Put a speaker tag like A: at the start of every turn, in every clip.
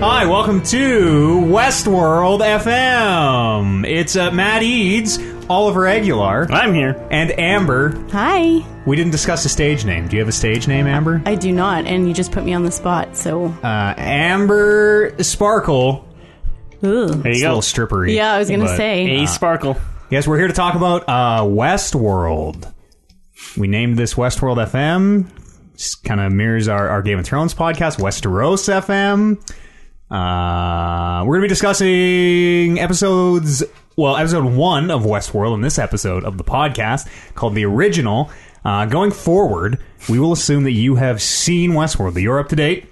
A: Hi, welcome to Westworld FM. It's uh, Matt Eads, Oliver Aguilar,
B: I'm here.
A: and Amber.
C: Hi.
A: We didn't discuss a stage name. Do you have a stage name, Amber?
C: I do not, and you just put me on the spot, so.
A: Uh, Amber Sparkle.
C: Ugh.
B: There you
A: It's a
B: go.
A: little strippery.
C: Yeah, I was going to
A: but-
C: say.
B: A sparkle.
A: Yes, we're here to talk about uh, Westworld. We named this Westworld FM. Kind of mirrors our, our Game of Thrones podcast, Westeros FM. Uh, we're going to be discussing episodes, well, episode one of Westworld in this episode of the podcast called The Original. Uh, going forward, we will assume that you have seen Westworld, that you're up to date.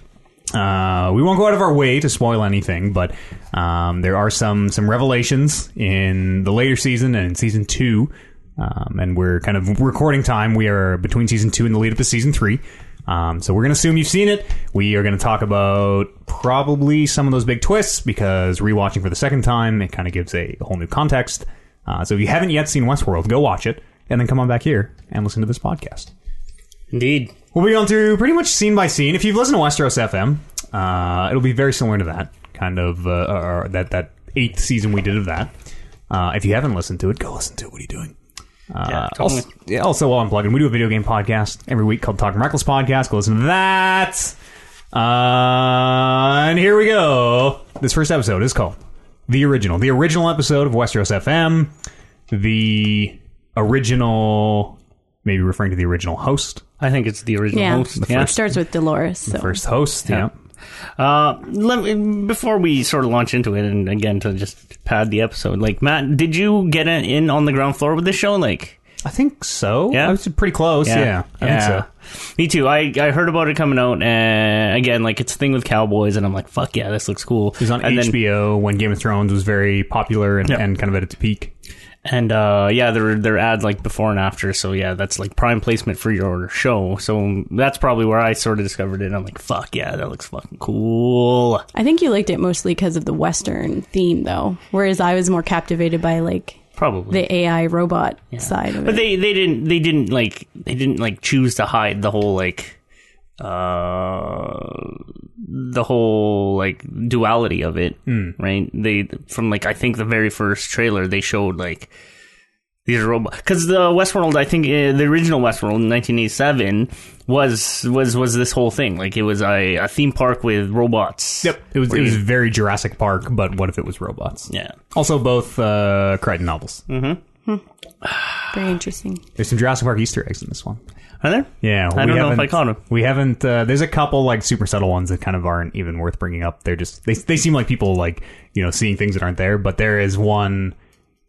A: Uh, we won't go out of our way to spoil anything, but um, there are some some revelations in the later season and in season two, um, and we're kind of recording time. We are between season two and the lead up to season three, um, so we're going to assume you've seen it. We are going to talk about probably some of those big twists because rewatching for the second time it kind of gives a whole new context. Uh, so if you haven't yet seen Westworld, go watch it and then come on back here and listen to this podcast.
B: Indeed.
A: We'll be going through pretty much scene by scene. If you've listened to Westeros FM, uh, it'll be very similar to that kind of uh, or that that eighth season we did of that. Uh, if you haven't listened to it, go listen to it. What are you doing? Uh,
B: Yeah, totally.
A: also, yeah, also, while I'm plugging, we do a video game podcast every week called Talking Reckless Podcast. Go listen to that. Uh, and here we go. This first episode is called the original, the original episode of Westeros FM. The original, maybe referring to the original host
B: I think it's the original
C: Yeah.
B: host.
C: It
B: yeah.
C: starts with Dolores, so.
A: first host. Yeah.
B: Uh, let me, before we sort of launch into it, and again to just pad the episode, like Matt, did you get in- in on the ground floor with this show? Like,
A: I think so.
B: Yeah?
A: I was pretty close. Yeah, I think so.
B: so. Me too. I, I heard about it coming out, and again, like it's a thing with cowboys, and I'm like, fuck yeah, this looks cool.
A: It was on
B: and then-
A: HBO when Game of Thrones was very popular and, and kind of at its peak.
B: And uh, yeah, their their ads like before and after. So yeah, that's like prime placement for your show. So that's probably where I sort of discovered it. And I'm like, fuck yeah, that looks fucking cool.
C: I think you liked it mostly because of the Western theme, though, whereas I was more captivated by, like,
B: Probably.
C: the AI robot side of
B: but
C: it.
B: they they didn't they didn't like they didn't like choose to hide the whole like uh the whole like duality of it
A: Hmm.
B: right they from like i think the very first trailer they showed like these are robots because the westworld i think uh, the original westworld in 1987 was was was this whole thing like it was a, a theme park with robots
A: It was
B: Where
A: it was
B: you-
A: very Jurassic Park, but what if it was robots?
B: yeah
A: Also, both uh, Crichton novels.
B: Mm.
C: Very interesting.
A: There's some Jurassic Park Easter eggs in this one.
B: are there
A: Yeah,
B: I
A: we
B: don't know if
A: haven't-
B: I caught 'em.
A: We haven't. Uh, there's a couple like super subtle ones that kind of aren't even worth bringing up. They're just they they seem like people like you know seeing things that aren't there. But there is one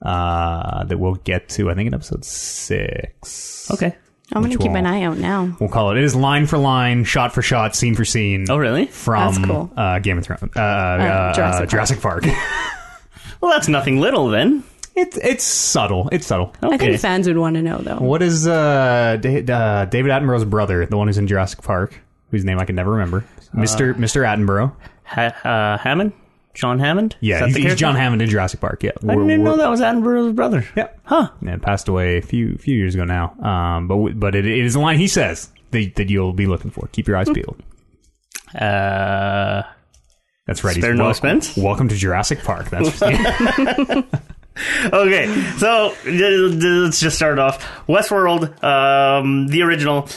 A: uh, that we'll get to. I think in episode six.
B: okay
C: I'm going
A: Which
C: to keep
A: one?
C: an eye out now.
A: We'll call it. It is line for line, shot for shot, scene for scene.
B: oh really
A: From
C: That's cool. Oh,
A: uh, Game of Thrones, uh, uh,
C: Jurassic
A: Jurassic,
C: Park.
A: Park.
B: well that's nothing little then
A: it's it's subtle. It's subtle.
B: okay
C: I think fans would want to know, though.
A: What is uh, Da- uh, David Attenborough's brother, the one who's in Jurassic Park, whose name I can never remember,
B: Uh,
A: Mister Mister Attenborough?
B: ha- uh, Hammond, John Hammond. Is
A: Yeah,
B: that
A: he's,
B: the
A: he's
B: character?
A: John Hammond in Jurassic Park. Yeah,
B: I didn't even know that was Attenborough's brother.
A: Yeah,
B: Huh.
A: and passed away a few few years ago now. Um, but w- but it, it is a line he says that, that you'll be looking for. Keep your
B: Hmm.
A: eyes peeled.
B: Uh,
A: That's right. he's
B: Spare no
A: wel-
B: expense?
A: Welcome to Jurassic Park. That's yeah.
B: okay, so d- d- let's just start off. Westworld, um, the original.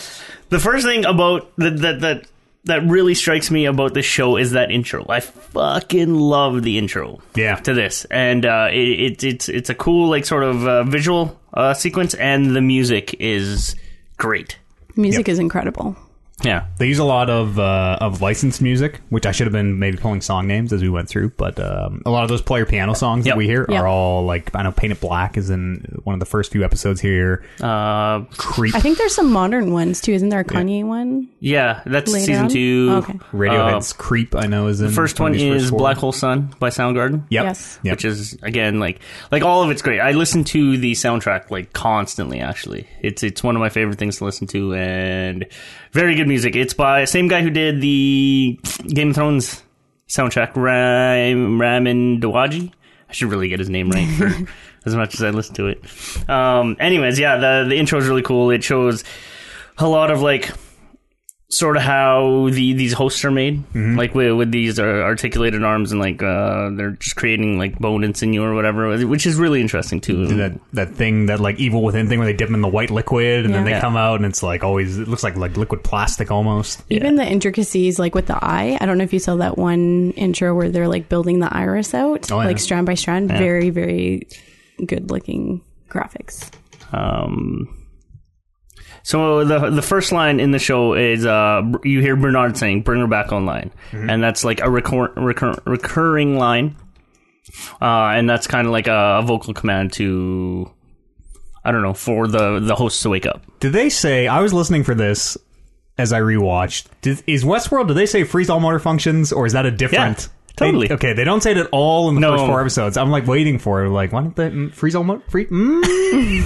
B: The first thing about that that that that really strikes me about this show is that intro. I fucking love the intro.
A: Yeah.
B: To this, and uh, it, it it's it's a cool like sort of uh, visual uh, sequence, and the music is great.
C: Music is incredible.
B: Yeah.
A: they use a lot of uh, of licensed music, which I should have been maybe pulling song names as we went through. But um, a lot of those player piano songs
B: Yep.
A: that we hear
C: Yep.
A: are all like I know "Paint It Black" is in one of the first few episodes here.
B: Uh,
A: Creep,
C: I think there's some modern ones, too. Isn't there a Kanye one?
B: yeah, that's
C: Later
B: season
C: on?
B: two.
C: Okay.
A: Radiohead's "Creep" I know is in
B: Um, First
A: one
B: one
A: of these first
B: is
A: four.
B: Black Hole Sun by Soundgarden.
A: Yep.
C: Yes.
A: Yep.
B: Which is again like like all of it's great. I listen to the soundtrack like constantly actually. It's it's one of my favorite things to listen to and very good music. It's by same guy who did the Game of Thrones soundtrack, Ram Ramin Dawaji. I should really get his name right for as much as I listen to it. Um anyways, yeah, the the intro is really cool. It shows a lot of like sort of how the these hosts are made, like with, with these uh, articulated arms and like uh, they're just creating like bonus in you or whatever, which is really interesting too.
A: that that thing that like evil within thing where they dip them in the white liquid and then
C: Yeah.
A: they
B: Yeah.
A: come out and it's like always it looks like like liquid plastic almost.
C: Even the intricacies, like with the eye. I don't know if you saw that one intro where they're like building the iris out,
A: Oh, yeah.
C: like strand by strand. Very, very good looking graphics.
B: Um, so the the first line in the show is uh, Br- you hear Bernard saying, "Bring her back online," and that's like a recur- recur- recurring line, uh, and that's kind of like a, a vocal command to, I don't know, for the the hosts to wake up.
A: Did they say I was listening for this as I rewatched? Did, is Westworld? Do they say freeze all motor functions, or is that a different?
B: Yeah, totally.
A: They- okay, they don't say it at all in the
B: No.
A: first four episodes. I'm like waiting for it. Like, why don't they mm, freeze all motor? Free, mm?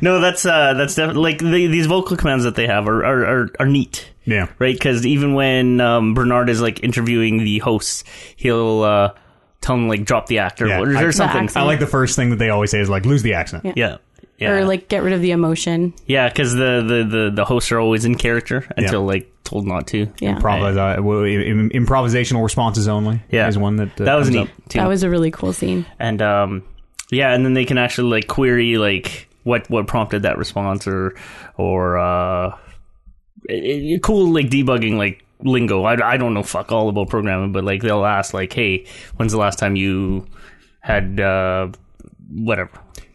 B: No, that's uh, that's def- like the, these vocal commands that they have are are, are, are neat.
A: Yeah,
B: right? Because even when um, Bernard is like interviewing the hosts, he'll uh, tell them like drop the act or,
A: Yeah,
B: or,
A: I- The
B: something.
C: accent.
A: I like the first thing that they always say is like lose the accent.
C: Yeah.
B: yeah, yeah,
C: Or like get rid of the emotion.
B: yeah, because the, the the the hosts are always in character until like told not to.
C: Yeah.
A: Improvise- uh, well, im- improvisational responses only.
B: Yeah,
A: is one that uh,
B: that was
A: comes
B: neat
A: up.
B: too.
C: That was a really cool scene.
B: and um, yeah, and then they can actually like query like what what prompted that response or or uh, it, it- cool like debugging like lingo. I, I don't know fuck all about programming, but like they'll ask like, hey, when's the last time you had uh, whatever?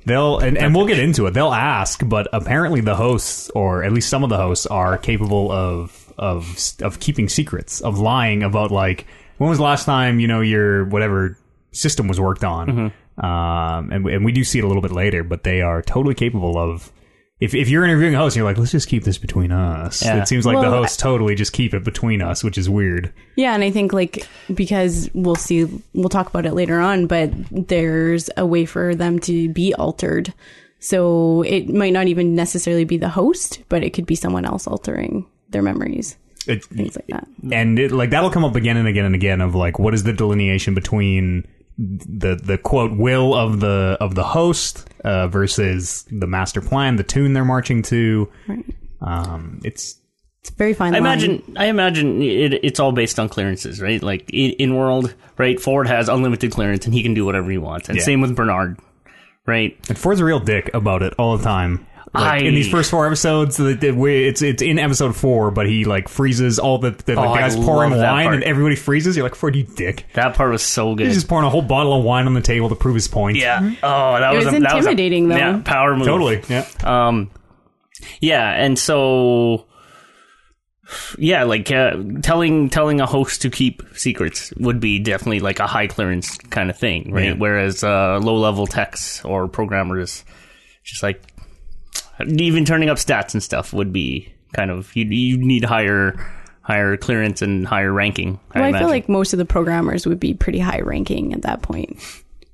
A: They'll and, and we'll get into it. They'll ask, but apparently the hosts, or at least some of the hosts, are capable of of of keeping secrets, of lying about like when was the last time you know your whatever system was worked on. Um, and and we do see it a little bit later, but they are totally capable of. If, if you're interviewing a host, and you're like, let's just keep this between us.
B: Yeah.
A: It seems like the
C: Well,
A: hosts totally just keep it between us, which is weird.
C: Yeah, and I think like because we'll see we'll talk about it later on, but there's a way for them to be altered. So it might not even necessarily be the host, but it could be someone else altering their memories,
A: It,
C: things like that.
A: and it, like that'll come up again and again and again of like what is the delineation between the the quote will of the of the host uh, versus the master plan, the tune they're marching to.
C: Right.
A: Um, it's
C: It's a very fine.
B: I
C: line.
B: imagine I imagine it, it's all based on clearances, right? Like in, in world, right? Ford has unlimited clearance and he can do whatever he wants, and
A: Yeah.
B: same with Bernard, right?
A: and Ford's a real dick about it all the time. Like,
B: I-
A: in these first four episodes, that- that we- it's it's in episode four, but he like freezes all the, the,
B: Oh,
A: the
B: I
A: guys
B: love
A: pouring
B: that
A: wine
B: part.
A: and everybody freezes. You're like Ford, you dick.
B: That part was so good.
A: He's just pouring a whole bottle of wine on the table to prove his point.
B: Yeah. Oh,
C: Mm-hmm.
B: that
C: It
B: was,
C: was
B: a, that was a-
C: intimidating, though.
B: Yeah, power move.
A: totally. Yeah.
B: Um, yeah, and so yeah, like uh, telling telling a host to keep secrets would be definitely like a high clearance kind of thing, right?
A: Yeah.
B: Whereas uh, low level techs or programmers, just like even turning up stats and stuff would be kind of you you need higher higher clearance and higher ranking.
C: Well, I,
B: imagine.
C: feel like most of the programmers would be pretty high ranking at that point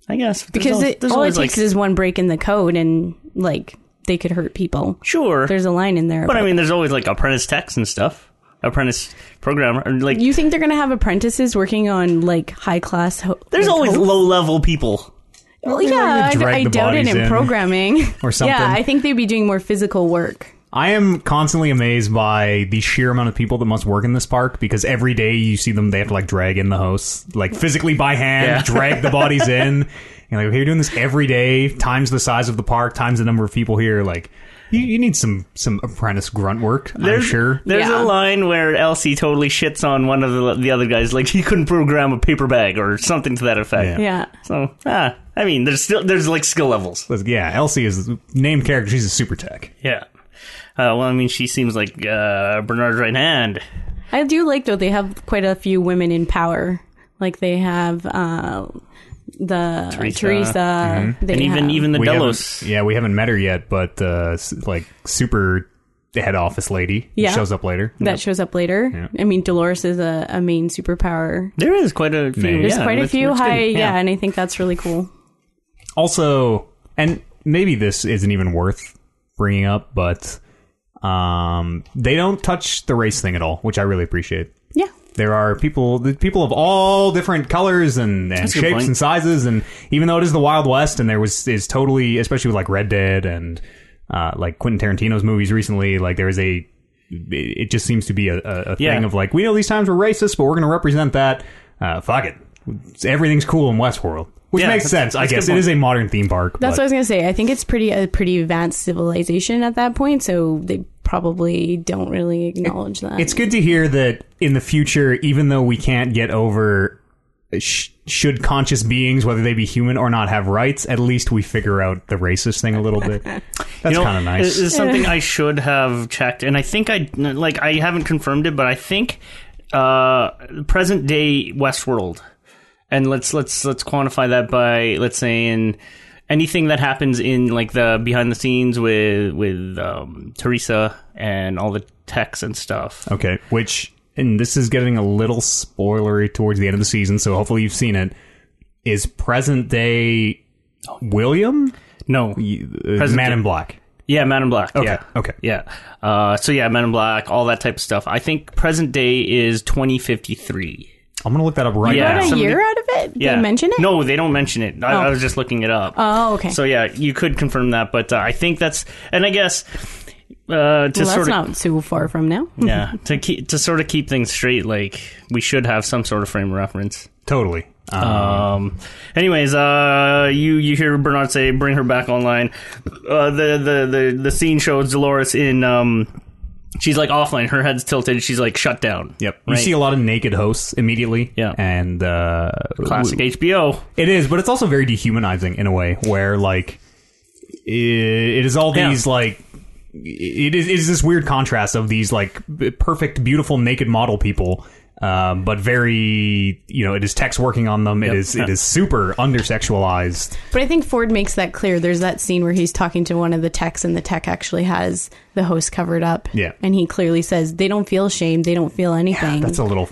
B: I guess but there's
C: because
B: always-
C: it,
B: there's
C: all it
B: always, like,
C: takes is one break in the code, and like they could hurt people.
B: sure.
C: There's a line in there.
B: but I
C: about-
B: mean, there's always like apprentice techs and stuff, apprentice programmer, and, like
C: you think they're gonna have apprentices working on like high class? Ho-
B: There's
C: like,
B: always low level people.
C: Well, yeah,
A: drag
C: I, I
A: the
C: doubt it
A: bodies
C: in,
A: in.
C: programming
A: Or something.
C: Yeah, I think they'd be doing more physical work.
A: I am constantly amazed by the sheer amount of people that must work in this park because every day you see them, they have to like drag in the hosts, like physically by hand,
B: Yeah.
A: drag the bodies in. And like, okay, you're doing this every day, times the size of the park, times the number of people here. Like, you, you need some some apprentice grunt work, I'm sure.
B: There's
C: Yeah.
B: a line where Elsie totally shits on one of the, the other guys, like he couldn't program a paper bag or something to that effect.
A: Yeah.
C: Yeah.
B: So ah, I mean, there's still there's like skill levels.
A: Yeah, Elsie is named character. She's a super tech.
B: Yeah. Uh, well, I mean, she seems like uh, Bernard's right hand.
C: I do like though they have quite a few women in power. Like they have uh, the
B: Teresa.
C: Teresa.
A: Mm-hmm.
C: They
B: And even
C: have-
B: even the
A: We
B: Delos.
A: haven't- Yeah, we haven't met her yet, but uh, s- like super head office lady who
C: Yeah.
A: shows up later.
C: that shows up later. I mean, Dolores is a, a main superpower.
B: There is quite a few.
A: Maybe.
C: There's
B: yeah,
C: quite a
B: that's-
C: few
B: that's good.
C: high, yeah. and I think that's really cool.
A: also and maybe this isn't even worth bringing up but um they don't touch the race thing at all which i really appreciate
C: Yeah,
A: there are people the people of all different colors and, and
B: That's a good
A: shapes
B: point.
A: and sizes and even though it is the wild west and there was is totally especially with like red dead and uh like quentin tarantino's movies recently like there is a it it just seems to be a, a, a
B: Yeah.
A: thing of like we know these times were racist, but we're going to represent that. Uh, fuck it, everything's cool in Westworld, which
B: Yeah,
A: makes
B: that's-
A: sense. I
B: that's a good
A: guess it
B: point.
A: is a modern theme park.
C: That's
A: but
C: what I was gonna say. I think it's pretty a pretty advanced civilization at that point, so they probably don't really acknowledge that.
A: it's good to hear that in the future, even though we can't get over. Sh- should conscious beings, whether they be human or not, have rights? At least we figure out the racist thing a little bit. That's
B: You know,
A: kind of nice.
B: This is something I should have checked, and I think I like I haven't confirmed it, but I think uh, present day Westworld, and let's let's let's quantify that by let's say in anything that happens in like the behind the scenes with with um, Teresa and all the techs and stuff.
A: Okay, which and this is getting a little spoilery towards the end of the season, so hopefully you've seen it. Is present day William
B: No,
A: Y- uh,
B: Present
A: Man
B: day-
A: in Black?
B: yeah, Man in Black.
A: Okay,
B: Yeah.
A: okay.
B: Yeah. Uh, so yeah, Men in Black, all that type of stuff. I think present day is 2053.
A: I'm gonna look that up right
B: Yeah.
A: now.
C: About a
B: somebody-
C: year out of it?
B: Yeah.
C: They mention it?
B: No, they don't mention it. I, I
C: Oh.
B: was just looking it up.
C: Oh, okay.
B: So yeah, you could confirm that, but uh, I think that's and I guess uh, to
C: well, that's
B: sort of
C: not so far from now.
B: yeah to keep to sort of keep things straight, like we should have some sort of frame of reference.
A: Totally. Um,
B: Um. Anyways, uh, you you hear Bernard say, "Bring her back online." Uh, the the the the scene shows Dolores in um. She's like offline. Her head's tilted. She's like shut down.
A: yep. You
B: Right?
A: see a lot of naked hosts immediately.
B: Yeah.
A: And uh,
B: classic HBO.
A: It is, but it's also very dehumanizing in a way where like i it is all
B: Yeah.
A: these like it is, it is this weird contrast of these like b- perfect, beautiful, naked model people. Um, but very, you know, it is text working on them. It is, it is super undersexualized.
C: But I think Ford makes that clear. There's that scene where he's talking to one of the techs, and the tech actually has the host covered up.
A: Yeah.
C: And he clearly says they don't feel shame. They don't feel anything.
A: That's a little.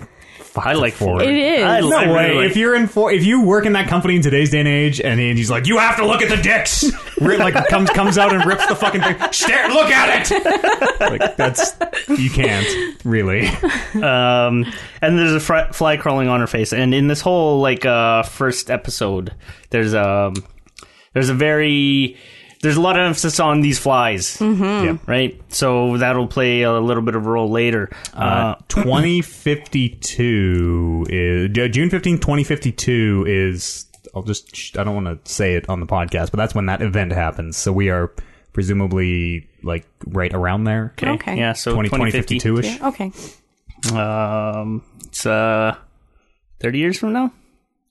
B: I like
A: Ford.
B: Ford.
C: It is.
B: I
C: No
A: No
B: I really
A: way.
B: like
A: If you're in for, if you work in that company in today's day and age, and then he's like, "You have to look at the dicks," Re- like comes comes out and rips the fucking thing. Stare, look at it. like that's you can't really.
B: um, and there's a fr- fly crawling on her face. And in this whole like uh, first episode, there's um, there's a very there's a lot of emphasis on these flies,
A: Yeah.
B: right? So that'll play a little bit of a role later.
A: Uh,
B: Uh,
A: 2052 is Ju- June 15, 2052 is. I'll just. sh- I don't want to say it on the podcast, but that's when that event happens. So we are presumably like right around there.
B: okay.
C: okay.
B: Yeah. So
A: 20,
B: 2050.
A: 2052 ish.
C: Yeah, okay.
B: Um, it's uh, thirty years from now.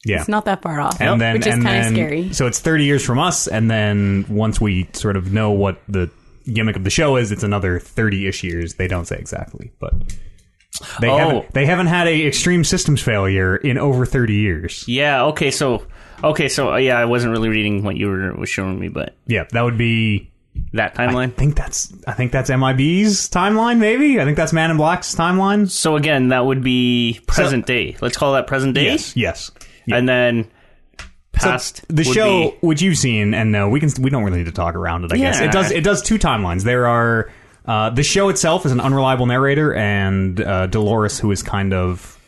A: Yeah.
C: It's not that far off,
A: and then,
C: which is
A: and
C: kind of
A: then-
C: scary.
A: So it's 30 years from us, and then once we sort of know what the gimmick of the show is, it's another 30-ish years. They don't say exactly, but they
B: Oh.
A: haven't they haven't had a extreme systems failure in over 30 years.
B: Yeah. Okay. So. Okay, so uh, yeah, I wasn't really reading what you were was showing me, but
A: Yeah, that would be.
B: that
A: I
B: timeline.
A: think that's I think that's MIB's timeline. Maybe I think that's Man in Black's timeline.
B: so again, that would be present day. Let's call that present day.
A: yes.
B: and then
A: So
B: past
A: the
B: would
A: show,
B: be-
A: which you've seen, and no, we can we don't really need to talk around it. I guess
B: Yeah.
A: it does it does two timelines. There are uh, the show itself is an unreliable narrator, and uh, Dolores, who is kind of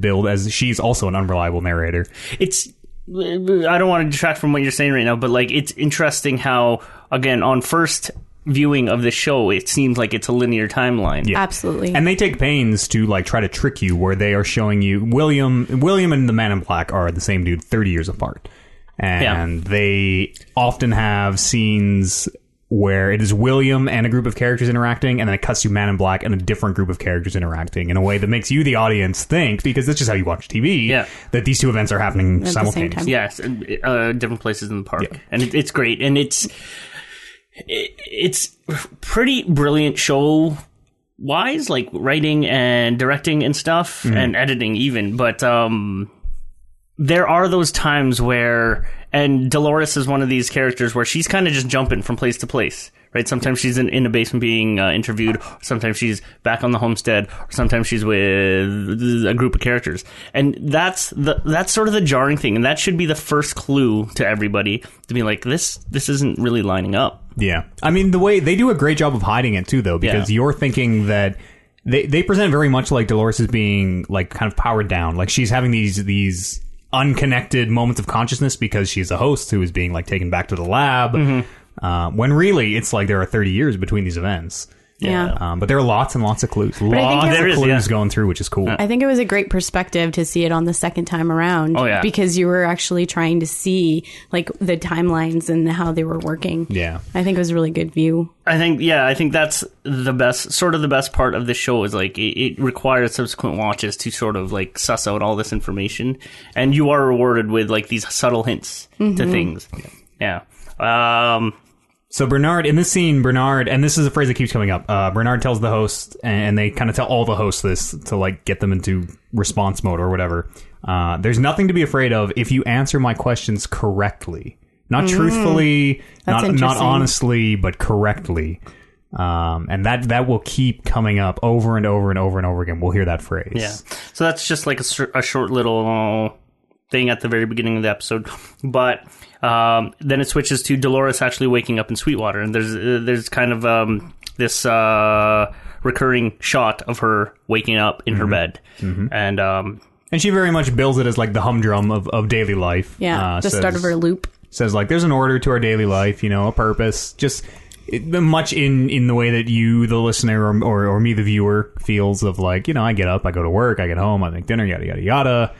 A: billed as she's also an unreliable narrator.
B: it's i don't want to detract from what you're saying right now but like it's interesting how again on first viewing of the show it seems like it's a linear timeline
A: Yeah.
C: Absolutely.
A: And they take pains to like try to trick you, where they are showing you William, William, and the Man in Black are the same dude, thirty years apart, and they often have scenes where it is William and a group of characters interacting, and then it cuts to Man in Black and a different group of characters interacting in a way that makes you, the audience, think because that's just how you watch TV.
B: Yeah.
A: that these two events are happening
C: the same
A: simultaneously.
C: time.
B: yes and, uh, different places in the park and it, it's great and it's it, it's pretty brilliant show wise like writing and directing and stuff
A: Mm-hmm.
B: and editing even but um there are those times where and Dolores is one of these characters where she's kind of just jumping from place to place right sometimes she's in, in the basement being uh, interviewed sometimes she's back on the homestead or sometimes she's with a group of characters and that's the that's sort of the jarring thing and that should be the first clue to everybody to be like this this isn't really lining up
A: Yeah. I mean, the way they do a great job of hiding it too, though, because
B: Yeah.
A: you're thinking that they, they present very much like Dolores is being like kind of powered down. Like she's having these, these unconnected moments of consciousness because she's a host who is being like taken back to the lab. Uh, when really it's like there are 30 years between these events.
C: Yeah.
A: Um, but there are lots and lots of clues.
C: I think
A: Lots of
B: there is,
A: clues
B: yeah.
A: going through, which is cool.
C: I think it was a great perspective to see it on the second time around.
B: Oh, yeah.
C: Because you were actually trying to see like the timelines and how they were working.
A: Yeah.
C: I think it was a really good view.
B: I think yeah, I think that's the best sort of the best part of the show is like it, it requires subsequent watches to sort of like suss out all this information, and you are rewarded with like these subtle hints to things. Yeah. Um,
A: So Bernard in this scene, Bernard, and this is a phrase that keeps coming up. Uh, Bernard tells the host, and they kind of tell all the hosts this to like get them into response mode or whatever. Uh, there's nothing to be afraid of if you answer my questions correctly, not truthfully,
C: Mm. That's
A: not not
C: interesting.
A: honestly, but correctly. Um, and that that will keep coming up over and over and over and over again. We'll hear that phrase.
B: yeah. So that's just like a, shor- a short little thing at the very beginning of the episode, but um, then it switches to Dolores actually waking up in Sweetwater, and there's uh, there's kind of um, this uh, recurring shot of her waking up in her bed, and um,
A: And she very much bills it as like the humdrum of, of daily life.
C: Yeah.
A: Uh,
C: the start
A: says-
C: of her loop.
A: says like there's an order to our daily life you know a purpose just it, the- much in in the way that you the listener or, or or me the viewer feels of like you know i get up i go to work i get home i make dinner yada yada yada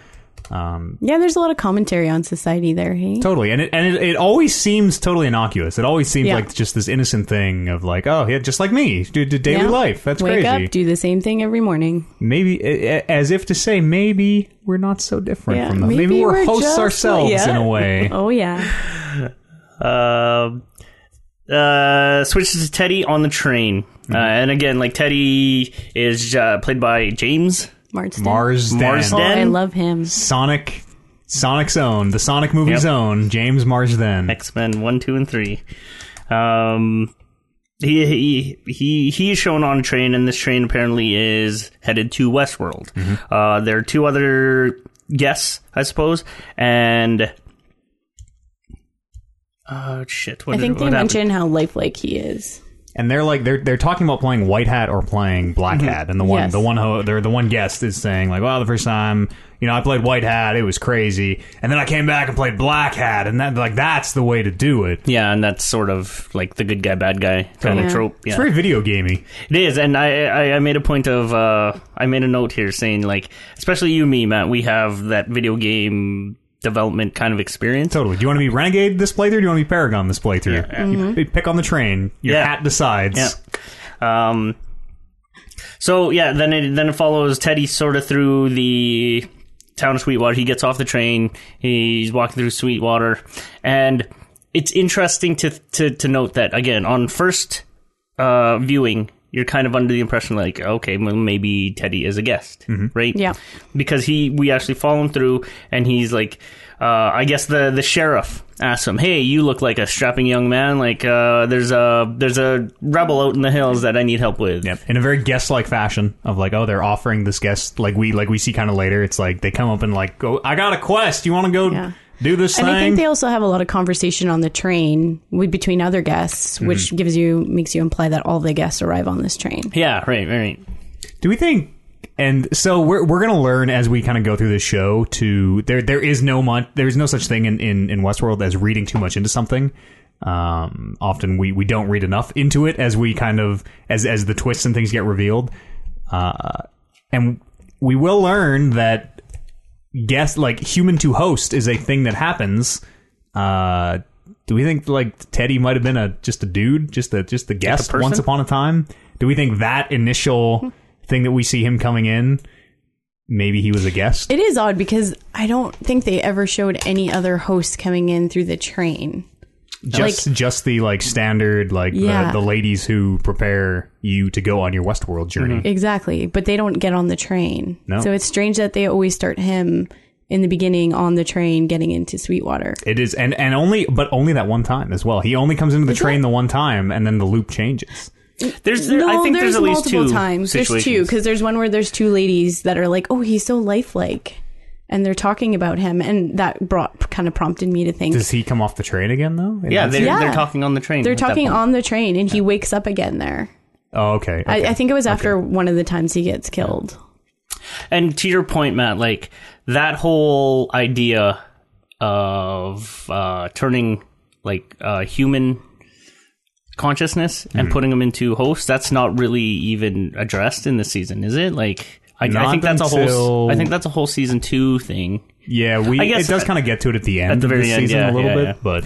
C: Yeah, there's a lot of commentary on society there, hey?
A: totally and it and it, it always seems totally innocuous it always seems
C: Yeah.
A: like just this innocent thing of like oh yeah just like me do, do daily
C: Yeah.
A: life that's
C: Wake
A: crazy
C: up, do the same thing every morning.
A: maybe a- a- as if to say maybe we're not so different
C: Yeah,
A: from them
C: maybe
A: we're,
C: we're
A: hosts
C: just-
A: ourselves
C: yeah.
A: in a way
C: Oh yeah.
B: Um, uh, switches to Teddy on the train, uh, and again, like Teddy is uh, played by James.
C: Marsden.
A: marsden,
C: Oh,
B: Marsden.
C: I love him.
A: Sonic, Sonic Zone, the Sonic movie
B: Yep.
A: Zone. James Marsden.
B: X Men one, two, and three. Um, he he he he's shown on a train, and this train apparently is headed to Westworld. Uh, there are two other guests, I suppose, and oh shit! What
C: I
B: did-
C: think they
B: what happened?
C: mentioned how lifelike he is.
A: And they're like they're they're talking about playing White Hat or playing Black Hat. And the one
C: Yes.
A: the one ho- they're, the one guest is saying like, "Well, the first time, you know, I played White Hat, it was crazy. And then I came back and played Black Hat, and that like that's the way to do it."
B: Yeah, and that's sort of like the good guy, bad guy kind
C: Yeah.
B: of trope. Yeah.
A: It's very video gamey.
B: It is, and I, I, I made a point of uh, I made a note here saying like, especially you, and me, Matt, we have that video game development kind of experience.
A: Totally. Do you want to be Renegade this playthrough? Or do you want to be Paragon this playthrough? You p- pick on the train. Your
B: Yeah.
A: hat decides.
B: Yeah. Um. So yeah, then it then it follows Teddy sort of through the town of Sweetwater. He gets off the train. He's walking through Sweetwater, and it's interesting to to to note that again on first uh, viewing. You're kind of under the impression, like, okay, well, maybe Teddy is a guest, right?
C: Yeah.
B: because he we actually follow him through and he's like uh, i guess the the sheriff asks him hey you look like a strapping young man like uh, there's a there's a rebel out in the hills that i need help with
A: Yep. In a very guest like fashion of like, oh, they're offering this guest like we like we see kind of later. It's like they come up and like go I got a quest. You wanna go
C: Yeah.
A: do this
C: And I
A: thing?
C: think they also have a lot of conversation on the train with, between other guests,
B: Mm-hmm.
C: which gives you makes you imply that all the guests arrive on this train.
B: yeah right right
A: do we think and so we're we're gonna learn as we kind of go through this show to there there is no much there is no such thing in, in, in Westworld as reading too much into something. Um, often we, we don't read enough into it as we kind of as as the twists and things get revealed. Uh, and we will learn that guest like human to host is a thing that happens uh do we think like teddy might have been a just a dude just a just the guest
B: person?
A: once upon a time do we think that initial thing that we see him coming in maybe he was a guest
C: It is odd because I don't think they ever showed any other host coming in through the train.
A: just just the like standard like
C: Yeah.
A: the, the ladies who prepare you to go on your westworld journey
C: Mm-hmm. Exactly, but they don't get on the train.
A: No.
C: So it's strange that they always start him in the beginning on the train getting into Sweetwater.
A: it is and and only but only that one time as well he only comes into the train the one time and then the loop changes
B: there's there,
C: no,
B: i think
C: there's,
B: there's, at least
C: multiple
B: two
C: times. There's
B: situations.
C: two because there's one where there's two ladies that are like, "Oh, he's so lifelike," and they're talking about him, and that brought kind of prompted me to think.
A: does he come off the train again though
B: yeah they're,
C: Yeah.
B: they're talking on the train
C: they're
B: at that
C: talking
B: point.
C: on the train, and he wakes up again there.
A: oh okay, okay.
C: I, I think it was after one of the times he gets killed.
B: and to your point matt like that whole idea of uh turning like uh human consciousness
A: Mm-hmm.
B: and putting them into hosts. That's not really even addressed in this season, is it? Like, I, I
A: Not
B: think that's a whole.
A: until-
B: I think that's a whole season two thing.
A: Yeah, we.
B: I guess-
A: it does kind of get to it at the end
B: At the
A: of
B: very
A: this
B: end,
A: season
B: yeah,
A: a little
B: yeah,
A: bit,
B: yeah.
A: but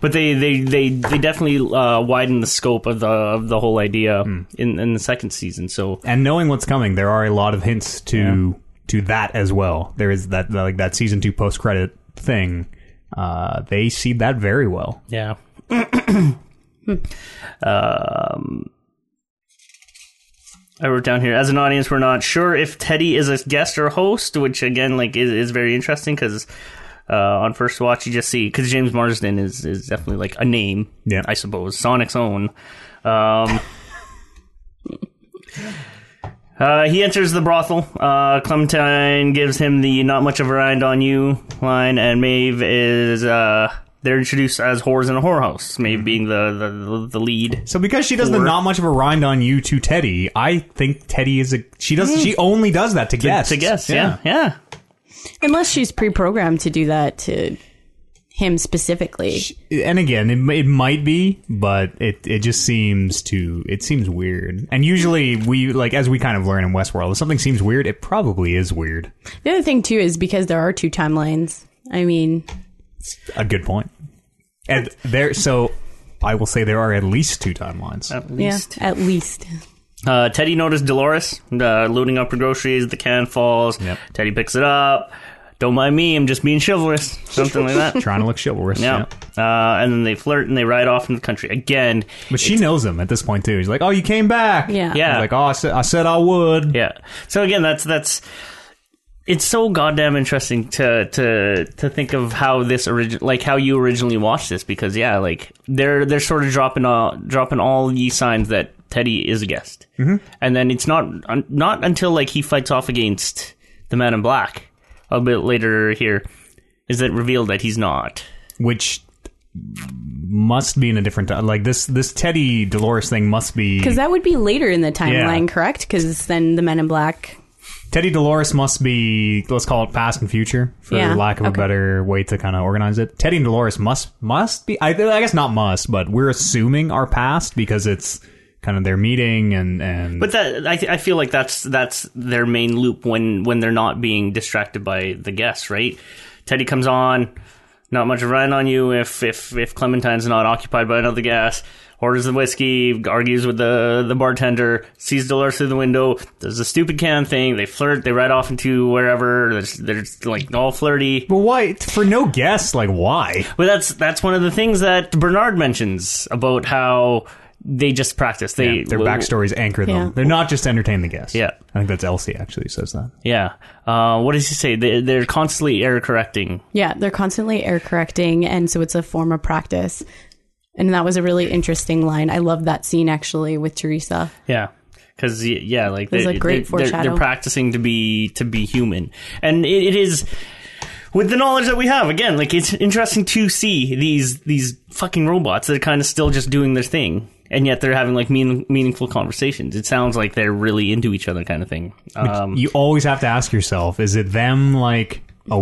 B: But they they they, they definitely uh, widened the scope of the of the whole idea
A: Mm.
B: in in the second season. So
A: and knowing what's coming, there are a lot of hints to to that as well. There is that like that season two post credit thing. Uh, they see that very well.
B: yeah. um. I wrote down here as an audience, we're not sure if Teddy is a guest or host, which again, like, is, is very interesting because uh, on first watch you just see because James Marsden is is definitely like a name,
A: Yeah.
B: I suppose Sonic's own. Um, Uh, he enters the brothel. Uh, Clementine gives him the "not much of a rind on you" line, and Maeve is uh, they're introduced as whores in a whorehouse. Maeve being the the, the lead.
A: So because she does the
B: Or-
A: not much of a rind on you to Teddy, I think Teddy is a she does she only does that to, guests.
B: Mm. To guess, yeah, yeah.
C: Unless she's pre-programmed to do that to him specifically.
A: And again, it, it might be, but it it just seems to it seems weird. And usually we like as we kind of learn in Westworld, if something seems weird, it probably is weird.
C: the other thing too is because there are two timelines. I mean,
A: A good point. And there so I will say there are at least two timelines.
B: At
C: yeah,
B: least.
C: at least.
B: Uh, Teddy noticed Dolores uh, looting up her groceries. The can falls.
A: Yep.
B: Teddy picks it up. Don't mind me. I'm just being chivalrous. Something like that.
A: Trying to look chivalrous.
B: Yeah. Uh, and then they flirt and they ride off in the country again.
A: But she knows him at this point too. He's like, "Oh, you came back."
C: Yeah.
B: Yeah.
A: He's like, "Oh, I said I, said I would."
B: Yeah. So again, that's that's it's so goddamn interesting to to to think of how this origin like how you originally watched this because yeah, like they're they're sort of dropping all dropping all the signs that Teddy is a guest, mm-hmm. and then it's not un- not until like he fights off against the Man in Black a bit later here is it revealed that he's not.
A: which must be in a different time. Like this, this Teddy Dolores thing must be
C: Because that would be later in the timeline,
A: Yeah.
C: correct? Because then the Men in Black.
A: Teddy Dolores must be let's call it past and future for
C: Yeah,
A: lack of
C: okay.
A: a better way to kind of organize it. Teddy and Dolores must must be. I, I guess not must, but we're assuming our past because it's kind of their meeting and and
B: But that I, I feel like that's that's their main loop when when they're not being distracted by the guests, right? Teddy comes on, not much of a run on you if if if Clementine's not occupied by another guest. Orders the whiskey, argues with the the bartender, sees Dolores through the window, does the stupid can thing. They flirt, they ride off into wherever. There's, there's like all flirty.
A: but why for no guess? Like why?
B: But that's that's one of the things that Bernard mentions about how they just practice. They
A: their backstories anchor them.
C: Yeah.
A: They're not just to entertain the guests.
B: Yeah.
A: I think that's Elsie actually who says that.
B: Yeah. Uh, what does he say? They, they're constantly error correcting.
C: Yeah, they're constantly air correcting, and so it's a form of practice. And that was a really interesting line. I love that scene actually with Teresa.
B: Yeah. Because yeah, like
C: There's
B: they,
C: a great
B: they, they're, they're
C: foreshadow.
B: practicing to be to be human, and it, it is with the knowledge that we have. Again, like it's interesting to see these these fucking robots that are kind of still just doing their thing, and yet they're having like mean, meaningful conversations. It sounds like they're really into each other, kind of thing. Um,
A: you always have to ask yourself is it them like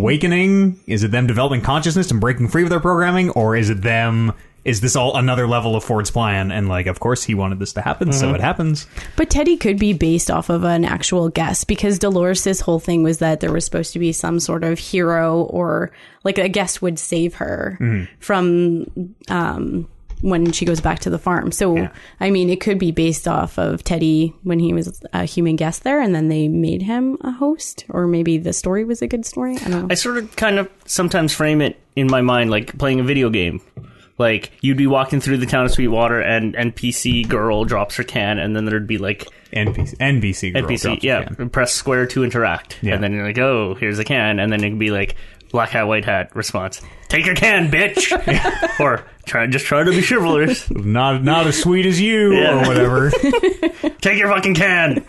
A: awakening is it them developing consciousness and breaking free of their programming or is it them is this all another level of ford's plan and like of course he wanted this to happen
B: Mm-hmm.
A: so it happens
C: But Teddy could be based off of an actual guest because Dolores' whole thing was that there was supposed to be some sort of hero or like a guest would save her
B: Mm-hmm.
C: from um, when she goes back to the farm. So, I mean, it could be based off of Teddy when he was a human guest there and then they made him a host or maybe the story was a good story. I don't know.
B: I sort of kind of sometimes frame it in my mind like playing a video game. Like you'd be walking through the town of Sweetwater and NPC girl drops her can and then there'd be like
A: nbc nbc girl
B: NPC
A: drops
B: yeah,
A: the can.
B: and press square to interact.
A: Yeah.
B: And then you're like, "Oh, here's a can." And then it could be like black hat white hat response. Take your can, bitch. or try just try to be chivalrous.
A: not not as sweet as you
B: Yeah.
A: or whatever
B: Take your fucking can.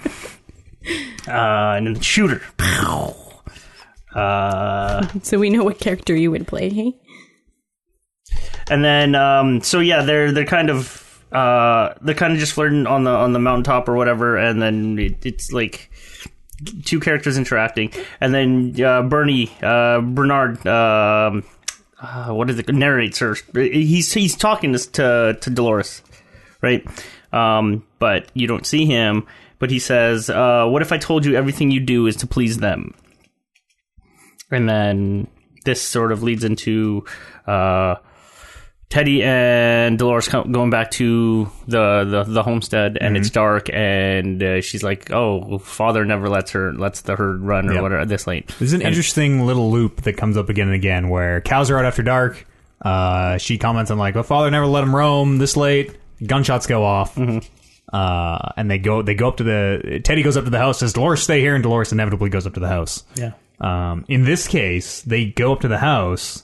B: Uh, and then shoot her. Pow. Uh
C: So, we know what character you would play. Hey?
B: Mm-hmm. And then um so yeah, they're they're kind of uh they're kind of just flirting on the on the mountaintop or whatever and then it, it's like two characters interacting and then uh Bernie uh Bernard um uh, what is it narrates her he's he's talking to to, to Dolores right? Um, but you don't see him. But he says, uh, "What if I told you everything you do is to please them?" And then this sort of leads into uh, Teddy and Dolores co- going back to the the, the homestead, and
A: Mm-hmm.
B: it's dark, and uh, she's like, "Oh, father never lets her lets the herd run or
A: Yeah.
B: whatever this late."
A: There's an interesting little loop that comes up again and again where cows are out after dark. Uh, she comments on like, "Oh, father never let him roam this late." Gunshots go off,
B: Mm-hmm.
A: uh, and they go they go up to the Teddy goes up to the house says, "Dolores, stay here," and Dolores inevitably goes up to the house.
B: Yeah.
A: Um, in this case, they go up to the house,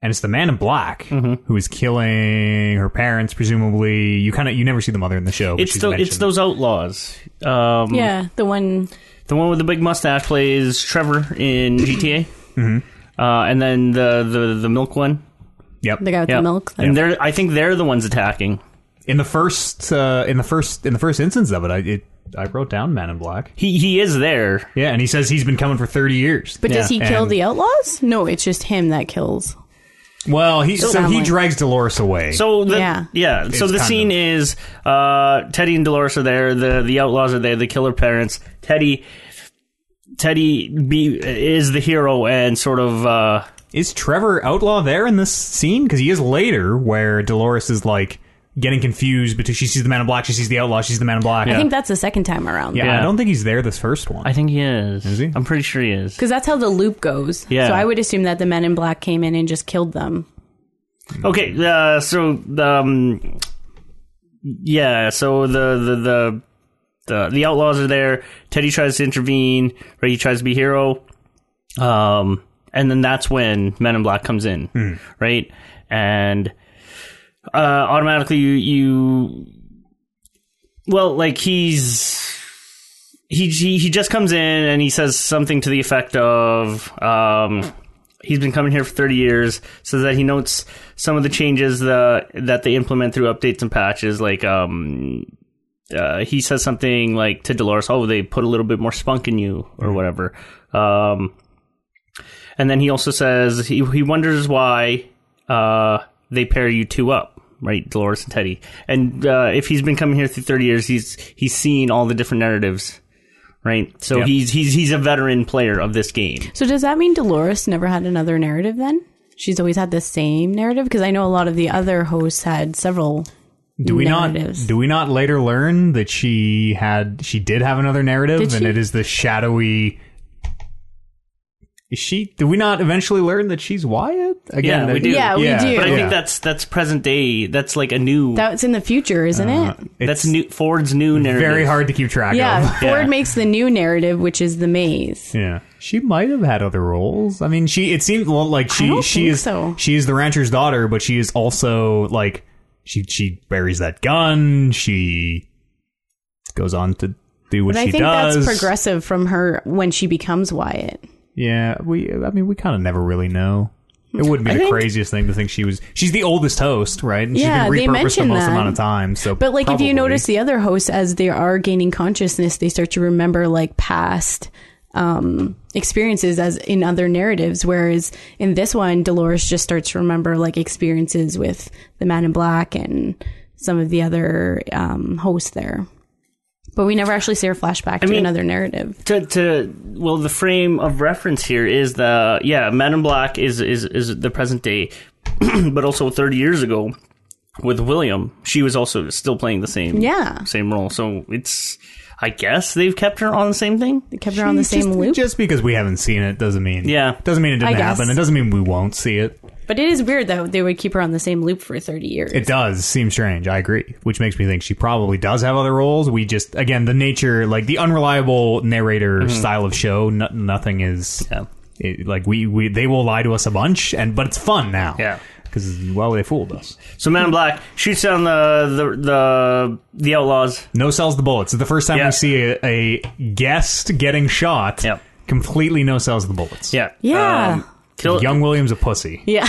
A: and it's the man in black
B: Mm-hmm.
A: who is killing her parents. Presumably, you kind of you never see the mother in the show. but
B: It's
A: she's
B: the, it's
A: mentioned.
B: those outlaws. Um,
C: Yeah, the one.
B: The one with the big mustache plays Trevor in GTA. mm-hmm. uh, and then the, the, the milk one.
A: yep.
C: The guy with
B: Yeah.
C: the milk.
B: And they're I think they're the ones attacking.
A: in the first uh, in the first in the first instance of it, I it, I wrote down Man in Black.
B: He he is there.
A: Yeah, and he says he's been coming for thirty years.
C: But does
B: Yeah.
C: he kill
A: And-
C: the outlaws? No, it's just him that kills.
A: well, he so,
C: Sound
A: he
C: like-
A: drags Dolores away.
B: So the, yeah,
C: Yeah.
B: So
A: It's
B: the
A: kind
B: scene
A: of-
B: is uh, Teddy and Dolores are there. The the outlaws are there. The killer parents. Teddy Teddy be, is the hero and sort of uh,
A: is Trevor Outlaw there in this scene? Because he is later, where Dolores is like getting confused because she sees the Man in Black, she sees the Outlaw, she sees the Man in Black.
C: I think that's the second time around.
A: yeah,
B: Yeah.
A: I don't think he's there this first one.
B: I think he is. Is
A: he?
B: I'm pretty sure he is.
C: Because that's how the loop goes.
B: Yeah.
C: So I would assume that the men in black came in and just killed them.
B: Okay, uh, so um, yeah, so the the the the, the outlaws are there. Teddy tries to intervene, right? He tries to be hero, um, and then that's when Men in Black comes in, right? And uh, automatically you, you, well, like he's. He, he he just comes in and he says something to the effect of um, he's been coming here for 30 years so that he notes some of the changes the, that they implement through updates and patches like um uh, he says something like to Dolores, "Oh, they put a little bit more spunk in you, or whatever." Um, and then he also says he he wonders why uh, they pair you two up, right, Dolores and Teddy. And uh, if he's been coming here through thirty years, he's he's seen all the different narratives, right? So
A: Yep.
B: he's he's he's a veteran player of this game.
C: So does that mean Dolores never had another narrative then? She's always had the same narrative? Because I know a lot of the other hosts had several.
A: do we
C: narratives.
A: not do we not later learn that she had she did have another narrative,
C: Did
A: and
C: she?
A: it is the shadowy. Is she? Do we not eventually learn that she's Wyatt again?
B: Yeah, we
A: that-
B: do. Yeah,
C: we do.
B: But I
A: yeah.
B: think that's that's present day. That's like a new.
C: That's in the future, isn't it?
B: that's
A: It's
B: new Ford's new narrative.
A: very hard to keep track of.
C: Yeah.
B: Yeah.
C: Ford makes the new narrative, which is the maze.
A: Yeah, she might have had other roles. I mean, she it seemed well, like she
C: don't
A: she
C: think
A: is
C: so.
A: she is the rancher's daughter, but she is also like she she buries that gun. She goes on to do what
C: But
A: she
C: I think
A: does.
C: that's progressive from her when she becomes Wyatt.
A: Yeah, we I mean we kind of never really know. It wouldn't be the
C: think-
A: craziest thing to think she was. She's the oldest host, right? And
C: Yeah,
A: she's
C: they
A: been repurposed the
C: mentioned
A: most
C: that.
A: amount of times. So,
C: But like if
A: probably.
C: you notice the other hosts as they are gaining consciousness, they start to remember like past um experiences as in other narratives whereas in this one Dolores just starts to remember like experiences with the man in black and some of the other um hosts there. But we never actually see her flashback to
B: mean-
C: another narrative.
B: to to well the frame of reference here is the yeah Men in Black is is is the present day, but also thirty years ago with William she was also still playing the same
C: Yeah.
B: same role. So it's I guess they've kept her on the same thing.
C: They kept her on the same
A: just,
C: loop.
A: just because we haven't seen it doesn't mean
B: Yeah.
A: doesn't mean it
C: I
A: didn't
C: guess.
A: happen. It doesn't mean we won't see it.
C: but it is weird though they would keep her on the same loop for 30 years.
A: It does seem strange. I agree, which makes me think she probably does have other roles. We just again the nature, like the unreliable narrator
C: Mm-hmm.
A: style of show. No, nothing is
B: Yeah.
A: it- like we, we they will lie to us a bunch, and but it's fun now.
B: Yeah.
A: because well they fooled us.
B: So Man in Black shoots down the the the, the outlaws.
A: No sells the bullets. It's the first time
B: Yeah.
A: we see a, a guest getting shot.
B: Yep.
A: Completely no sells the bullets.
B: Yeah
C: Yeah.
B: Um, kill
A: Young William's a pussy.
C: yeah.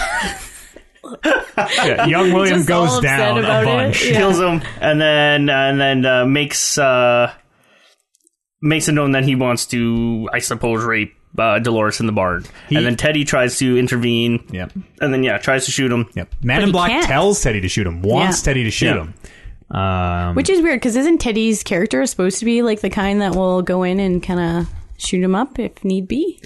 A: Yeah, Young William
C: Just all
A: goes
C: upset
A: down
C: about
A: a
C: it.
A: bunch.
C: Yeah.
B: kills him and then and then uh, makes uh, makes it known that he wants to I suppose rape uh, Dolores in the barn and then Teddy tries to intervene
A: Yep.
B: and then yeah tries to shoot him
A: Yep. Man in
C: he
A: Black
C: can't.
A: tells Teddy to shoot him. Wants
C: Yeah.
A: Teddy to shoot
B: Yeah.
A: him. Um,
C: Which is weird because isn't Teddy's character supposed to be like the kind that will go in and kind of shoot him up if need be?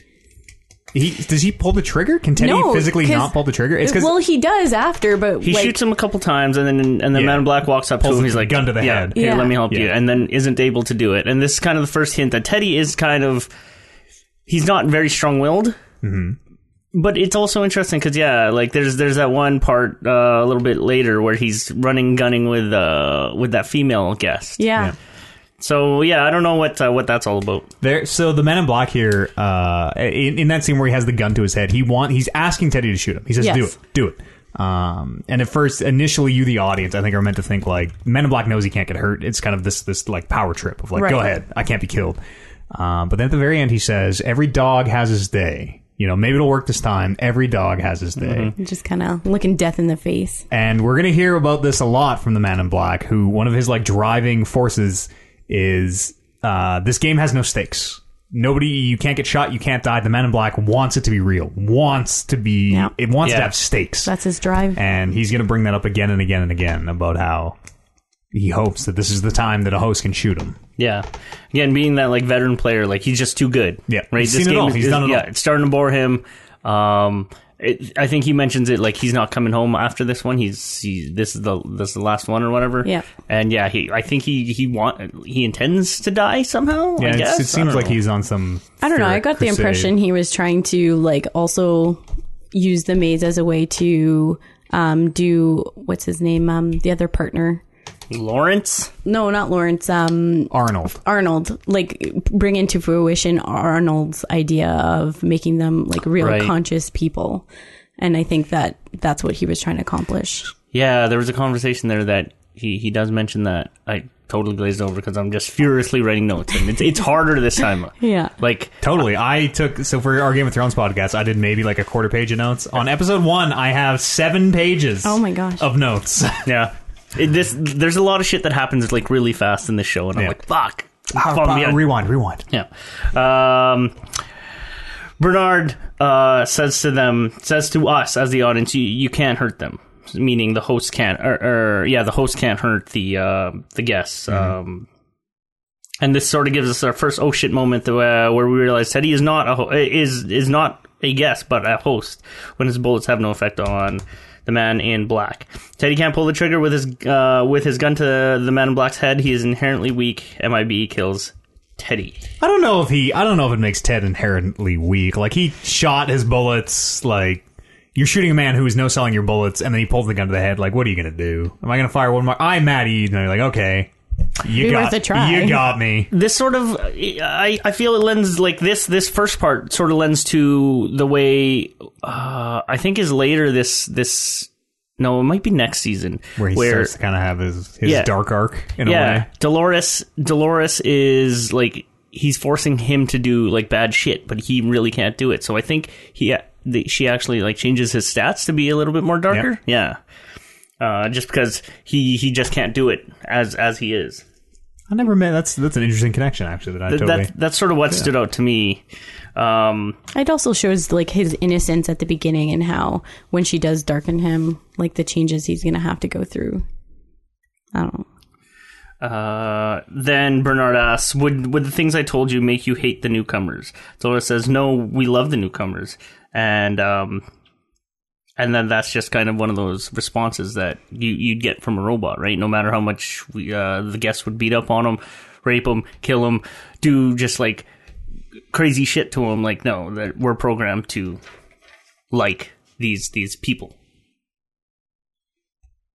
A: he, does he pull the trigger? Can Teddy
C: No,
A: physically
C: 'cause-
A: not pull the trigger? It's because
C: well, he does after, but
B: He
C: like,
B: shoots him a couple times, and then and then
A: Yeah.
B: Man in Black walks up to
A: Pulls
B: him.
A: the
B: and He's like,
A: gun to the
B: yeah,
A: head.
B: Here,
C: Yeah.
B: let me help you.
A: Yeah.
B: And then isn't able to do it. And this is kind of the first hint that Teddy is kind of he's not very strong willed. Mm-hmm. But it's also interesting because yeah, like there's there's that one part uh, a little bit later where he's running gunning with uh with that female guest.
C: yeah.
A: Yeah.
B: So yeah, I don't know what uh, what that's all about.
A: There, so the Man in Black here, uh, in, in that scene where he has the gun to his head, he want he's asking Teddy to shoot him. He says,
C: Yes.
A: "Do it, do it." Um, and at first, initially, you the audience, I think, are meant to think like Men in Black knows he can't get hurt. It's kind of this this like power trip of like,
C: Right.
A: "Go ahead, I can't be killed." Um, but then at the very end, he says, "Every dog has his day. You know, maybe it'll work this time. Every dog has his day."
C: Just kind of looking death in the face.
A: And we're going to hear about this a lot from the Man in Black, who one of his like driving forces is uh, this game has no stakes. Nobody, you can't get shot, you can't die. The Man in Black wants it to be real, wants to be,
C: Yeah.
A: it wants
B: Yeah.
A: to have stakes.
C: That's his drive.
A: and he's going to bring that up again and again and again about how he hopes that this is the time that a host can shoot him.
B: Yeah. Again, being that like veteran player, like he's just too good.
A: Yeah.
B: Right.
A: He's seen it all.
B: is-
A: He's
B: is-
A: done it
B: yeah,
A: all.
B: it's starting to bore him. Um, it, I think he mentions it like he's not coming home after this one. He's he, this is the this is the last one or whatever.
C: Yeah.
B: And yeah, he I think he he want he intends to die somehow. I
A: Yeah, it's,
B: guess.
A: it
B: I
A: seems
B: don't
A: like
B: know.
A: he's on some.
C: I don't know. I
A: ferret
C: got the
A: crusade.
C: impression he was trying to like also use the maze as a way to um, do what's his name? Um, the other partner.
B: Lawrence.
C: No, not Lawrence. Um,
A: Arnold.
C: Arnold, like bring into fruition Arnold's idea of making them like real
B: Right.
C: conscious people. And I think that that's what he was trying to accomplish.
B: Yeah, there was a conversation there that he he does mention that I totally glazed over because I'm just furiously writing notes and it's it's harder this time.
C: Yeah.
B: Like
A: Totally. I took so for our Game of Thrones podcast, I did maybe like a quarter page of notes. On episode one, I have seven pages.
C: Oh my gosh.
A: Of notes.
B: Yeah. It, this there's a lot of shit that happens like really fast in this show, and I'm
A: Yeah.
B: like, fuck.
A: Ah,
B: Fuck
A: ah,
B: me.
A: rewind, rewind.
B: yeah. Um, Bernard uh, says to them, says to us as the audience, you, you can't hurt them. Meaning the host can't, or, or yeah, the host can't hurt the uh, the guests. Um, and this sort of gives us our first oh shit moment uh, where we realize Teddy is not a ho- is is not a guest but a host when his bullets have no effect on the man in black. Teddy can't pull the trigger with his uh, with his gun to the man in black's head. He is inherently weak. MIB kills Teddy.
A: I don't know if he. I don't know if it makes Ted inherently weak. Like he shot his bullets. Like you're shooting a man who is no selling your bullets, and then he pulls the gun to the head. Like what are you gonna do? Am I gonna fire one more? I'm mad at you. And you're like, okay, you
C: Be
A: got
C: worth a try.
A: You got me.
B: this sort of I, I feel it lends like this this first part sort of lends to the way uh, I think is later this this no it might be next season
A: Where he starts to kind of have his his
B: Yeah.
A: dark arc in a
B: yeah
A: way.
B: Dolores Dolores is like he's forcing him to do like bad shit but he really can't do it so I think he the, she actually like changes his stats to be a little bit more darker yeah uh, just because he he just can't do it as as he is
A: I never met. That's that's an interesting connection actually. That I
B: Th-
A: totally.
B: that that's sort of what stood out to me um
C: It also shows like his innocence at the beginning and how when she does darken him, like the changes he's going to have to go through. I don't know.
B: Uh, then Bernard asks, "Would would the things I told you make you hate the newcomers?" Dolores says, "No, we love the newcomers," and um, and then that's just kind of one of those responses that you you'd get from a robot, right? No matter how much we, uh, the guests would beat up on him, rape him, kill him, do just like crazy shit to him, like no, that we're programmed to like these these people.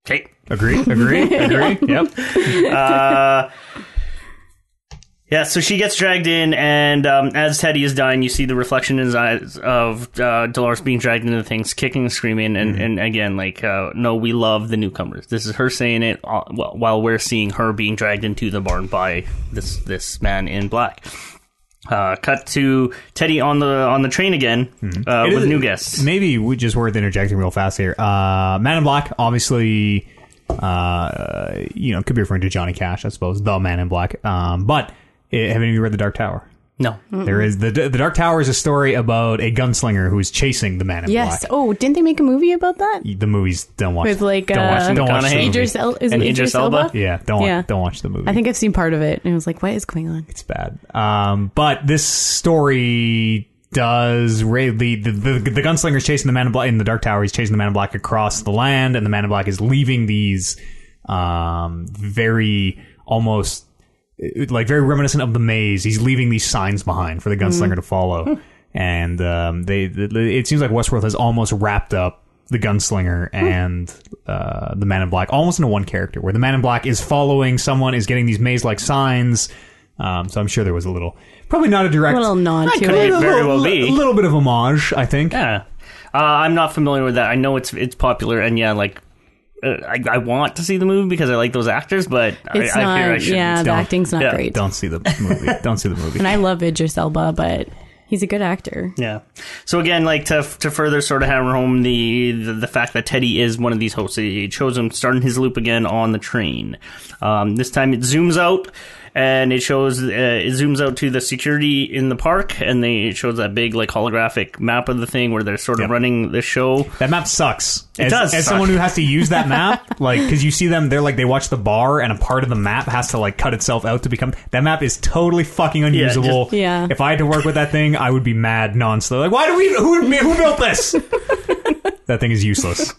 B: Okay.
A: Agree, agree, agree. Yep.
B: Uh, Yeah, so she gets dragged in, and um, as Teddy is dying, you see the reflection in his eyes of uh, Dolores being dragged into things, kicking and screaming,
A: Mm-hmm.
B: and, and again, like, uh, no, we love the newcomers. This is her saying it uh, wh- while we're seeing her being dragged into the barn by this this man in black. Uh, cut to Teddy on the on the train again uh,
A: Mm-hmm. It
B: with
A: is-
B: new guests.
A: Maybe we just worth interjecting real fast here. Uh, Man in Black, obviously, uh, you know, could be referring to Johnny Cash, I suppose, the Man in Black. Um, but eh, have any of you read The Dark Tower?
B: No.
A: There is the the Dark Tower is a story about a gunslinger who is chasing the man in
C: Yes.
A: black.
C: Oh, didn't they make a movie about that?
A: The movies don't watch
C: With, like,
A: don't
C: uh,
A: watch, don't watch the
B: McConaughey?
A: movie.
C: Idris, El- is it
B: And
C: Idris,
B: Idris
C: Elba?
B: Elba?
A: Yeah, don't
C: Yeah.
A: don't watch the movie.
C: I think I've seen part of it, and I was like, "What is going on?"
A: it's bad. Um, but this story does ra- the the, the the gunslinger is chasing the man in black in the dark tower. He's chasing the man in black across the land, and the man in black is leaving these um, very almost uh, like very reminiscent of the maze. He's leaving these signs behind for the gunslinger
C: Mm-hmm.
A: to follow, and um, they they- it seems like Westworld has almost wrapped up. The gunslinger and uh, the man in black, almost into one character, where the man in black is following someone, is getting these maze-like signs, um, so I'm sure there was a little, probably not a direct,
C: Little nod
B: I
C: to
B: could've-
C: it.
A: a
B: It very
A: little,
B: well be.
A: a little bit of homage, I think.
B: Yeah. Uh, I'm not familiar with that. I know it's it's popular, and yeah, like uh, I, I want to see the movie because I like those actors, but
C: It's
B: I, I
C: not.
B: fear I shouldn't.
C: yeah, the
A: Don't-
C: acting's not
B: yeah,
C: great.
A: Don't see the movie. Don't see the movie.
C: And I love Idris Elba, but he's a good actor.
B: Yeah. So again, like to to further sort of hammer home the, the the fact that Teddy is one of these hosts. He shows him starting his loop again on the train. Um, this time it zooms out and it shows uh, it zooms out to the security in the park, and they it shows that big like holographic map of the thing where they're sort of
A: Yep.
B: running the show.
A: That map sucks. It as,
B: does
A: As
B: suck.
A: someone who has to use that map, like, because you see them, they're like, they watch the bar, and a part of the map has to, like, cut itself out to become. That map is totally fucking unusable.
B: just-
C: Yeah.
A: If I had to work with that thing, I would be mad nonstop. Like, why do we. Who, who built this? that thing is useless.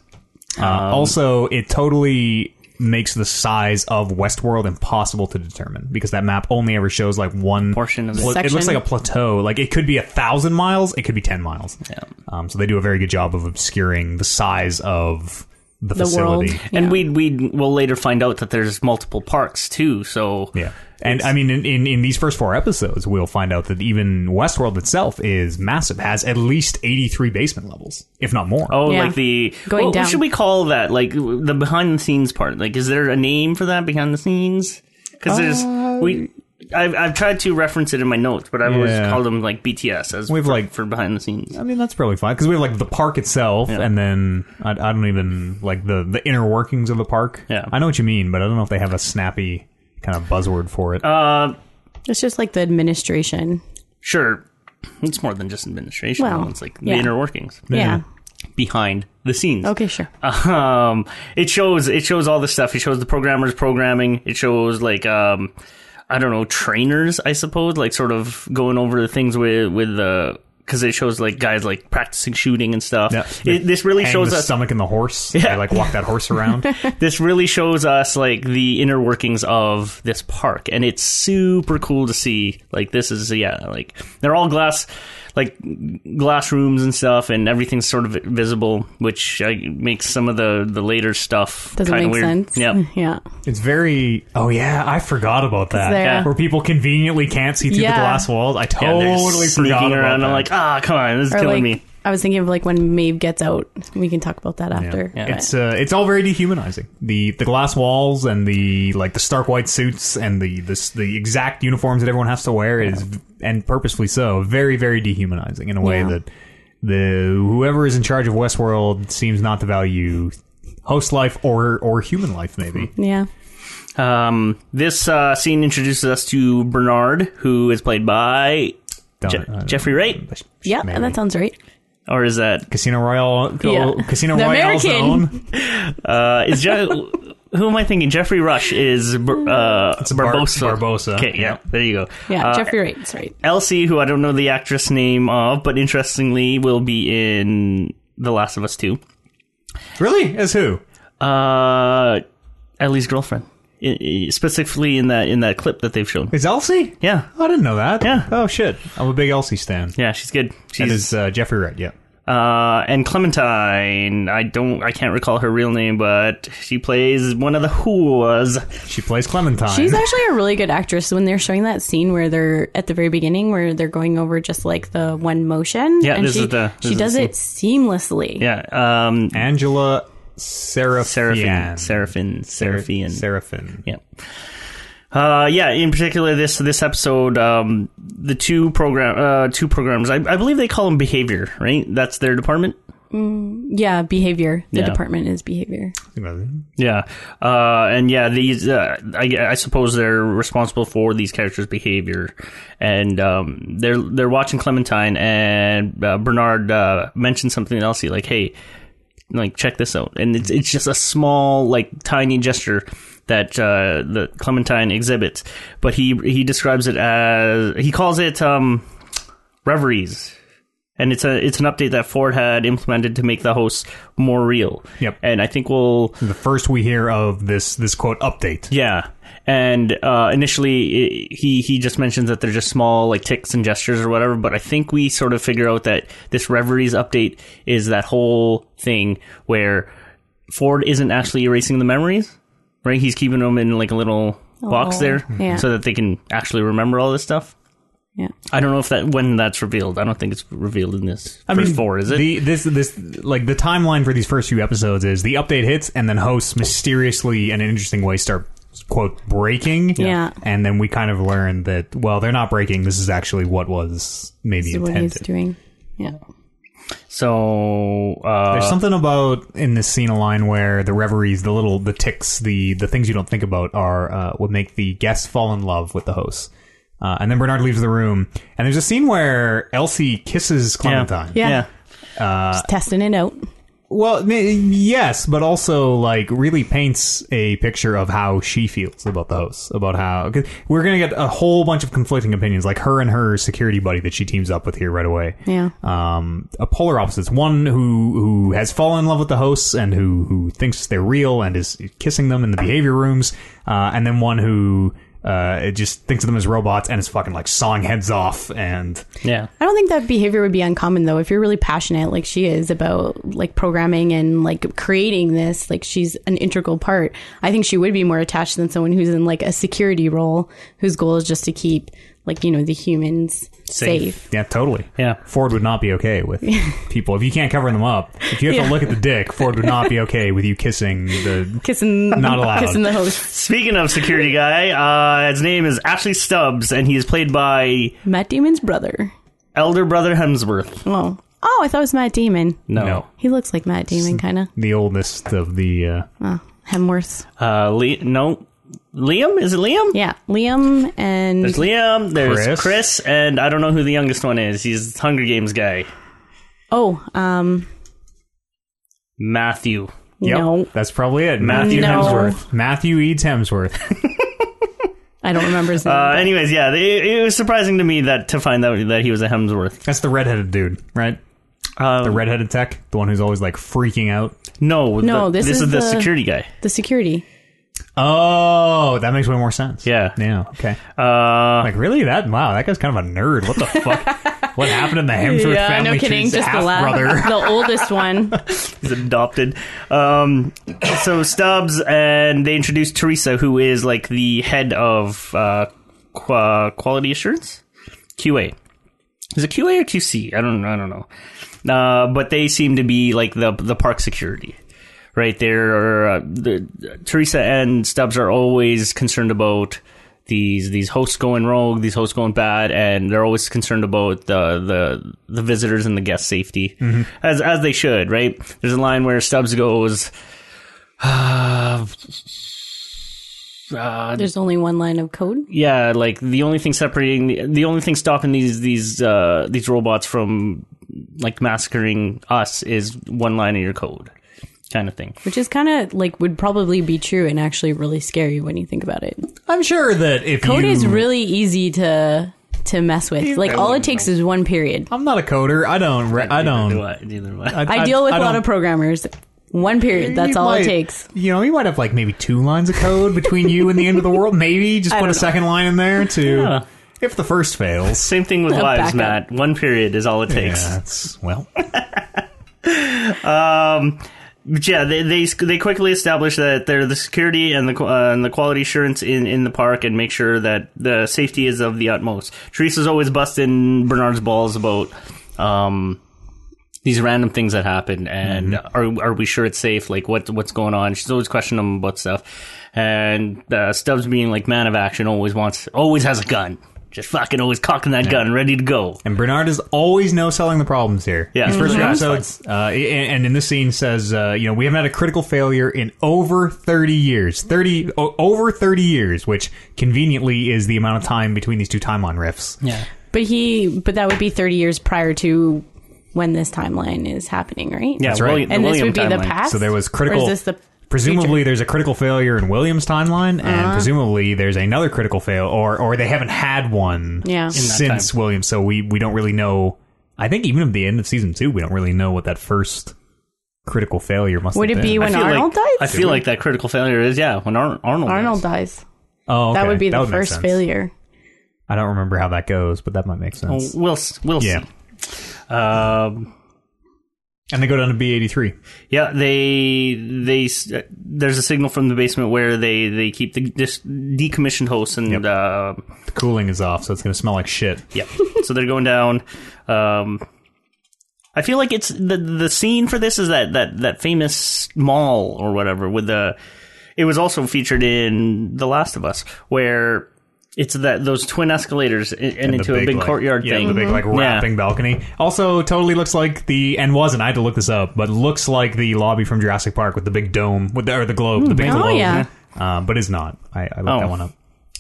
A: Uh,
B: Um,
A: also, it totally makes the size of Westworld impossible to determine because that map only ever shows, like, one
B: Portion of the
A: pla- It looks
C: section.
A: like a plateau. Like, it could be a thousand miles, it could be ten miles.
B: Yeah.
A: Um, so they do a very good job of obscuring the size of the,
C: The world,
A: facility.
B: And
C: Yeah.
B: we we will later find out that there's multiple parks too. So
A: Yeah. And I mean, in, in, in these first four episodes, we'll find out that even Westworld itself is massive, has at least 83 basement levels, if not more.
B: Oh,
C: Yeah.
B: like the
C: Going
B: what,
C: down.
B: What should we call that? Like the behind the scenes part. Like, is there a name for that behind the scenes? Because there's we.
C: Uh,
B: I've I've tried to reference it in my notes, but I've
A: Yeah.
B: always called them like BTS as
A: We've,
B: for,
A: like-
B: for behind the scenes.
A: I mean, that's probably fine because we have like the park itself, and then I, I don't even like the, the inner workings of the park.
B: Yeah.
A: I know what you mean, but I don't know if they have a snappy kind of buzzword for it.
B: Uh,
C: It's just like the administration.
B: sure, it's more than just administration.
C: Well,
B: it's like
C: yeah.
B: the inner workings
C: Yeah.
B: behind the scenes.
C: Okay, sure.
B: um it shows it shows all this stuff it shows the programmers programming it shows like um i don't know trainers i suppose like sort of going over the things with with the because it shows like guys like practicing shooting and stuff
A: Yeah.
B: it, this really
A: Hang
B: shows
A: the
B: us
A: stomach and the horse. Yeah. They like walk that horse around.
B: this really shows us like the inner workings of this park and it's super cool to see like this is yeah like they're all glass like glass rooms and stuff and everything's sort of visible which uh, makes some of the the later stuff
C: Doesn't
B: kind
C: make
B: of weird
C: sense.
B: yeah
C: Yeah.
A: It's very. Oh yeah, I forgot about that.
C: there-
B: Yeah.
A: Where people conveniently can't see through the
C: Yeah.
A: glass walls. I
B: Yeah, they're
A: totally
B: sneaking
A: forgot about
B: around.
A: that.
B: I'm like, ah, come on, this is
C: Or
B: killing
C: like,
B: me.
C: I was thinking of like when Maeve gets out. We can talk about that after.
A: Yeah.
C: but-
A: It's uh, it's all very dehumanizing. The the glass walls and the like the stark white suits and the this the exact uniforms that everyone has to wear is and purposefully so very very dehumanizing in a way
C: Yeah.
A: that the whoever is in charge of Westworld seems not to value host life or or human life maybe.
C: yeah.
B: Um, this uh, scene introduces us to Bernard, who is played by Je-
A: Don't- I don't-
B: Jeffrey Wright,
C: Yeah,
A: Maybe.
C: that sounds right.
B: or is that
A: Casino Royale,
C: Yeah.
A: Casino
C: The
A: Royale's
C: American.
A: own.
B: uh, is Je- who am I thinking? Jeffrey Rush is Bar- uh,
A: Bar-
B: Barbosa.
A: Barbosa,
B: Okay, yeah,
A: yeah.
B: there you go.
C: Yeah,
B: Uh,
C: Jeffrey Wright. That's right.
B: Elsie, who I don't know the actress name of, but interestingly will be in The Last of Us Two.
A: Really? As who?
B: Uh, Ellie's girlfriend, I- I- specifically in that in that clip that they've shown.
A: Is Elsie?
B: Yeah,
A: Oh, I didn't know that.
B: Yeah.
A: Oh shit. I'm a big Elsie stan.
B: yeah, she's good.
A: That
B: She's
A: is uh, Jeffrey Wright. Yeah.
B: Uh, and Clementine, I don't, I can't recall her real name, but she plays one of the whores.
A: She plays Clementine.
C: She's actually a really good actress. When they're showing that scene where they're at the very beginning, where they're going over just like the one motion,
B: Yeah,
C: and
B: this
C: she,
B: is the- this
C: she
B: is the
C: does it seamlessly.
B: Yeah, um,
A: Angela Seraphian.
B: Seraphine, Seraphine, Seraphine.
A: Seraphin.
B: yeah. Uh, yeah. In particular, this this episode, um, the two program, uh, two programmers. I, I believe they call them behavior, right? That's their department.
C: Yeah, behavior. The
B: Yeah.
C: department is behavior.
B: Yeah, uh, and yeah, these uh, I, I suppose they're responsible for these characters' behavior, and um, they're they're watching Clementine, and uh, Bernard uh, mentioned something else. He like, hey, like check this out, and it's it's just a small like tiny gesture that uh, the Clementine exhibits, but he he describes it as he calls it um, reveries. And it's a it's an update that Ford had implemented to make the hosts more real.
A: Yep.
B: And I think we'll
A: The first we hear of this this quote update.
B: yeah, and uh, initially i he he just mentions that they're just small like ticks and gestures or whatever. But I think we sort of figure out that this Reveries update is that whole thing where Ford isn't actually erasing the memories, right? He's keeping them in like a little box
C: Oh,
B: there,
C: yeah.
B: so that they can actually remember all this stuff.
C: Yeah.
B: I don't know if that when that's revealed. I don't think it's revealed in this.
A: I
B: first
A: mean,
B: four is it?
A: The, this this like the timeline for these first few episodes is the update hits, and then hosts mysteriously in an interesting way start quote breaking.
C: Yeah.
A: and then we kind of learn that well, they're not breaking. This is actually what was maybe
C: Is what
A: intended.
C: he's doing. Yeah.
B: so uh,
A: There's something about in this scene a line where the reveries, the little, the ticks, the the things you don't think about are uh, what make the guests fall in love with the hosts. Uh, and then Bernard leaves the room, and there's a scene where Elsie kisses Clementine.
C: Yeah.
B: yeah. Uh,
C: Just testing it out.
A: Well, n- yes, but also like really paints a picture of how she feels about the hosts, about how we we're gonna get a whole bunch of conflicting opinions, like her and her security buddy that she teams up with here right away.
C: Yeah.
A: um, a polar opposites. One who who has fallen in love with the hosts and who who thinks they're real and is kissing them in the behavior rooms, uh, and then one who. Uh, just thinks of them as robots and is fucking like sawing heads off and
B: yeah.
C: I don't think that behavior would be uncommon though. If you're really passionate like she is about like programming and like creating this, like she's an integral part. I think she would be more attached than someone who's in like a security role whose goal is just to keep like, you know, the humans
B: Safe.
C: safe.
A: yeah totally
B: Yeah.
A: Ford would not be okay with people if you can't cover them up if you have to
C: Yeah.
A: look at the dick Ford would not be okay with you kissing the
C: Kissing
A: Not allowed.
C: kissing the host.
B: Speaking of security guy, uh, his name is Ashley Stubbs, and he is played by
C: Matt Damon's brother.
B: elder brother Hemsworth.
C: Oh. Oh, I thought it was Matt Damon.
B: No,
A: No.
C: He looks like Matt Damon kinda.
A: the oldest of the uh,
C: Oh, Hemworth.
B: Uh, Le- no, Liam is it Liam?
C: Yeah. Liam and
B: There's Liam. There's Chris.
A: Chris.
B: and I don't know who the youngest one is. He's the Hunger Games guy,
C: Oh, um
B: Matthew.
A: yep,
C: no.
A: that's probably it Matthew
C: No.
A: Hemsworth Matthew Eads Hemsworth
C: I don't remember his name.
B: Uh,
C: but-
B: anyways, yeah, it, it was surprising to me that to find out that he was a Hemsworth.
A: That's the redheaded dude, right?
B: Uh,
A: The redheaded tech, the one who's always like freaking out.
B: no,
C: No,
B: the-
C: this
B: this
C: is
B: is, the,
C: the-
B: security guy.
C: the security.
A: Oh, that makes way more sense.
B: Yeah.
A: Yeah. Okay.
B: Uh,
A: Like really, that wow, that guy's kind of a nerd. What the fuck? what happened in the Hemsworth family?
C: no kidding.
A: She's
C: Just the
A: half brother.
C: last, the oldest one.
B: He's adopted. Um, so Stubbs and they introduced Teresa, who is like the head of uh, qu- uh, quality assurance, QA. Is it QA or QC? I don't. I don't know. Uh, but they seem to be like the the park security, right? They're uh, the, Teresa and Stubbs are always concerned about these these hosts going rogue, these hosts going bad, and they're always concerned about the the, the visitors and the guest safety,
A: Mm-hmm.
B: as as they should, right? There's a line where Stubbs goes. Uh, uh,
C: There's only one line of code.
B: yeah, like the only thing separating the, the only thing stopping these these uh, these robots from like massacring us is one line of your code, kind of thing.
C: Which is kind of like would probably be true and actually really scary when you think about it.
A: I'm sure that if
C: Code
A: you,
C: is really easy to to mess with. Like all it takes is one period.
A: I'm not a coder. I don't. Re- I
B: Neither do
A: don't.
B: I, neither do I.
C: I deal with
A: a
C: a lot of programmers. One period. That's
A: You
C: all
A: might-
C: it takes.
A: You know, you might have like maybe two lines of code between you and the end of the world. Maybe just
C: I
A: put a
C: don't know.
A: second line in there to if the first fails.
B: Same thing with
C: back
B: lives,
C: up.
B: Matt. One period is all it takes.
A: Yeah, that's well.
B: But yeah, they, they they quickly establish that they're the security and the qu- uh, and the quality assurance in, in the park and make sure that the safety is of the utmost. Teresa's always busting Bernard's balls about um, these random things that happen and
A: Mm-hmm.
B: are are we sure it's safe? Like what what's going on? She's always questioning him about stuff. And uh, Stubbs being like man of action always wants always has a gun. Just fucking always cocking that gun, ready to go.
A: And Bernard is always no selling the problems here.
B: Yeah.
A: His 1st few
B: Mhm.
A: episodes, uh, and, and in this scene says, uh, you know, we haven't had a critical failure in over 30 years. 30, o- over 30 years, which conveniently is the amount of time between these two timeline riffs.
B: Yeah.
C: But he, but that would be 30 years prior to when this timeline is happening, right?
B: Yeah,
A: That's right.
B: William,
C: And
B: the
C: this
B: William
C: would be
B: timeline.
C: the past.
A: So there was
C: Or
A: critical.
C: is this the
A: presumably,
C: future? Uh-huh.
A: there's a critical failure in Williams' timeline, and presumably there's another critical fail, or or they haven't had one
C: Yeah. In that
A: since Williams. So we we don't really know. I think even at the end of season two, we don't really know what that first critical failure must
C: Would
A: have
C: it be
A: been.
B: I
C: when
B: feel like-
C: Arnold
B: I
C: dies?
B: feel like that critical failure is yeah when Ar- Arnold
C: Arnold
B: dies.
C: dies.
A: oh,
C: That
A: okay.
C: would be the
A: make
C: first
A: sense.
C: failure.
A: I don't remember how that goes, but that might make sense.
B: Well, we'll s- Oh, we'll
A: Yeah.
B: see. Um,
A: And they go down to B eighty three.
B: Yeah, they they uh, there's a signal from the basement where they they keep the dis- decommissioned hosts and uh,
A: The cooling is off, so it's going to smell like shit.
B: yeah, so they're going down. Um, I feel like it's the the scene for this is that that that famous mall or whatever with the it was also featured in The Last of Us where it's that those twin escalators and, and
A: The
B: into a big
A: like-
B: courtyard
A: yeah,
B: thing.
A: The big like
B: Mhm.
A: wrapping balcony. Also, totally looks like the and wasn't. I had to look this up, but looks like the lobby from Jurassic Park with the big dome with the, or the globe, the big
C: Oh,
A: globe.
C: yeah.
A: Um, but it's not. I, I looked
B: Oh.
A: that one up.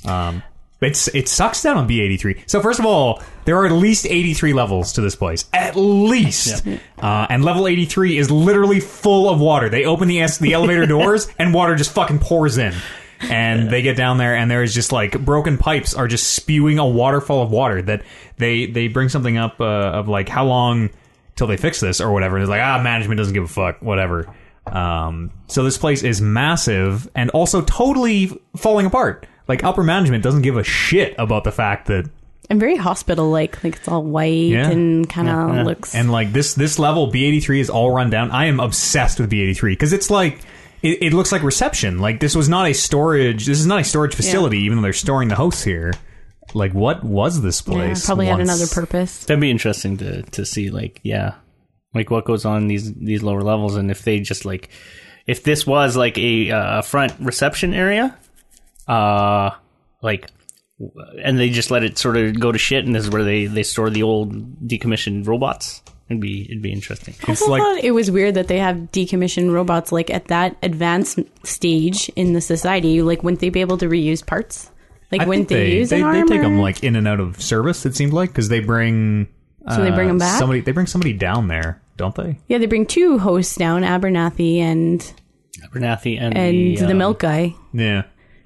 A: Um, it's it sucks down on B eighty three. So first of all, there are at least eighty three levels to this place, at least. Uh, and level eighty three is literally full of water. They open the es- the elevator doors, and water just fucking pours in. And they get down there, and there is just like broken pipes are just spewing a waterfall of water. That they they bring something up uh, of like how long till they fix this or whatever. It's like ah, management doesn't give a fuck, whatever. Um, so this place is massive and also totally falling apart. Like upper management doesn't give a shit about the fact that
C: And very hospital like. Like it's all white
A: Yeah.
C: and kind of looks.
A: and like this this level B eighty three is all run down. I am obsessed with B eighty three because it's like. It, it looks like reception. Like this was not a storage. This is not a storage facility, even though they're storing the hosts here. Like, what was this
C: yeah,
A: place?
C: probably had
A: once?
C: another purpose.
B: That'd be interesting to to see, like, yeah, like what goes on in these these lower levels, and if they just like, if this was like a uh, front reception area, uh, like, and they just let it sort of go to shit, and this is where they they store the old decommissioned robots. It'd be it'd be interesting.
A: It's
C: I also
A: like-
C: thought it was weird that they have decommissioned robots like at that advanced stage in the society. Like, wouldn't they be able to reuse parts? Like,
A: I
C: wouldn't
A: think
C: they, use
A: they,
C: an
A: they
C: arm?
A: take them
C: or-
A: like in and out of service. It seemed like because they bring
C: so they bring
A: uh,
C: them back.
A: Somebody they bring somebody down there, don't they?
C: yeah, they bring two hosts down, Abernathy and
B: Abernathy and
C: and
B: the,
C: the
B: um,
C: milk guy.
A: Yeah,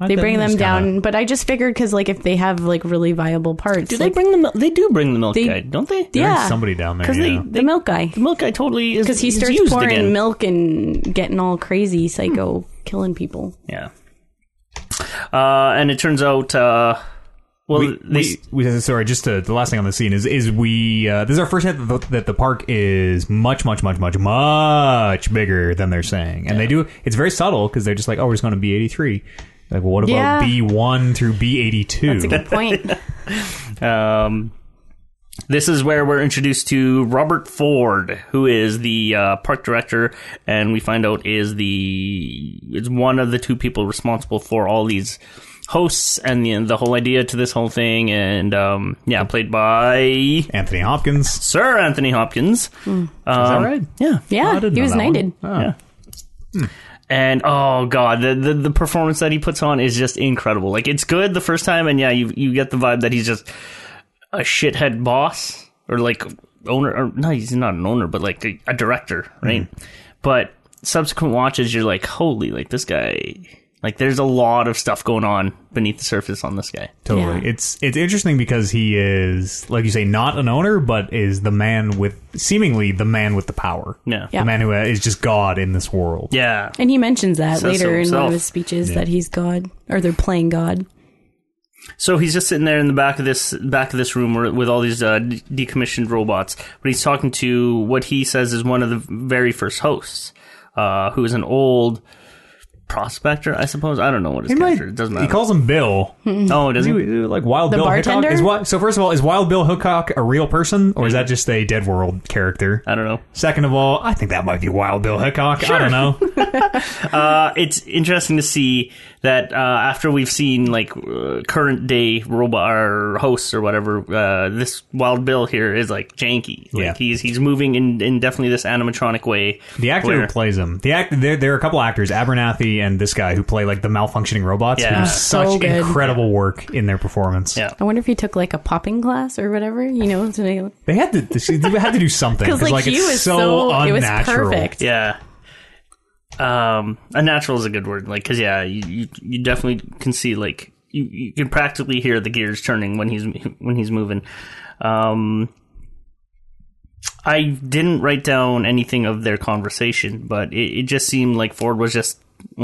C: They bring them down, but I just figured because like if they have like really viable parts,
B: Do they
C: like,
B: bring the milk? They do bring the milk
C: They-
B: guy, don't they?
A: bring
C: yeah,
A: somebody down there,
B: 'Cause
A: yeah.
B: they-
C: the milk guy
B: The milk guy totally is
C: because he
B: is
C: starts
B: used
C: pouring
B: again.
C: milk and getting all crazy,
A: Hmm.
C: psycho, killing people.
B: Yeah. Uh, and it turns out, uh, well,
A: We,
B: they,
A: we- we- sorry, just to, the last thing on the scene is is we uh, this is our first hint that the, that the park is much much much much much bigger than they're saying, and they do it's very subtle because they're just like oh we're just going to B eighty three, like well, what about
C: Yeah.
A: B one through B eighty two?
C: That's a good point.
B: Um, this is where we're introduced to Robert Ford, who is the uh, park director, and we find out is the is one of the two people responsible for all these hosts and the the whole idea to this whole thing. And um, yeah, played by
A: Anthony Hopkins.
B: Sir Anthony Hopkins. Um,
A: Hmm. Is that right?
B: Yeah,
A: Oh, I
C: Yeah,
A: didn't
C: he
A: know
C: was
A: that one.
C: knighted.
A: Oh.
B: Yeah. And oh god, the, the the performance that he puts on is just incredible. Like it's good the first time, and yeah, you you get the vibe that he's just a shithead boss or like owner. Or no, he's not an owner, but like a, a director, right? But subsequent watches, you're like, holy, like this guy. Like there's a lot of stuff going on beneath the surface on this guy.
A: Totally.
C: Yeah.
A: It's it's interesting because he is like you say not an owner but is the man with seemingly the man with the power.
B: Yeah.
A: The man who is just god in this world.
B: Yeah.
C: And he mentions that
B: Says so
C: later in one
B: himself.
C: of his speeches that he's God or they're playing God.
B: So he's just sitting there in the back of this back of this room where- with all these uh, de- decommissioned robots, but he's talking to what he says is one of the very first hosts, uh, who is an old prospector, I suppose. I don't know what his character. It doesn't matter.
A: He calls him Bill.
B: oh, does he?
A: He- like Wild
C: The
A: Bill
C: bartender?
A: Hickok is what? So first of all, is Wild Bill Hickok a real person, or is that just a Dead World character?
B: Mm-hmm. I don't know.
A: Second of all, I think that might be Wild Bill Hickok. I don't know.
B: Uh, it's interesting to see that uh, after we've seen like uh, current day robot or hosts or whatever, uh, this Wild Bill here is like janky. Like
A: Yeah.
B: he's he's moving in, in definitely this animatronic way.
A: The actor
B: where-
A: who plays him, the act, there, there are a couple actors, Abernathy and this guy who play like the malfunctioning robots.
B: Yeah.
A: who do
C: So
A: such
C: good.
A: incredible work in their performance.
B: Yeah.
C: I wonder if he took like a popping class or whatever, you know, to
A: They had to, they had to do something
C: because like, he
A: it's
C: was
A: so,
C: so it was
A: unnatural.
C: perfect.
B: yeah. Um, unnatural is a good word. Like, cause yeah, you you, you definitely can see like you, you can practically hear the gears turning when he's when he's moving. Um, I didn't write down anything of their conversation, but it, it just seemed like Ford was just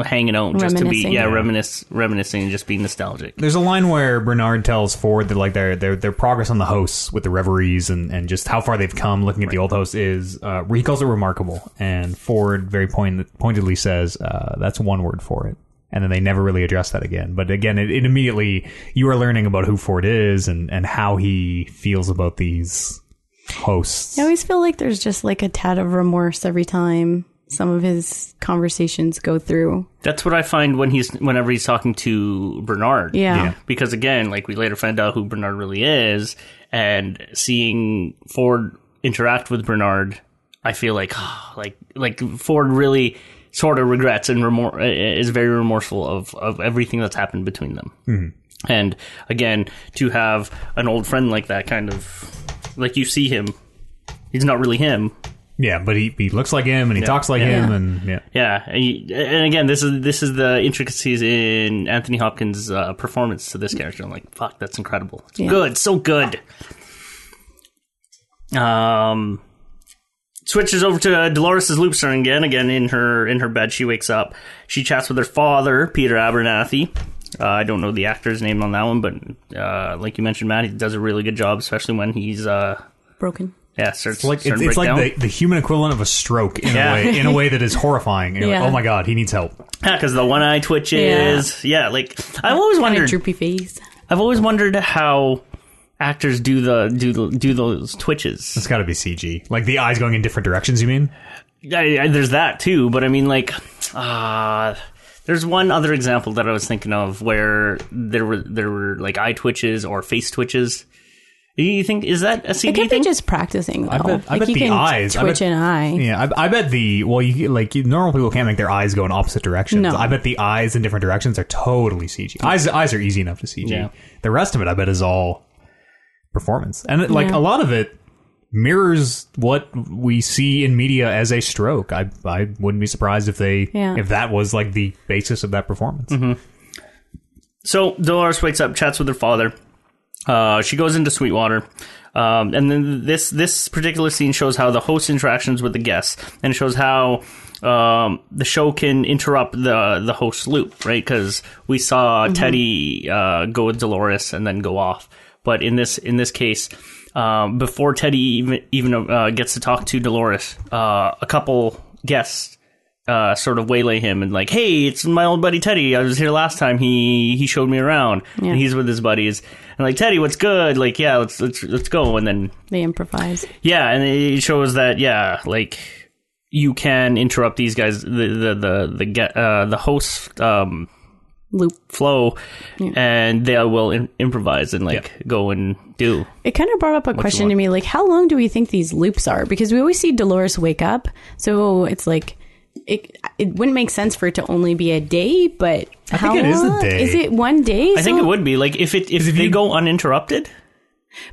B: hanging out, just to be
C: Reminiscing.
B: yeah, reminisce, reminiscing, and just being nostalgic.
A: There's a line where Bernard tells Ford that like their their, their progress on the hosts with the reveries and, and just how far they've come looking at the old hosts is uh, he calls it remarkable and Ford very point, pointedly says uh, that's one word for it and then they never really address that again but again it, it immediately you are learning about who Ford is and, and how he feels about these hosts
C: I always feel like there's just like a tad of remorse every time some of his conversations go through.
B: That's what I find when he's whenever he's talking to Bernard.
C: Yeah.
A: Yeah.
B: because again, like we later find out who Bernard really is, and seeing Ford interact with Bernard, I feel like like like Ford really sort of regrets and remor- uh, is very remorseful of of everything that's happened between them. And again, to have an old friend like that kind of like you see him, he's not really him,
A: yeah but he, he looks like him and he talks like him and yeah
B: yeah, and, you, and again, this is this is the intricacies in Anthony Hopkins' uh, performance to this character. I'm like, fuck, that's incredible. It's
C: Yeah.
B: Good, so good. Um, switches over to uh, Dolores' loopster again. Again, in her in her bed, she wakes up. She chats with her father, Peter Abernathy. Uh, I don't know the actor's name on that one, but uh, like you mentioned, Matt, he does a really good job, especially when he's uh,
C: Broken.
B: yeah, starts,
A: It's like it's,
B: starting to
A: it's
B: break
A: like
B: down.
A: the, the human equivalent of a stroke in a
B: Yeah.
A: way in a way that is horrifying. You're like,
C: Yeah.
A: oh my god, he needs help.
B: Yeah, because the one eye twitches. Yeah. like I've always
C: Kind
B: wondered.
C: of droopy face.
B: I've always wondered how actors do the do the, do those twitches.
A: It's got to be CG. Like the eyes going in different directions. You mean?
B: I, I, there's that too, but I mean, like, uh, there's one other example that I was thinking of where there were there were like eye twitches or face twitches. Do you think is that a
C: I
B: CD
C: could be
B: thing?
C: just practicing though.
A: I bet, I
C: like
A: bet
C: you
A: the
C: can
A: eyes. I
C: twitch
A: bet-
C: an eye.
A: Yeah, I, I bet the well, you like you, normal people can't make their eyes go in opposite directions.
C: No.
A: I bet the eyes in different directions are totally CG. Eyes eyes are easy enough to CG.
B: Yeah.
A: The rest of it, I bet, is all performance, and it, like
C: Yeah.
A: a lot of it mirrors what we see in media as a stroke. I I wouldn't be surprised if they
C: Yeah.
A: if that was like the basis of that performance.
B: So Dolores wakes up, chats with her father. Uh, she goes into Sweetwater, um, and then this this particular scene shows how the host interactions with the guests, and it shows how um, the show can interrupt the the host loop, right? Because we saw Teddy uh, go with Dolores and then go off, but in this in this case. Um, before Teddy even even uh, gets to talk to Dolores, uh, a couple guests uh, sort of waylay him and like, hey, it's my old buddy Teddy. I was here last time. He he showed me around.
C: Yeah.
B: And he's with his buddies. And like, Teddy, what's good? Like, yeah, let's let's let's go. And then
C: They improvise.
B: yeah, and it shows that yeah, like you can interrupt these guys, the the the the get uh, the host um,
C: Loop.
B: flow, and they will in- improvise and like go and do.
C: It kind of brought up a question to me, like how long do we think these loops are? Because we always see Dolores wake up, so it's like it it wouldn't make sense for it to only be a day, but I how
A: it is a
C: long-
A: day.
C: Is it one day?
B: I think it would be like if it if,
A: if
B: they
A: you-
B: go uninterrupted.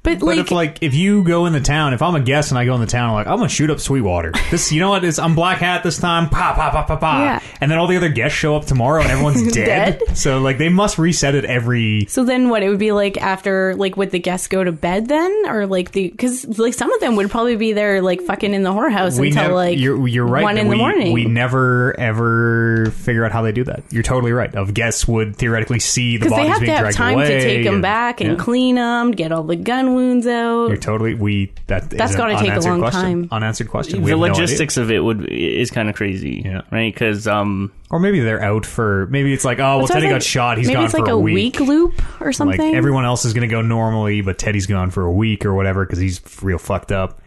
C: but
A: But
C: like,
A: if like if you go in the town, if I'm a guest and I go in the town, I'm like I'm gonna shoot up Sweetwater. This, you know what? It's I'm black hat this time. Pa pa pa pa pa.
C: Yeah.
A: And then all the other guests show up tomorrow and everyone's dead.
C: Dead?
A: So like they must reset it every.
C: So then what? It would be like after, like, would the guests go to bed then? Or like the, cause like some of them would probably be there, like, fucking in the whorehouse
A: We
C: until
A: never,
C: like
A: you're, you're right.
C: one
A: that
C: in
A: we,
C: the morning.
A: We never ever figure out how they do that. You're totally right. Of guests would theoretically see the
C: because
A: bodies
C: they have
A: being
C: to have
A: dragged
C: time
A: away
C: to take them
A: and-
C: back and
A: yeah.
C: clean 'em, clean them, get all the gun wounds out.
A: You're totally we that
C: That's
A: is an
C: gotta take a
A: unanswered
C: long
A: question.
C: time.
A: Unanswered question. We
B: the
A: have no idea.
B: logistics of it would is kind of crazy,
A: Yeah.
B: right? Because um,
A: or maybe they're out for maybe it's like oh well
C: So I was
A: Teddy
C: like,
A: got shot. He's
C: maybe
A: gone
C: it's like
A: for
C: a week. loop or
A: Like
C: something.
A: everyone else is gonna go normally, but Teddy's gone for a week or whatever because he's real fucked up.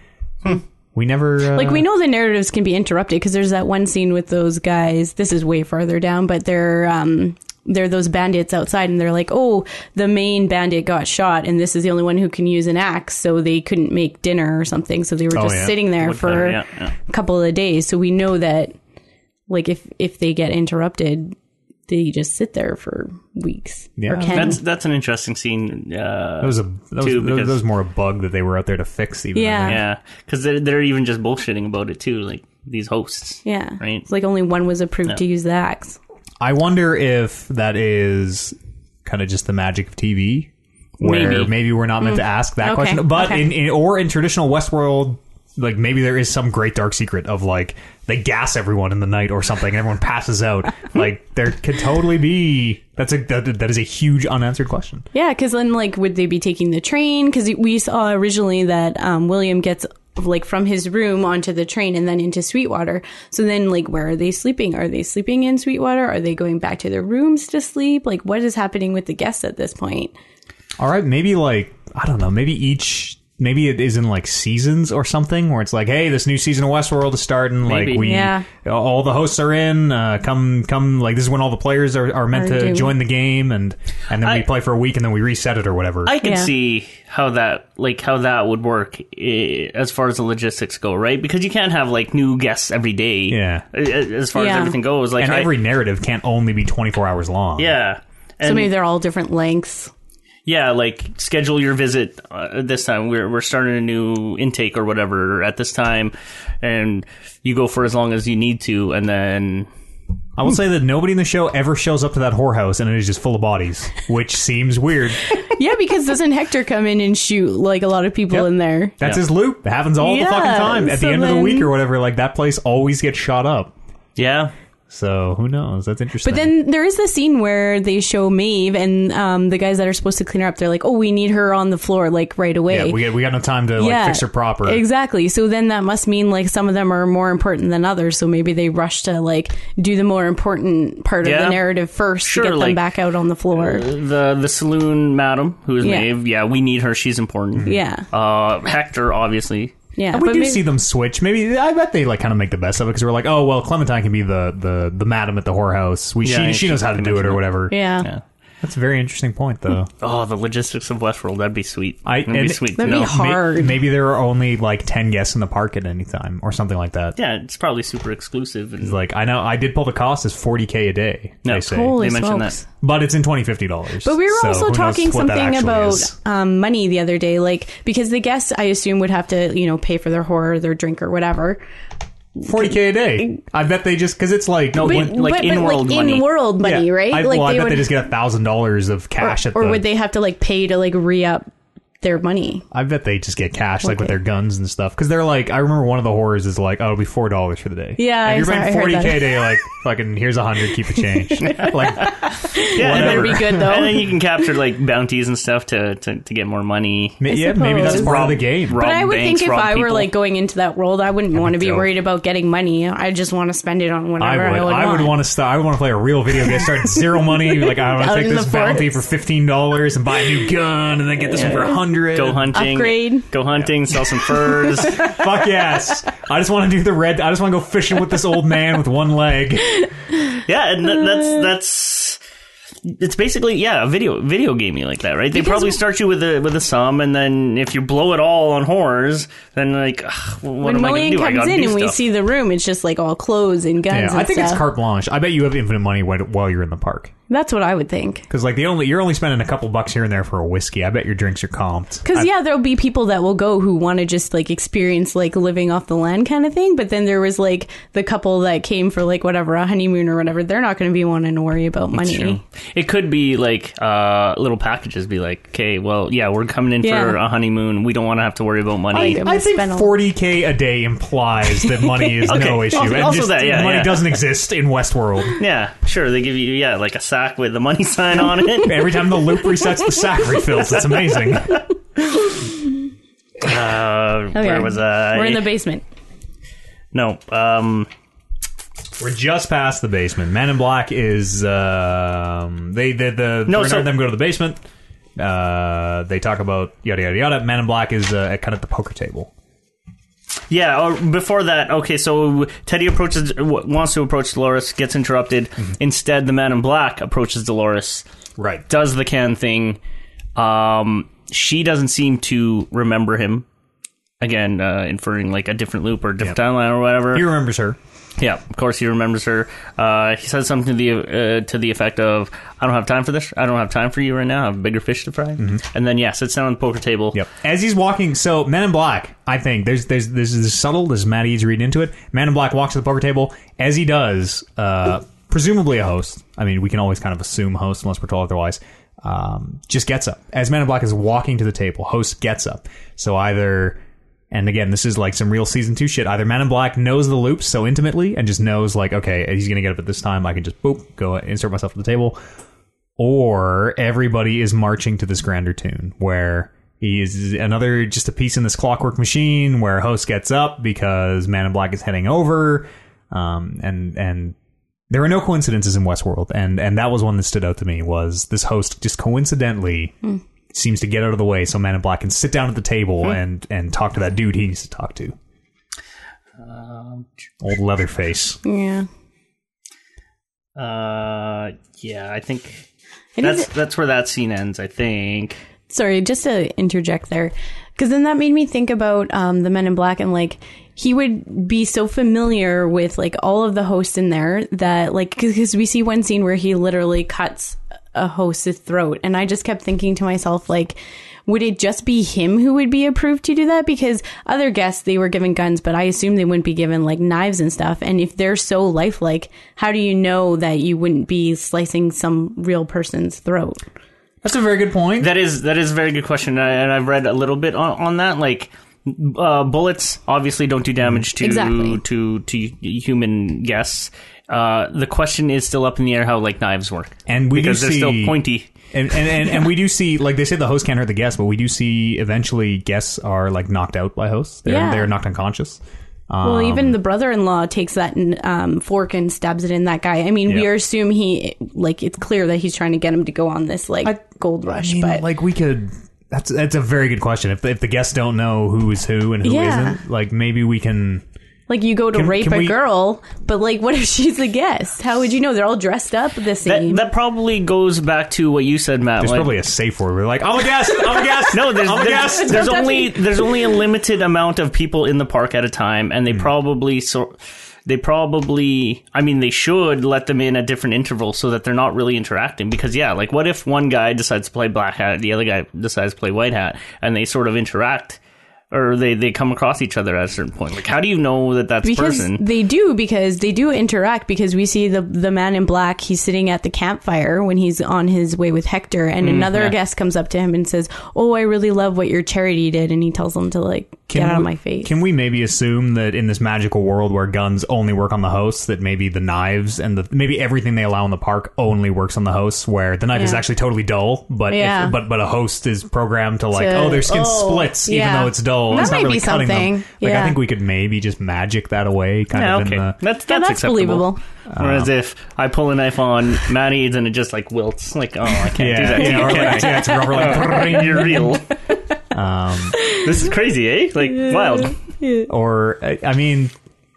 A: We never uh,
C: like we know the narratives can be interrupted because there's that one scene with those guys. This is way farther down, but they're um they're those bandits outside, and they're like, oh, the main bandit got shot, and this is the only one who can use an axe, so they couldn't make dinner or something, so they were
A: Oh,
C: just
A: yeah.
C: sitting there
B: Look
C: for
B: better, yeah, yeah.
C: a couple of days. So we know that, like if if they get interrupted, they just sit there for weeks
A: Yeah.
C: or can.
B: that's that's an interesting scene. Uh,
A: That was a that was,
B: Too,
A: that was-
B: because-
A: that was more a bug that they were out there to fix. Even I
C: Yeah.
A: think.
B: yeah, because they're, they're even just bullshitting about it too, like these hosts.
C: yeah,
B: Right.
C: It's like only one was approved to use the axe.
A: I wonder if that is kind of just the magic of TV, where
B: Maybe.
A: maybe, we're not meant to ask that
C: Mm-hmm. Okay.
A: question, but
C: Okay.
A: in, in or in traditional Westworld. Like maybe there is some great dark secret of like they gas everyone in the night or something and everyone passes out. like there could totally be that's a that, that is a huge unanswered question.
C: Yeah, because then like, would they be taking the train? Because we saw originally that um, William gets like from his room onto the train and then into Sweetwater. So then, like, where are they sleeping? Are they sleeping in Sweetwater? Are they going back to their rooms to sleep? Like, what is happening with the guests at this point?
A: All right, maybe like I don't know, maybe each maybe it is in like seasons or something where it's like, hey, this new season of Westworld is starting.
B: Maybe.
A: Like we,
C: Yeah.
A: all the hosts are in. Uh, come, come. Like this is when all the players are, are meant
C: Are
A: to
C: doing-
A: join the game, and and then
B: I-
A: we play for a week, and then we reset it or whatever.
B: I can
C: Yeah.
B: see how that like how that would work eh, as far as the logistics go, right? Because you can't have like new guests every day.
A: Yeah.
B: eh, eh, As far as
C: Yeah.
B: everything goes, like
A: and
B: I-
A: every narrative can't only be twenty four hours long.
B: yeah. And,
C: so maybe they're all different lengths.
B: yeah, like schedule your visit uh, this time. We're we're starting a new intake or whatever at this time, and you go for as long as you need to, and then
A: I will say that nobody in the show ever shows up to that whorehouse, and it is just full of bodies, which seems weird.
C: yeah, because doesn't Hector come in and shoot like a lot of people
A: Yep.
C: in there?
A: That's
B: Yeah.
A: his loop. It happens all
C: Yeah,
A: the fucking time. At
C: so
A: the end of the
C: then-
A: week or whatever, like that place always gets shot up.
B: yeah,
A: So who knows? That's interesting.
C: But then there is the scene where they show Maeve and um, the guys that are supposed to clean her up. They're like, "Oh, we need her on the floor like right away."
A: Yeah, we got, we got no time to like fix her proper.
C: Exactly. So then that must mean like some of them are more important than others. So maybe they rush to like do the more important part of
B: Yeah.
C: the narrative first
B: Sure,
C: to get
B: like-
C: them back out on the floor.
A: uh,
B: the the saloon madam who is
C: Yeah.
B: Maeve, yeah, we need her. She's important.
C: yeah.
B: Uh, Hector, obviously.
C: Yeah.
A: And we
C: but
A: do
C: maybe-
A: see them switch. Maybe I bet they like kind of make the best of it because we're like, oh well, Clementine can be the the the madam at the whorehouse. We
B: Yeah,
A: she, she knows
B: she
A: how to
B: can
A: do it
B: mention
A: or
B: it.
A: whatever.
C: Yeah.
B: Yeah.
A: That's a very interesting point though.
B: Oh, the logistics of Westworld. That'd be sweet.
A: I-
B: that'd be
A: and-
B: sweet.
C: That'd
B: to
C: be
B: know.
C: hard.
A: May- maybe there are only like ten guests in the park at any time or something like that.
B: Yeah, it's probably super exclusive. And,
A: It's Like I know I did pull the cost is forty k a day.
B: No.
A: they say.
B: Cool.
C: Holy
B: They mentioned
C: smokes.
B: that.
A: but it's in twenty fifty dollars.
C: But we were also talking something about um, money the other day, like because the guests, I assume, would have to, you know, pay for their horror, their drink, or whatever.
A: forty k a day. I bet they just because it's like no,
B: But- Like- like in-world money.
C: in-world money, right?
A: I,
C: like
A: well, I bet they just get a thousand dollars of cash at
C: or
A: the
C: would they have to like pay to like re up their money?
A: I bet they just get cash, like with their guns and stuff. Because they're like, I remember one of the horrors is like, oh, it'll be four dollars for the day.
C: Yeah,
A: Like,
C: I
A: you're
C: saw- I
A: paying
C: heard
A: forty
C: that.
A: k a day. Like, fucking, here's a hundred, keep the change. like,
B: yeah,
A: Whatever.
C: That'd be good though.
B: And then you can capture like bounties and stuff to to, to get more money.
A: ma- yeah, maybe that's
C: suppose.
A: part of the game.
B: Rob
C: But I would
B: banks,
C: think if
B: rob
C: I were
B: people.
C: like going into that world, I wouldn't want to be
A: so.
C: worried about getting money. I just want to spend it on
A: I
C: whatever
A: would.
C: I would,
A: I would
C: want.
A: want to start. I would want to play a real video game. Start zero money. Like I want
C: Out
A: to take
C: in
A: this
C: the
A: bounty for
C: forest.
A: fifteen dollars and buy a new gun, and then get this one for a hundred.
B: go hunting,
C: Upgrade.
B: go hunting, sell some furs.
A: Fuck yes! I just want to do the red. I just want to go fishing with this old man with one leg.
B: yeah, and th-
C: Uh.
B: that's that's. It's basically yeah, a video video gamey like that, right? They
C: Because-
B: probably start you with a with a sum, and then if you blow it all on horrors, then like ugh, what
C: when
B: am I
C: William
B: going to do? I
C: comes
B: gotta
C: in
B: do
C: and we
B: stuff.
C: see the room, it's just like all clothes and guns.
A: Yeah,
C: and
A: I think
C: stuff.
A: it's carte blanche. I bet you have infinite money when- while you're in the park.
C: That's what I would think.
A: Because like the only you're only spending a couple bucks here and there for a whiskey. I bet your drinks are comped.
C: Because yeah, there'll be people that will go who want to just like experience like living off the land kind of thing. But then there was like the couple that came for like whatever a honeymoon or whatever. They're not going to be wanting to worry about money.
B: True. It could be like uh, little packages. Be like, okay, well, yeah, we're coming in for
C: Yeah.
B: a honeymoon. We don't want to have to worry about money.
C: I- I'm
A: I
C: gonna
A: think
C: spend all-
A: 40k a day implies that money is no
B: Okay.
A: issue.
B: Also-
A: and
B: also
A: just
B: that, yeah,
A: money
B: yeah.
A: doesn't exist in Westworld.
B: yeah, sure. They give you yeah, like a sack with the money sign on it.
A: Every time the loop resets, the sack refills. It's amazing.
B: Uh, Where was I?
C: Oh, We're in the basement.
B: no. Um,
A: We're just past the basement. Man in Black is um, they the the
B: No,
A: Bernard
B: so-
A: and them go to the basement. Uh, they talk about yada yada yada. Man in Black is uh, at- kind of at the poker table.
B: yeah. Or before that, okay. So Teddy approaches, w- wants to approach Dolores, gets interrupted. Instead, the man in black approaches Dolores,
A: Right.
B: does the can thing. Um, she doesn't seem to remember him. Again, uh, inferring like a different loop or different timeline or whatever.
A: He remembers her.
B: Yeah, of course he remembers her. Uh, he says something to the uh, to the effect of, "I don't have time for this. I don't have time for you right now. I have bigger fish to fry." And then yeah, sits down on the poker table.
A: Yep. As he's walking, so Man in Black, I think there's there's this is subtle. This is Matt Eads reading into it. Man in Black walks to the poker table. As he does, uh, presumably a host. I mean, we can always kind of assume host unless we're told otherwise. Um, just gets up as Man in Black is walking to the table. Host gets up. So either, and again, this is like some real season two shit. Either Man in Black knows the loops so intimately and just knows like, okay, he's gonna get up at this time. I can just boop go insert myself at the table or everybody is marching to this grander tune where he is another just a piece in this clockwork machine where host gets up because man in black is heading over um, and and there are no coincidences in westworld and and that was one that stood out to me was this host just coincidentally seems to get out of the way so man in black can sit down at the table and and talk to that dude he needs to talk to Um, old leatherface
C: Yeah.
B: Uh, yeah, I think
C: It is
B: that's that's where that scene ends. I think.
C: sorry, just to interject there, because then that made me think about um, the Men in Black and like he would be so familiar with like all of the hosts in there that like because we see one scene where he literally cuts a host's throat, and I just kept thinking to myself like. Would it just be him who would be approved to do that? Because other guests, they were given guns, but I assume they wouldn't be given like knives and stuff. And if they're so lifelike, how do you know that you wouldn't be slicing some real person's throat?
A: that's a very good point
B: That is that is a very good question, and I- and I've read a little bit on, on that. Like, uh, bullets obviously don't do damage to
C: Exactly.
B: to to human guests. Uh, the question is still up in the air how like knives work,
A: And we do
B: because they're
A: see-
B: still pointy.
A: And and, and, and we do see like they say the host can't hurt the guest, but we do see eventually guests are like knocked out by hosts. They're
C: Yeah.
A: they're knocked unconscious.
C: Well,
A: Um,
C: even the brother-in-law takes that um, fork and stabs it in that guy. I mean, we
A: Yeah.
C: assume he like it's clear that he's trying to get him to go on this like gold rush,
A: I mean,
C: but
A: like we could. That's that's a very good question. If the, if the guests don't know who is who and who
C: Yeah.
A: not like maybe we can.
C: like you go to
A: Can-
C: rape
A: can
C: a
A: we-
C: girl, but like what if she's a guest? How would you know? They're all dressed up the same.
B: That, that probably goes back to what you said, Matt.
A: There's
B: like-
A: probably a safe word. We're like, I'm a guest. I'm a guest.
C: Oh
B: no, there's,
A: I'm a
B: there's,
A: guest.
B: there's
C: Don't touch
B: only
C: me.
B: there's only a limited amount of people in the park at a time, and they
C: Hmm.
B: probably so they probably I mean they should let them in at different intervals so that they're not really interacting because yeah, like what if one guy decides to play black hat, the other guy decides to play white hat, and they sort of interact. Or they, they come across each other at a certain point. Like, how do you know that that's
C: because
B: person?
C: they do because they do interact because we see the the man in black he's sitting at the campfire when he's on his way with Hector and
A: Mm-hmm.
C: another guest comes up to him and says oh I really love what your charity did and he tells them to like
A: Can
C: get out of
A: we-
C: my face
A: Can we maybe assume that in this magical world where guns only work on the hosts, that maybe the knives and the maybe everything they allow in the park only works on the hosts, where the knife is
C: Yeah.
A: actually totally dull, but if-
C: Yeah.
A: but but a host is programmed to like,
C: To-
A: oh, their skin
C: oh,
A: splits even
C: yeah.
A: though it's dull.
C: That
A: it's not
C: might
A: really
C: be
A: cutting them.
C: something,
A: Like I
C: yeah.
A: think we could maybe just magic that away, kind
B: Yeah,
A: of
B: okay,
A: in the.
B: that's that's,
C: yeah, that's
B: acceptable.
C: believable.
B: Whereas if I pull a knife on Maddie, then it just like wilts. Like, oh, I can't do
A: Yeah,
B: that. to you,
A: yeah, or
B: can I?
A: like, yeah, it's rubber, like,
B: you're real. this is crazy, eh? Like wild.
A: or I I mean,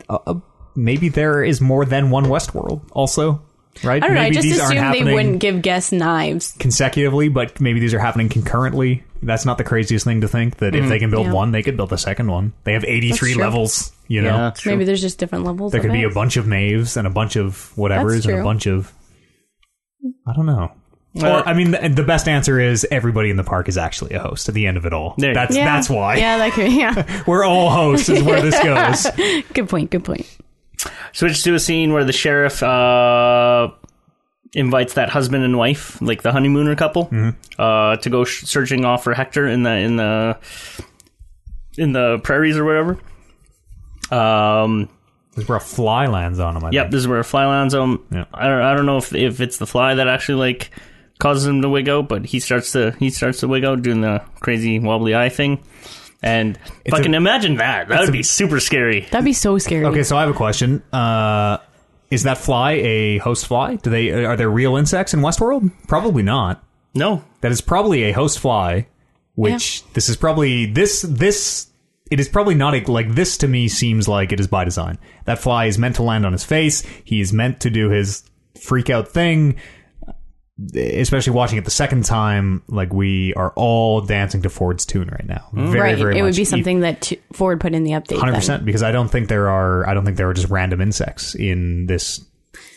A: uh, uh, maybe there is more than one Westworld, also, right?
C: I don't know. I
A: maybe
C: just
A: these aren't
C: assumed they
A: happening-
C: wouldn't give guests knives.
A: consecutively, but maybe these are happening concurrently. That's not the craziest thing to think that if they can build
C: Mm-hmm. Yeah.
A: one, they could build a second one. They have 83
C: That's true.
A: levels, you know.
C: Maybe there's just different levels.
A: There
C: of
A: could be
C: it.
A: a bunch of Maves and a bunch of whatevers
C: That's
A: and a
C: true.
A: bunch of I don't know.
B: Uh,
A: or I mean the, the best answer is everybody in the park is actually a host at the end of it all.
B: There you go.
A: That's that's why.
C: Yeah, that could. Yeah,
A: We're all hosts is where this goes.
C: good point. Good point.
B: Switch to a scene where the sheriff uh, invites that husband and wife, like the honeymooner couple, uh, to go sh- searching off for Hector in the in the in the prairies or whatever. Um,
A: This is where a fly lands on him, I
B: Yep,
A: think.
B: this is where a fly lands on.
A: Yeah.
B: I don't. I don't know if if it's the fly that actually like causes him to wig out, but he starts to he starts to wig out doing the crazy wobbly eye thing. And fucking imagine that. That would be super scary.
C: That'd be so scary.
A: Okay, so I have a question. Uh, is that fly a host fly? Do they are there real insects in Westworld? Probably not.
B: No.
A: That is probably a host fly, which this is probably this this it is probably not a, like this to me seems like it is by design. That fly is meant to land on his face. He is meant to do his freak out thing. Especially watching it the second time, like we are all dancing to Ford's tune right now. Very,
C: Mm-hmm. right.
A: very
C: it
A: much.
C: would be something that t- Ford put in the update.
A: Hundred
C: then.
A: percent, because I don't think there are. I don't think there are just random insects in this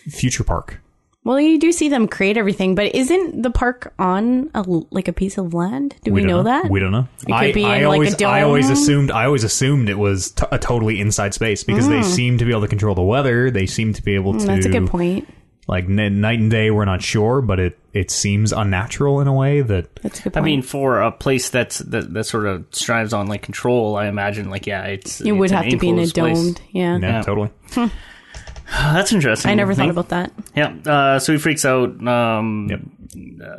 A: future park.
C: Well, you do see them create everything, but isn't the park on a l- like a piece of land? Do we,
A: don't
C: know, that?
A: We don't know.
C: It
A: I,
C: could be
A: I
C: in, like, a
A: always, I always
C: dome.
A: assumed. I always assumed it was t- a totally inside space because they seem to be able to control the weather. They seem to be able to.
C: Mm. That's a good point.
A: Like n- night and day, we're not sure, but it it seems unnatural in a way that
C: That's a good
B: I
C: point.
B: mean, for a place that's that, that sort of strives on like control, I imagine like yeah, it's
C: it would have to be in a
B: dome.
C: domed. Yeah.
A: no,
B: Yeah.
A: totally.
B: Oh, That's interesting.
C: I never thought
B: Think-
C: about that.
B: Yeah. Uh, so he freaks out. Um,
A: Yep.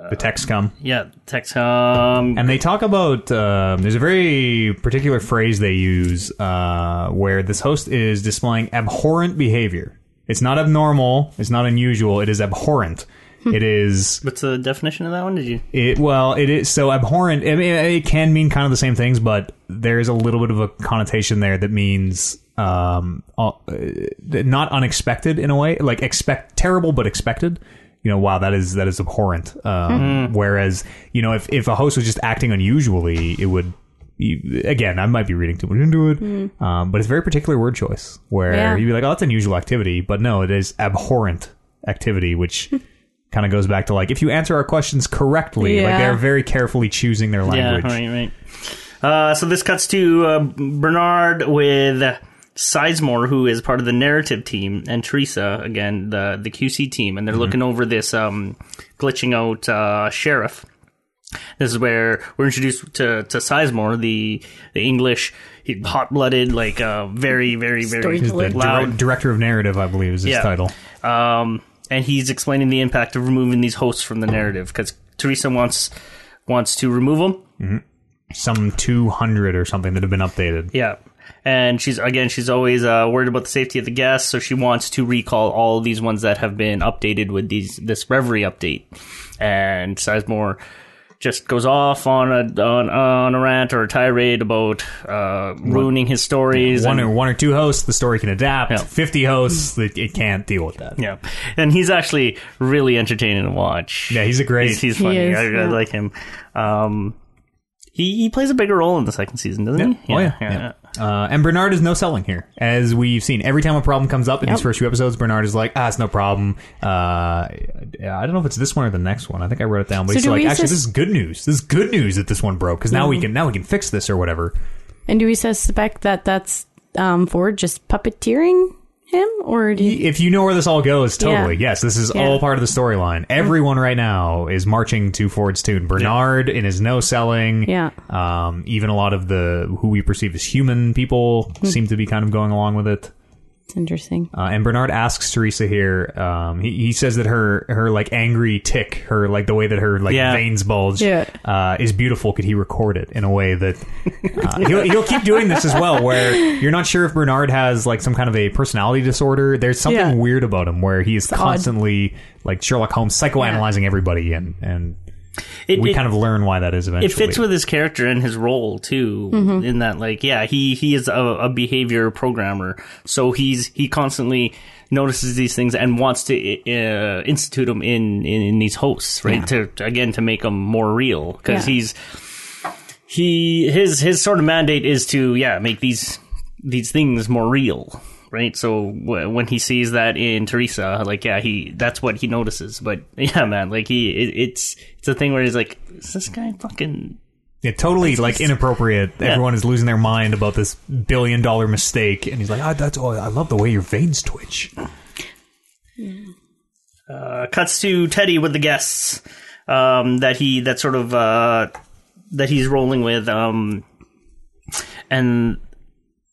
A: the techs come.
B: Yeah. Text. Um,
A: And they talk about um, there's a very particular phrase they use uh, where this host is displaying abhorrent behavior. It's not abnormal. It's not unusual. It is abhorrent.
C: Hmm.
A: it is
B: what's the definition of that one? Did you?
A: it well. It is so abhorrent. I mean, it can mean kind of the same things, but there is a little bit of a connotation there that means um, uh, not unexpected in a way, like expect terrible but expected. You know, wow, that is that is abhorrent. Um, Whereas, you know, if if a host was just acting unusually, it would. you- Again, I might be reading too much into it, um, but it's a very particular word choice where
C: Yeah.
A: you'd be like, "Oh, that's unusual activity," but no, it is abhorrent activity, which kind of goes back to like if you answer our questions correctly, like
C: Yeah.
A: they're very carefully choosing their language.
B: Yeah. Right. Right. Uh, so this cuts to uh, Bernard with Sizemore, who is part of the narrative team, and Teresa again, the the QC team, and they're looking over this um, glitching out uh, sheriff. This is where we're introduced to, to Sizemore, the, the English, hot blooded, like uh, very, very, very
A: He's the
C: Storyteller.
B: loud
A: dire- director of narrative, I believe, is his
B: Yeah.
A: title.
B: um, and he's explaining the impact of removing these hosts from the narrative because Teresa wants wants to remove them.
A: Some two hundred or something that have been updated.
B: Yeah, and she's again she's always uh, worried about the safety of the guests, so she wants to recall all these ones that have been updated with these this Reverie update. And Sizemore just goes off on a on, on a rant or a tirade about uh, ruining his stories.
A: One
B: and-
A: or one or two hosts, the story can adapt.
B: Yeah.
A: Fifty hosts, it, it can't deal with that.
B: yeah, and he's actually really entertaining to watch.
A: Yeah, he's a great.
B: He's, he's
C: He
B: funny.
C: is,
B: I, I
C: yeah.
B: like him. Um, he he plays a bigger role in the second season, doesn't he?
A: Oh yeah, yeah. Uh, and Bernard is no selling here, as we've seen. Every time a problem comes up in these
C: Yep.
A: first few episodes, Bernard is like, "Ah, it's no problem." Uh, I don't know if it's this one or the next one. I think I wrote it down, but
C: So
A: he's
C: do
A: like,
C: we Mm-hmm.
A: "Actually,
C: sus-
A: this is good news. This is good news that this one broke because now we can now we can fix this or whatever."
C: And do we suspect that that's um, Ford just puppeteering him, or do you,
A: if you know where this all goes, totally. Yes, this is
C: Yeah. Mm-hmm.
A: all part of the storyline. Everyone right now is marching to Ford's tune. Bernard in his no selling.
C: Yeah.
A: Um, even a lot of the who we perceive as human people
C: Mm.
A: seem to be kind of going along with it.
C: it's interesting?
A: Uh, and Bernard asks Teresa here. Um, he, he says that her her like angry tick, her like the way that her like
B: Yeah.
A: veins bulge,
C: Yeah.
A: uh, is beautiful. Could he record it in a way that uh, he'll, he'll keep doing this as well, where you're not sure if Bernard has like some kind of a personality disorder. There's something
C: Yeah.
A: weird about him where he is
C: odd.
A: constantly like Sherlock Holmes psychoanalyzing everybody, and and
B: It,
A: we
B: it-
A: kind of learn why that is
B: it
A: eventually.
B: fits with his character and his role too. In that, like, yeah, he he is a, a behavior programmer, so he's he constantly notices these things and wants to uh, institute them in, in in these hosts, right? To to- again to make them more real because
C: Yeah.
B: he's he his his sort of mandate is to yeah make these these things more real right so w- when he sees that in teresa like yeah he that's what he notices but yeah man like he it, it's it's a thing where he's like is this guy fucking
A: Yeah, totally like inappropriate. Everyone is losing their mind about this billion dollar mistake, and he's like, "Ah, "That's oh, I love the way your veins twitch."
B: uh, cuts to teddy with the guests um that he that sort of uh that he's rolling with um and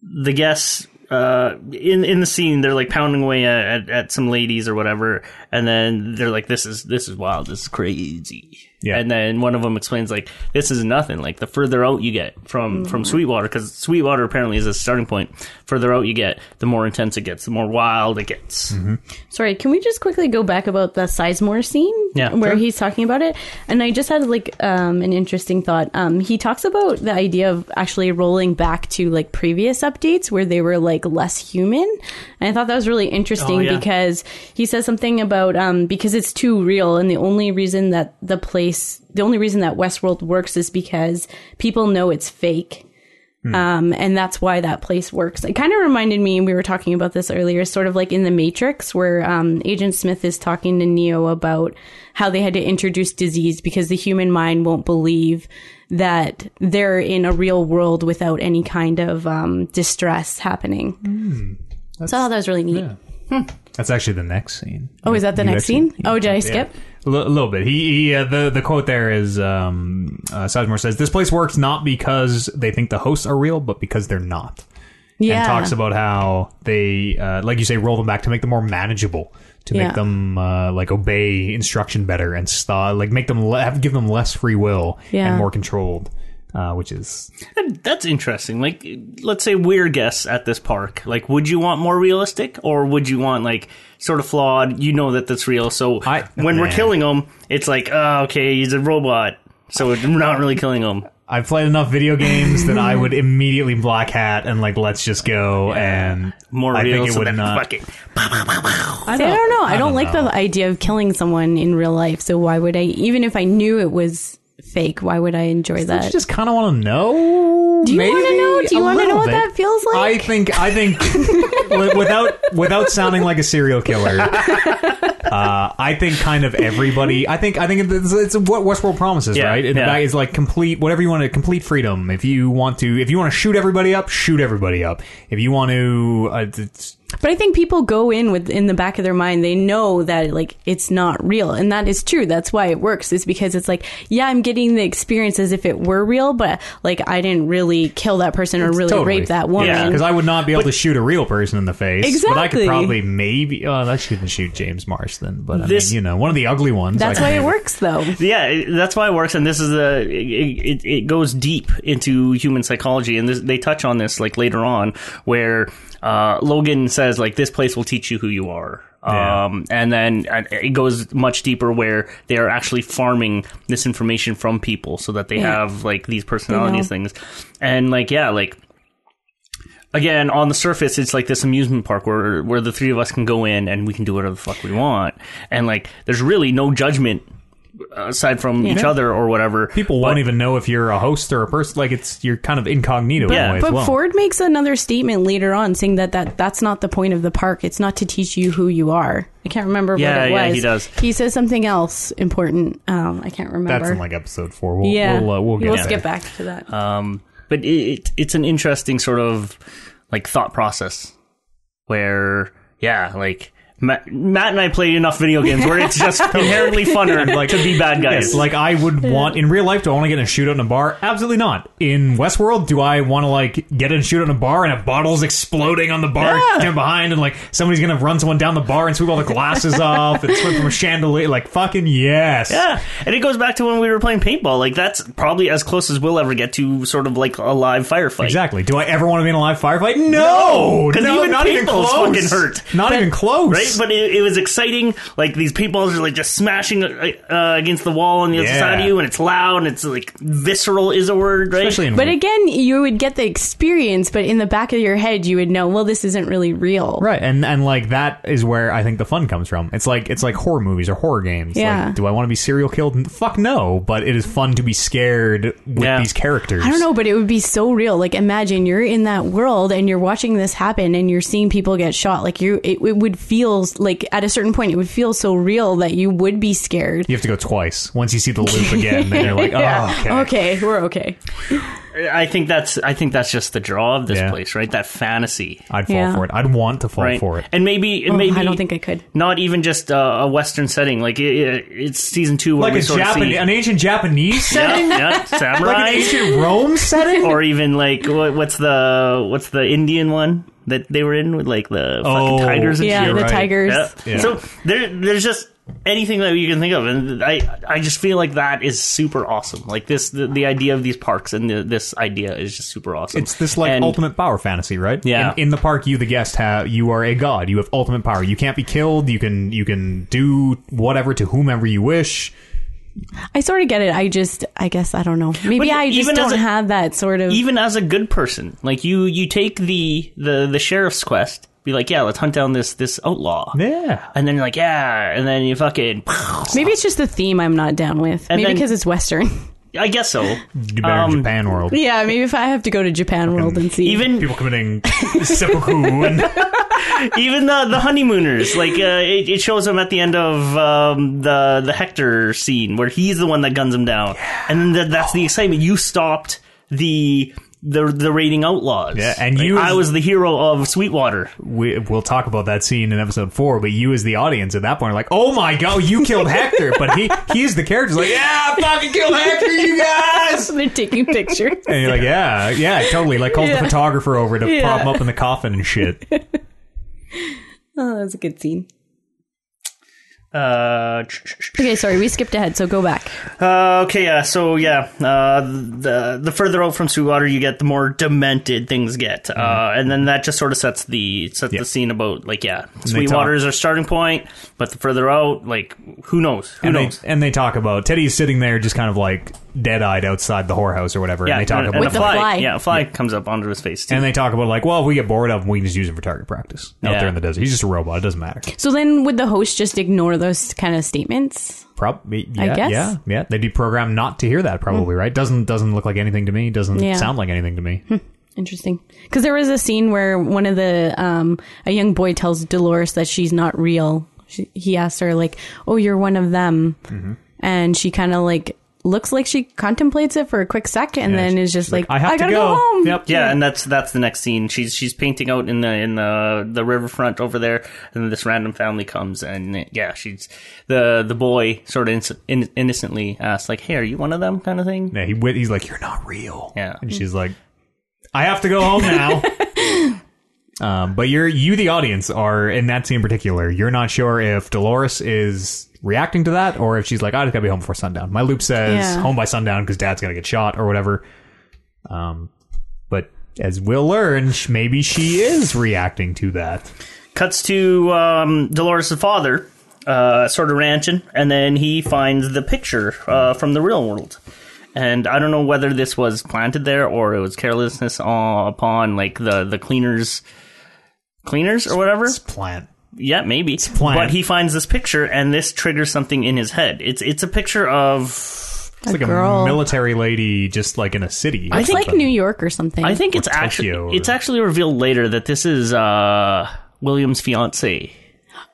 B: the guests uh, in in the scene, they're like pounding away at, at, at some ladies or whatever, and then they're like, "This is this is wild. This is crazy."
A: Yeah.
B: And then one of them explains like this is nothing. Like the further out you get from from Sweetwater, because Sweetwater apparently is a starting point. Further out you get, the more intense it gets, the more wild it gets.
C: Sorry, can we just quickly go back about the Sizemore scene?
B: Yeah,
C: Where
B: sure.
C: he's talking about it. And I just had like um, an interesting thought. Um, he talks about the idea of actually rolling back to like previous updates where they were like less human. And I thought that was really interesting
B: Oh, yeah.
C: because he says something about um, because it's too real. And the only reason that the place, the only reason that Westworld works is because people know it's fake um, and that's why that place works. It kind of reminded me, and we were talking about this earlier, sort of like in The Matrix, where um, Agent Smith is talking to Neo about how they had to introduce disease because the human mind won't believe that they're in a real world without any kind of um, distress happening. so I thought that was really neat.
A: That's actually the next scene.
C: Oh, is that the
A: You
C: next
A: actually-
C: scene? Oh, did I skip?
A: A li- little bit. He, he uh, the the quote there is um, uh, Sizemore says this place works not because they think the hosts are real, but because they're not.
C: Yeah.
A: And talks about how they, uh, like you say, roll them back to make them more manageable, to
C: Yeah.
A: make them uh, like obey instruction better and st- like make them le- have, give them less free will
C: Yeah.
A: and more controlled, uh, which is
B: That- That's interesting. Like, let's say we're guests at this park. Like, would you want more realistic, or would you want like sort of flawed? You know that that's real. So
A: I-
B: when we're
A: Man.
B: killing him, it's like, oh, okay, he's a robot. So we're not really killing him.
A: I've played enough video games that I would immediately black hat and like let's just go and
B: More
A: I
B: real.
A: think it
B: so
A: would
B: that
A: not.
B: fucking-
C: I don't, I don't know. I don't, like the idea of killing someone in real life. So why would I, even if I knew it was fake, why would I enjoy
A: Don't
C: that?
A: you just kind of want to know? Do
C: you wanna know? Do you wanna know what that feels like?
A: I think I think wi- without without sounding like a serial killer. Uh, I think kind of everybody. I think I think it's, it's what Westworld promises,
B: Yeah,
A: right? It
B: yeah.
A: is like complete whatever you want to complete freedom. If you want to, if you want to shoot everybody up, shoot everybody up. If you want to, uh, it's,
C: But I think people go in with in the back of their mind they know that like it's not real and that is true. That's why it works is because it's like yeah, I'm getting the experience as if it were real, but like I didn't really kill that person or really
A: totally.
C: rape that woman.
B: Yeah,
A: because I would not be able to shoot a real person in the face. But I
C: Exactly.
A: could probably maybe. Oh, I shouldn't shoot James Marston, but I
B: This-
A: mean, you know, one of the ugly ones.
C: That's
A: I
C: why
A: could
C: it
A: maybe-
C: works though.
B: yeah, it- that's why it works, and this is a it, it, it goes deep into human psychology, and this, they touch on this like later on, where uh, Logan says like this place will teach you who you are.
A: Yeah.
B: Um, and then uh, it goes much deeper where they are actually farming this information from people so that they
C: Yeah.
B: have like these personalities things. And like, yeah, like again, on the surface, it's like this amusement park where where the three of us can go in and we can do whatever the fuck we want, and like there's really no judgment uh, aside from each other or whatever.
A: People won't even know if you're a host or a person. Like it's you're kind of incognito in
B: Yeah.
A: a way
C: But
A: as well.
C: Ford makes another statement later on saying that, that that's not the point of the park. It's not to teach you who you are. I can't remember
B: Yeah,
C: what it
B: yeah,
C: was.
B: he does.
C: He says something else important. Um, I can't remember.
A: That's in like episode four. We'll,
C: yeah,
A: we'll, uh, we'll get there.
C: skip back to that.
B: Um, but it, it it's an interesting sort of like thought process where yeah, like. Matt, Matt and I play enough video games where it's just inherently funner like, to be bad guys.
A: Yes, like I would want in real life. Do I want to get in a shootout in a bar? Absolutely not. In Westworld, do I want to like get in a shootout in a bar and have bottles exploding on the bar down behind and like somebody's gonna run someone down the bar and sweep all the glasses off and swing from a chandelier? Like fucking yes.
B: Yeah, and it goes back to when we were playing paintball. Like that's probably as close as we'll ever get to sort of like a live firefight.
A: Exactly. Do I ever want to be in a live firefight? No,
B: 'Cause
A: no,
B: even
A: not even
B: paintballs
A: close.
B: fucking hurt.
A: Not even close.
B: Right, but it, it was exciting. Like these paintballs are like just smashing uh, against the wall on the other
A: Yeah.
B: side of you, and it's loud and it's like visceral is a word, right?
A: especially in
C: But again, you would get the experience, but in the back of your head, you would know, well, this isn't really real.
A: Right, and and like that is where I think the fun comes from. It's like it's like horror movies or horror games.
C: Yeah.
A: Like, do I want to be serial killed? N- Fuck no. But it is fun to be scared with
B: Yeah.
A: these characters.
C: I don't know, but it would be so real. Like, imagine you're in that world and you're watching this happen and you're seeing people get shot. Like, you, it, it would feel like at a certain point, it would feel so real that you would be scared.
A: You have to go twice. Once you see the loop again, then you're like, oh, okay.
C: Okay, we're okay.
B: I think that's I think that's just the draw of this
A: Yeah.
B: place, right? That fantasy,
A: I'd fall
C: Yeah.
A: for it. I'd want to fall
B: right?
A: for it.
B: And maybe and maybe
C: Oh, I don't think I could.
B: Not even just uh, a Western setting, like it, it, it's season two, where
A: Like
B: we
A: a
B: sort of see-
A: Japanese, an ancient Japanese
B: yeah,
A: setting,
B: yeah, samurai.
A: ancient Rome setting.
B: or even like what, what's the what's the Indian one? that they were in with like the fucking
A: Oh,
B: tigers and
A: Yeah,
C: yeah,
B: shit.
A: you're
C: the
A: right.
C: tigers.
B: Yeah.
A: Yeah.
B: So there, there's just anything that you can think of, and I, I just feel like that is super awesome. Like this, the, the idea of these parks and the, this idea is just super awesome.
A: It's this like
B: And-
A: ultimate power fantasy, right?
B: Yeah.
A: In, in the park, you, the guest, have you are a god. You have ultimate power. You can't be killed. You can you can do whatever to whomever you wish.
C: I sort of get it. I just, I guess, I don't know. Maybe
B: But
C: I just
B: even as
C: don't
B: a-
C: have that sort of.
B: even as a good person, like you, you take the the the sheriff's quest. Be like, yeah, let's hunt down this this outlaw.
A: Yeah.
B: And then you're like, yeah, and then you fucking.
C: maybe it's just the theme I'm not down with.
B: And
C: maybe
B: then-
C: because it's Western.
B: I guess so.
A: Do better
B: Um,
A: in Japan world.
C: yeah, maybe if I have to go to Japan World and see.
B: Even
A: People committing seppuku and
B: even the the honeymooners like uh, it, it shows him at the end of um, the the Hector scene where he's the one that guns him down, and then that that's the excitement. You stopped the. The, the raiding outlaws.
A: Yeah, and
B: Like,
A: you as-
B: I was the hero of Sweetwater.
A: we, we'll talk about that scene in episode four. But you, as the audience, at that point, are like, "Oh my god, you killed Hector!" But he he's the character. Like, yeah, I fucking killed Hector, you guys.
C: they're taking pictures.
A: And you're like, yeah, yeah, totally. Like, calls
C: Yeah.
A: the photographer over to
C: Yeah.
A: prop him up in the coffin and shit.
C: oh, that was a good scene.
B: Uh, ch- ch- ch-
C: Okay, sorry, we skipped ahead, so go back.
B: uh, okay, yeah. So yeah, uh, the the further out from Sweetwater you get, the more demented things get, uh, and then that just sort of sets the sets
A: Mm-hmm. Yeah.
B: the scene about like
A: they
B: yeah,
A: talk-
B: Sweetwater is our starting point, but the further out, like who knows, who
A: And
B: knows.
A: they, and they talk about Teddy's sitting there, just kind of like dead eyed outside the whorehouse or whatever. and they talk about
B: a
C: With the fly.
B: Yeah, a fly comes up onto his face. Too.
A: and they talk about like, well, if we get bored of him, we can just use him for target practice out
B: Yeah.
A: there in the desert. He's just a robot; it doesn't matter.
C: So then, would the host just ignore those kind of statements?
A: Probably, yeah,
C: guess. Hmm.
A: yeah, yeah. They'd be programmed not to hear that, probably, right? Doesn't doesn't look like anything to me. Doesn't
C: Yeah.
A: sound like anything to me.
C: Interesting, because there was a scene where one of the um, a young boy tells Dolores that she's not real. She, he asks her like, "Oh, you're one of them," and she kind of like looks like she contemplates it for a quick sec, and then
A: she-
C: is just
A: she's
C: like,
A: like, "I have to
C: gotta
A: go."
C: go. home."
A: Yep.
B: yeah, and that's that's the next scene. She's she's painting out in the in the the riverfront over there, and then this random family comes, and yeah, she's the the boy sort of in, innocently asks like, "Hey, are you one of them?" kind of thing.
A: Yeah, he went, he's like, "You're not real."
B: Yeah.
A: and she's like, "I have to go home now." um, but you're you, the audience, are in that scene in particular. You're not sure if Dolores is reacting to that or if she's like, "Ah, "I just gotta be home before sundown." My loop says
C: Yeah.
A: home by sundown because Dad's gonna get shot or whatever. Um, but as we'll learn, sh- maybe she is reacting to that.
B: Cuts to um, Dolores' father, uh, sort of ranching, and then he finds the picture uh, from the real world. And I don't know whether this was planted there or it was carelessness uh, upon like the the cleaners, cleaners or whatever.
A: It's plant.
B: Yeah, maybe.
A: planned.
B: But he finds this picture, and this triggers something in his head. It's it's a picture of.
A: It's like
C: girl.
A: a military lady, just like in a city.
C: It's like New York or something.
B: I think it's
A: Tokyo
B: actually
A: or-
B: it's actually revealed later that this is uh, William's fiance.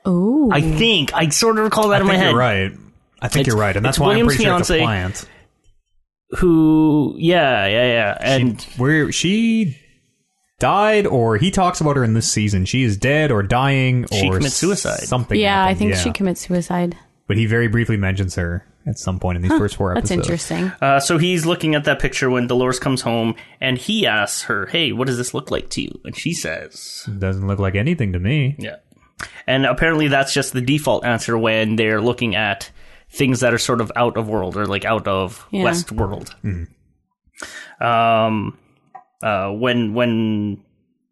C: oh,
B: I think I sort of recall that
A: Hmm. I think
B: in my head.
A: you're right. I think
B: It's-
A: you're right, and
B: it's
A: that's why
B: William's
A: I'm pretty sure
B: fiancée.
A: it's a plant.
B: Who? Yeah, yeah, yeah. And
A: where she died or he talks about her in this season she is dead or dying
B: She
A: or
B: commits suicide.
A: something
C: yeah, I
A: happened,
C: think
A: yeah.
C: she commits suicide.
A: but he very briefly mentions her at some point in these first four
C: That's
A: episodes
C: interesting.
B: uh, so he's looking at that picture when Dolores comes home, and he asks her, "Hey, what does this look like to you?" And she says,
A: doesn't look like anything to me
B: "Yeah." And apparently, that's just the default answer when they're looking at things that are sort of out of world or like out of
C: Yeah.
B: West world. Um, uh, when when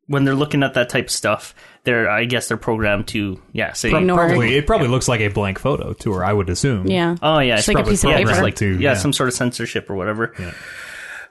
B: when they're looking at that type of stuff, they're I guess they're programmed to yeah say
C: Ignore it.
A: probably it probably looks like a blank photo to her i would assume
C: Yeah.
B: Oh yeah,
C: Just like a
A: probably
C: piece of
A: programmed
C: paper.
B: like
A: to
B: yeah, some sort of censorship or whatever.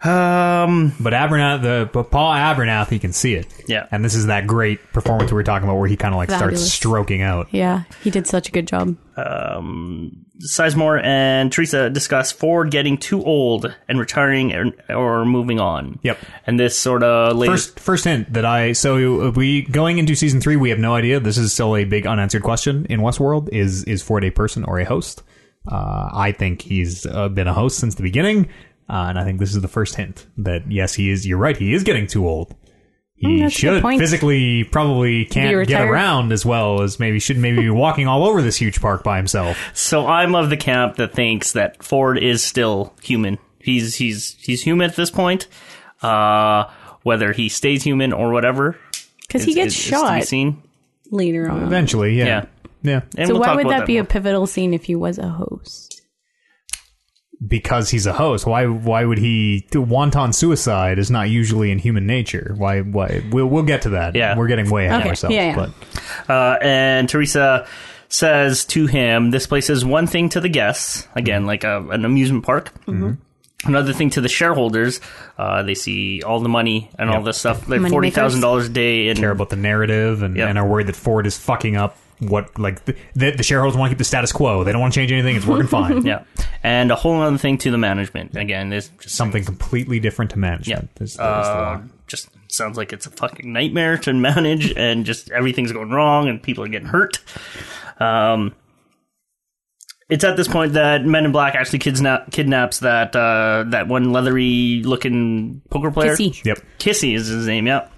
B: Um,
A: but Abernathy, the but Paul Abernathy, he can see it.
B: Yeah.
A: and this is that great performance we were talking about, where he kind of like starts
C: Fabulous.
A: stroking out.
C: Yeah, he did such a good job.
B: Sizemore and Teresa discuss Ford getting too old and retiring or, or moving on.
A: Yep.
B: And this sort of later,
A: First, first hint that I so we going into season three, we have no idea. This is still a big unanswered question in Westworld: is is Ford a person or a host? Uh, I think he's uh, been a host since the beginning, uh, and I think this is the first hint that yes, he is. You're right; he is getting too old. He
C: Mm, that's a good
A: should
C: point.
A: physically probably can't get
C: retired.
A: around as well as maybe should maybe be walking all over this huge park by himself.
B: so I'm of the camp that thinks that Ford is still human. He's he's he's human at this point. Uh, whether he stays human or whatever,
C: because he
B: It's-
C: gets
B: it's- it's to be
C: shot
B: seen.
C: later on.
A: Eventually, yeah. Yeah.
B: And
C: so
B: we'll
C: why
B: talk
C: would
B: about
C: that, be
B: more.
C: a pivotal scene if he was a host?
A: Because he's a host. Why why would he do wanton suicide is not usually in human nature. Why why we'll we'll get to that.
B: Yeah.
A: We're getting way ahead of
C: Okay.
A: ourselves.
C: Yeah, yeah.
A: But
B: Uh, and Teresa says to him, "This place is one thing to the guests, again, like a, an amusement park. Mm-hmm. Another thing to the shareholders. Uh, they see all the money and all this stuff, like
C: Money
B: forty thousand dollars a day in
A: care about the narrative and,
B: Yep.
A: and are worried that Ford is fucking up what like the, the, the shareholders want to keep the status quo. They don't want to change anything. It's working fine.
B: yeah, and a whole other thing to the management. Again, there's just
A: Something completely different to
B: yeah,
A: management. is- is the
B: uh,
A: line.
B: just sounds like it's a fucking nightmare to manage, and just everything's going wrong, and people are getting hurt. Um, it's at this point that Men in Black actually kidnap, kidnaps that uh, that one leathery looking poker player.
C: Kissy.
A: Yep.
B: Kissy is his name. Yeah,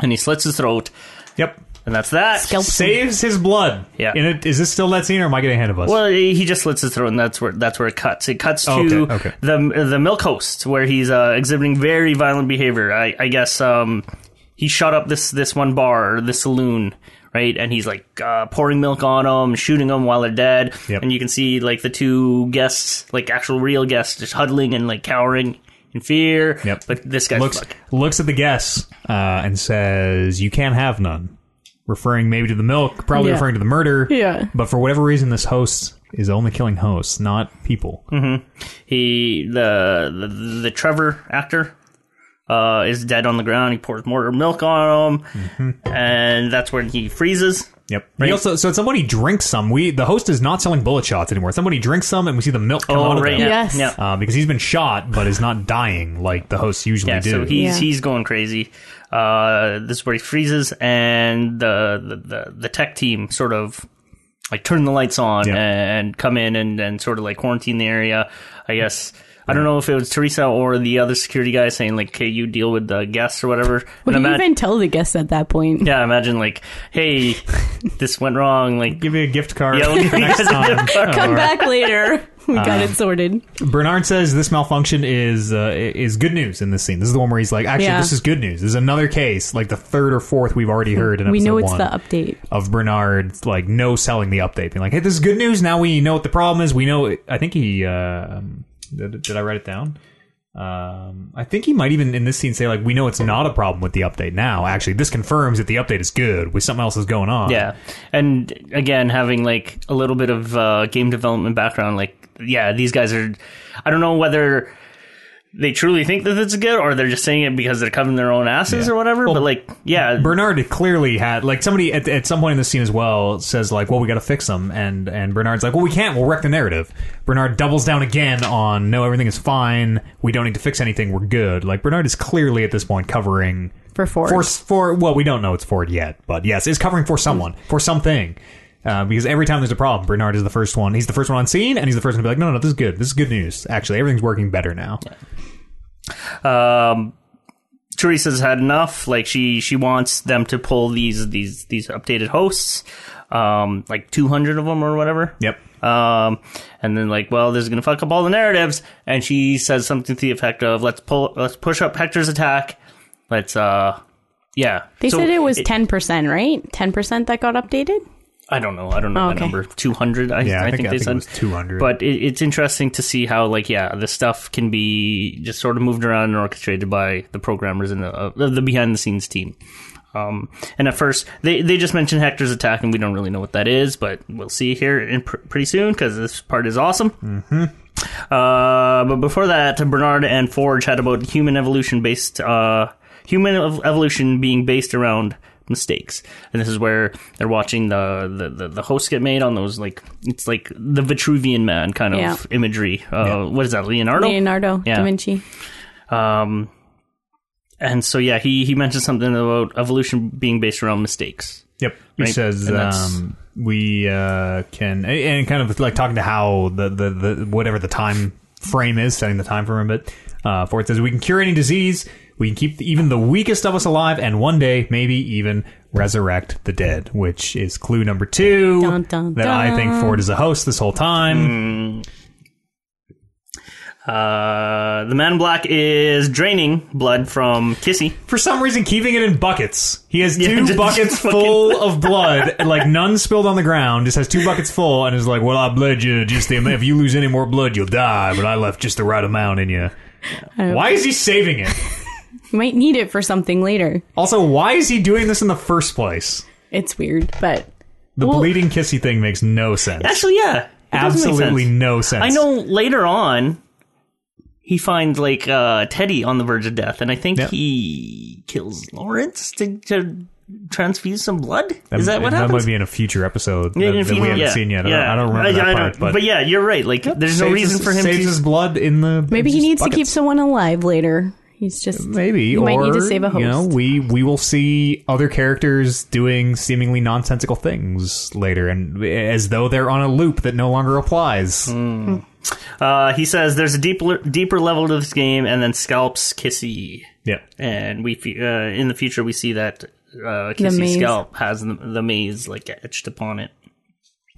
B: and he slits his throat,
A: Yep.
B: and that's that.
C: Scalp
A: Saves his blood.
B: Yeah.
A: And it, is this still that scene, or am I getting ahead of us?
B: Well, he just slits his throat, and that's where that's where it cuts. It cuts to
A: Oh, okay, okay.
B: the the milk host, where he's uh, exhibiting very violent behavior. I, I guess um, he shot up this this one bar, or this saloon, right? And he's like uh, pouring milk on them, shooting them while they're dead,
A: Yep.
B: and you can see like the two guests, like actual real guests, just huddling and like cowering in fear.
A: Yep.
B: But this guy
A: looks looks at the guests uh, and says, "You can't have none," referring maybe to the milk, probably
C: Yeah.
A: referring to the murder.
C: Yeah.
A: But for whatever reason, this host is only killing hosts, not people.
B: Mm-hmm. He the the, the Trevor actor uh, is dead on the ground. He pours more milk on him,
A: Mm-hmm.
B: and that's when he freezes.
A: Yep. He also, so somebody drinks some. We the host is not selling bullet shots anymore. Somebody drinks some, and we see the milk come out of them.
B: yeah,
C: Yes.
B: yeah.
A: Uh, because he's been shot, but is not dying like the hosts usually
B: Yeah,
A: do.
B: so he's
C: Yeah.
B: he's going crazy. Uh, this is where he freezes, and the the, the, the tech team sort of like turn the lights on
A: Yeah.
B: and come in and, and sort of like quarantine the area. I guess I don't know if it was Teresa or the other security guy saying like, "Okay, you deal with the guests or whatever."
C: Would
B: And
C: you
B: ima-
C: even tell the guests at that point?
B: yeah, imagine like, "Hey, this went wrong." Like,
A: Give me a gift card
B: Yeah, we'll give you
A: next
B: guys a
A: time.
C: Come back later. We got
B: Uh,
C: it sorted.
A: Bernard says this malfunction is uh, is good news in this scene. This is the one where he's like, actually,
C: Yeah.
A: this is good news. This is another case, like the third or fourth we've already heard in
C: We
A: episode
C: know it's
A: one
C: the update.
A: of Bernard like no selling the update, being like, hey, this is good news. Now we know what the problem is. We know. I think he uh, um, did, did I write it down? Um, I think he might even in this scene say like, we know it's not a problem with the update now. Actually, this confirms that the update is good. With something else is going on.
B: Yeah, and again, having like a little bit of uh, game development background, like yeah, these guys are. I don't know whether they truly think that it's good or they're just saying it because they're covering their own asses
A: Yeah.
B: or whatever.
A: Well,
B: but like, yeah,
A: Bernard clearly had like somebody at, at some point in the scene as well says like, "Well, we got to fix them," and and Bernard's like, "Well, we can't. We'll wreck the narrative." Bernard doubles down again on, "No, everything is fine. We don't need to fix anything. We're good." Like Bernard is clearly at this point covering
C: For Ford.
A: for for well, we don't know it's Ford yet, but yes, is covering for someone for something. Uh, because every time there's a problem, Bernard is the first one. He's the first one on scene, and he's the first one to be like, "No, no, no, this is good. This is good news. Actually, everything's working better now."
B: um, Teresa's had enough. Like she she wants them to pull these these these updated hosts, um, like two hundred of them or whatever.
A: Yep.
B: Um, and then like, well, this is gonna fuck up all the narratives. And she says something to the effect of, "Let's pull, let's push up Hector's attack. Let's, uh, yeah."
C: They
B: So
C: said it was ten percent, right? Ten percent that got updated.
B: I don't know. I don't know
C: Oh,
B: that
C: okay.
B: number. Two hundred. I,
A: Yeah, I
B: I,
A: think-
B: think,
A: I
B: they
A: think it
B: said
A: was 200.
B: But it, it's interesting to see how like yeah, this stuff can be just sort of moved around and orchestrated by the programmers and the uh, the behind the scenes team. Um, and at first, they they just mentioned Hector's attack, and we don't really know what that is, but we'll see here in pr- pretty soon because this part is awesome. Uh, but before that, Bernard and Forge had about human evolution based uh, human ev- evolution being based around mistakes, and this is where they're watching the the, the, the hosts get made on those like it's like the Vitruvian Man kind
C: Yeah.
B: of imagery. Uh, What is that, Leonardo?
C: Leonardo
B: Yeah.
C: da Vinci.
B: Um, and so yeah, he he mentioned something about evolution being based around mistakes.
A: Yep. He
B: Right.
A: says
B: And that's-
A: um, we uh, can and- and kind of like talking to how the, the, the whatever the time frame is, setting the time frame a bit. Uh, Ford says we can cure any disease. We can keep even the weakest of us alive, and one day maybe even resurrect the dead, which is clue number two
C: Dun, dun,
A: that I think Ford is a host this whole time.
B: Uh, the man in black is draining blood from Kissy.
A: For some reason, keeping it in buckets. He has
B: Yeah,
A: two
B: just- just
A: buckets
B: fucking-
A: full of blood, and, like none spilled on the ground. Just has two buckets full, and is like, "Well, I bled you just the amount. If you lose any more blood, you'll die. But I left just the right amount in you." Why is he saving it?
C: You might need it for something later.
A: Also, why is he doing this in the first place?
C: It's weird, but
A: The
C: Well-
A: bleeding kissy thing makes no sense.
B: Actually, yeah. it does make
A: Absolutely
B: sense.
A: no sense.
B: I know later on he finds like uh, Teddy on the verge of death, and I think
A: Yeah.
B: he kills Lawrence to, to transfuse some blood. Is
A: Is
B: that what
A: that
B: happens?
A: might be in a future episode that,
B: In
A: that
B: a few-
A: we haven't
B: yeah,
A: seen yet. I don't-
B: yeah.
A: I don't remember that
B: I
A: part. But,
B: yeah, you're right. Like, there's no
A: saves
B: reason
A: his-
B: for him
A: saves
B: to.
A: his blood in the.
C: maybe he
A: just
C: needs to keep
A: buckets.
C: someone alive later. He's just
A: Maybe
C: You
A: or
C: might need to save a host.
A: you know we we will see other characters doing seemingly nonsensical things later, and as though they're on a loop that no longer applies.
B: Mm. Uh, he says there's a deeper deeper level to this game, and then scalps Kissy,
A: Yeah,
B: and we fe- uh, in the future we see that uh,
C: maze.
B: Kissy's scalp has the, the maze like etched upon it.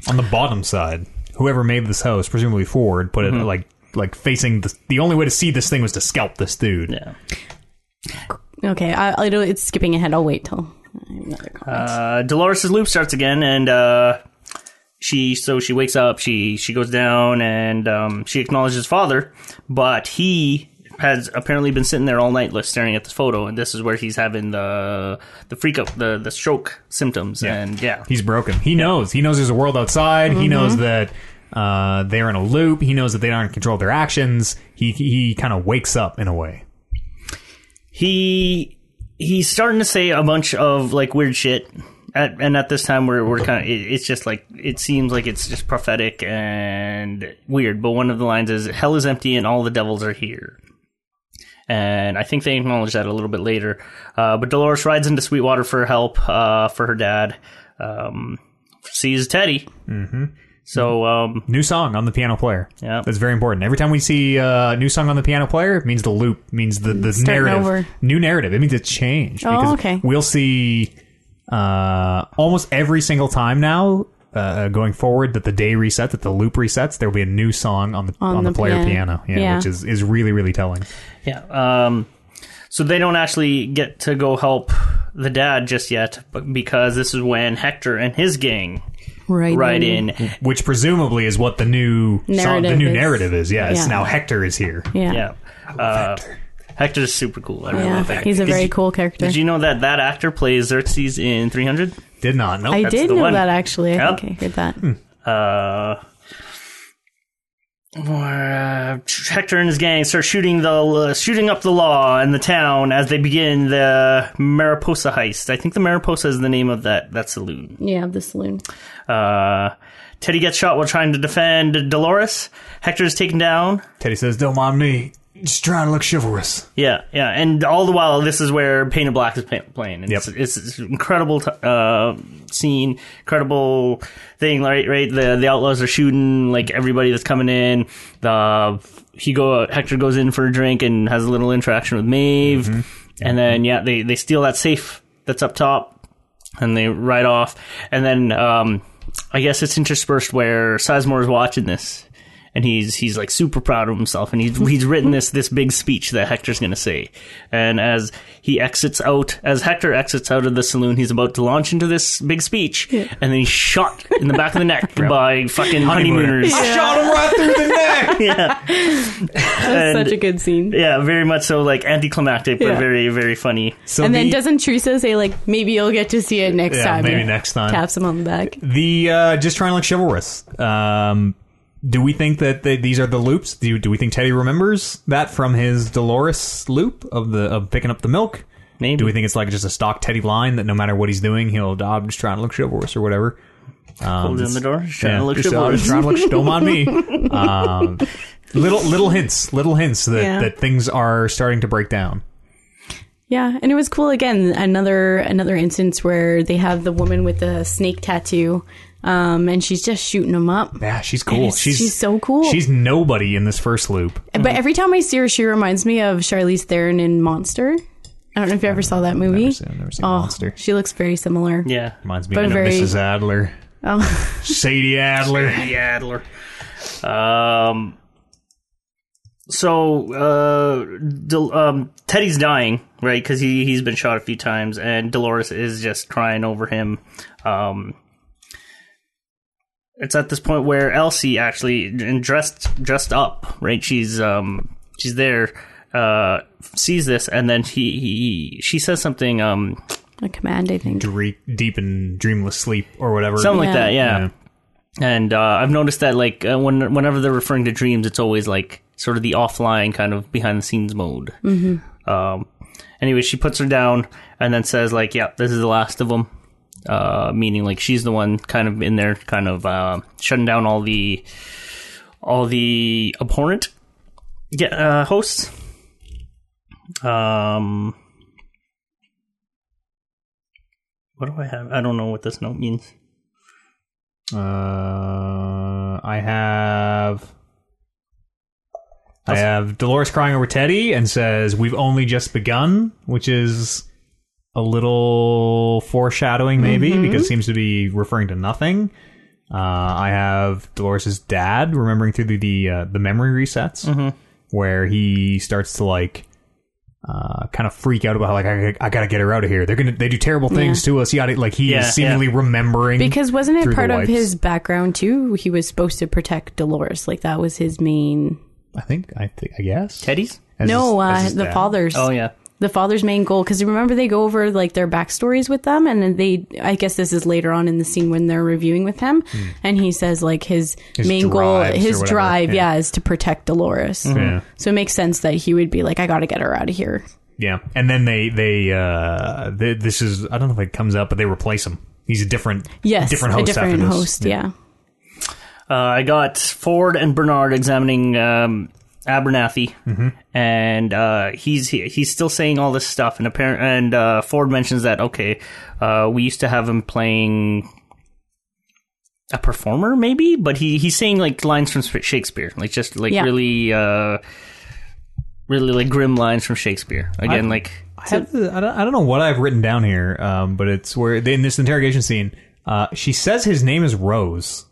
A: on the bottom side, whoever made this house, presumably Ford, put
B: Mm-hmm.
A: it like like facing the the only way to see this thing was to scalp this dude.
B: Yeah.
C: okay. I, I don't, it's skipping ahead. I'll wait till another comment.
B: Uh, Dolores' loop starts again, and uh, she so she wakes up. She she goes down, and um, she acknowledges father, but he has apparently been sitting there all night, like, staring at this photo. And this is where he's having the the freak out, the the stroke symptoms, and yeah,
A: He's broken. He knows. He knows there's a world outside. He
C: Mm-hmm.
A: knows that uh, they're in a loop. He knows that they aren't in control of their actions. He he kind of wakes up in a way.
B: he he's starting to say a bunch of like weird shit. At, and at this time, we're we're kind of it, it's just like it seems like it's just prophetic and weird. But one of the lines is "Hell is empty and all the devils are here," and I think they acknowledge that a little bit later. Uh, but Dolores rides into Sweetwater for help uh, for her dad. Um, sees Teddy. Mm-hmm. So um,
A: New song on the piano player.
B: Yeah.
A: that's very important. Every time we see uh, new song on the piano player, it means the loop, means the the
C: Starting
A: narrative,
C: over.
A: new narrative. It means it's changed.
C: Oh,
A: because
C: okay.
A: We'll see uh, almost every single time now. Uh, going forward, that the day resets, that the loop resets, there will be a new song on the on,
C: On
A: the,
C: the
A: player piano,
C: piano.
A: Yeah,
C: Yeah.
A: which is, is really really telling.
B: Yeah. Um, so they don't actually get to go help the dad just yet, but because this is when Hector and his gang
C: Right.
B: ride in.
C: Mm-hmm.
A: which presumably is what the new song, the
C: Narrative
A: new
C: is.
A: narrative is. Yeah, it's
C: Yeah.
A: now Hector is here.
C: Yeah.
B: Yeah. Uh, Hector's super cool. I really love
C: Yeah.
B: Hector.
C: He's a
B: Did
C: very
B: you-
C: cool character.
B: Did you know that that actor plays Xerxes in 300?
A: Did not. Nope.
C: I
A: That's-
C: did
B: the
C: know
B: one.
C: that actually. I
B: Yep.
C: think I heard that.
B: Uh, where, uh, Hector and his gang start shooting the shooting up the law and the town as they begin the Mariposa heist. I think the Mariposa is the name of that that saloon.
C: Yeah, the saloon.
B: Uh, Teddy gets shot while trying to defend Dolores. Hector is taken down.
A: Teddy says, "Don't mind me. Just trying to look chivalrous."
B: Yeah, yeah, and all the while, this is where Painted Black is pa- playing. And It's,
A: Yep.
B: it's, it's an incredible t- uh, scene, incredible thing. Right, right. The the outlaws are shooting like everybody that's coming in. The he go Hector goes in for a drink and has a little interaction with Maeve, and then yeah, they they steal that safe that's up top, and they ride off. And then um, I guess it's interspersed where Sizemore is watching this. and he's he's like super proud of himself and he's he's written this this big speech that Hector's going to say and as he exits out as Hector exits out of the saloon he's about to launch into this big speech and then he's shot in the back of the neck by fucking honeymooners
A: I shot him right through the neck.
C: That's such a good scene.
B: yeah very much so like anticlimactic but
C: Yeah.
B: very very funny
A: So
C: and then
A: the-
C: doesn't Teresa say like maybe you'll get to see it next
A: Yeah,
C: time?
A: maybe next time.
C: Taps him on the back.
A: the uh, just trying to look chivalrous. Um, do we think that they, these are the loops? Do you, do we think Teddy remembers that from his Dolores loop of the of picking up the milk?
B: Maybe.
A: Do we think it's like just a stock Teddy line that no matter what he's doing, he'll "Oh, I'm just trying to look chivalrous or whatever. Um,
B: Holding
A: it's-
B: the door, just trying to look
A: just, uh,
B: chivalrous.
A: just trying to look- don't mind me. Um, little little hints, little hints that,
C: Yeah.
A: that things are starting to break down.
C: Yeah, and it was cool again. Another another instance where they have the woman with the snake tattoo, um, and she's just shooting him up.
A: Yeah, she's cool.
C: Yes, she's so cool.
A: She's nobody in this first loop.
C: But every time I see her, she reminds me of Charlize Theron in Monster. I don't know if you ever saw that movie.
A: Never seen, never seen
C: Oh,
A: Monster.
C: she looks very similar.
B: yeah
A: Reminds me
C: But
A: of
C: very-
A: Mrs. Adler.
C: Oh,
A: Sadie Adler.
B: Adler um so uh, Del- um, Teddy's dying, right? Because he he's been shot a few times, and Dolores is just crying over him. Um, it's at this point where Elsie actually and dressed dressed up, right? She's um she's there, uh, sees this, and then he, he she says something um
C: A command, I think.
A: Dre- deep in dreamless sleep or whatever.
B: something
C: Yeah.
B: like that, yeah. And uh, I've noticed that like uh, when whenever they're referring to dreams, it's always like sort of the offline kind of behind the scenes mode. Mm-hmm. Um, anyway, she puts her down and then says like, "Yeah, this is the last of them." Uh, meaning like she's the one kind of in there, kind of uh, shutting down all the all the abhorrent yeah, uh, hosts. Um, what do I have? I don't know what this note means.
A: Uh, I have. I have Dolores crying over Teddy and says, We've only just begun, which is a little foreshadowing, maybe,
B: Mm-hmm.
A: because it seems to be referring to nothing. Uh, I have Dolores' dad remembering through the the, uh, the memory resets,
B: Mm-hmm.
A: where he starts to like uh, kind of freak out about like I, I gotta get her out of here. They're gonna they do terrible things to us. Yada like he
B: Yeah, yeah.
A: is seemingly remembering
C: Because wasn't
A: through the
C: it part of
A: wipes.
C: his background too? He was supposed to protect Dolores. Like that was his main.
A: I think I think I guess
B: Teddy's?
A: As
C: no,
A: his- as
C: uh,
A: his
C: the
A: dad.
C: father's.
B: Oh yeah.
C: the father's main goal because remember they go over like their backstories with them and then they i guess this is later on in the scene when they're reviewing with him and he says like his,
A: Hmm. His
C: main goal
A: drives or
C: his
A: whatever,
C: drive
A: yeah. Mm-hmm.
C: yeah. is to protect dolores
A: Yeah.
C: so it makes sense that he would be like i gotta get her out of here
A: Yeah, and then they they uh they, this is I don't know if it comes up, but they replace him. He's a different
C: yes
A: different host
C: a different
A: after this.
C: host yeah.
B: Uh, I got Ford and Bernard examining um, Abernathy, and uh, he's he, he's still saying all this stuff. And apparent and uh, Ford mentions that okay, uh, we used to have him playing a performer, maybe, but he he's saying like lines from Sp- Shakespeare, like just like
C: Yeah.
B: really. Uh, Really like grim lines from Shakespeare again,
A: I-
B: like
A: I, have the, I, don't, I don't know what I've written down here, um, but it's where in this interrogation scene, uh, she says his name is Rose.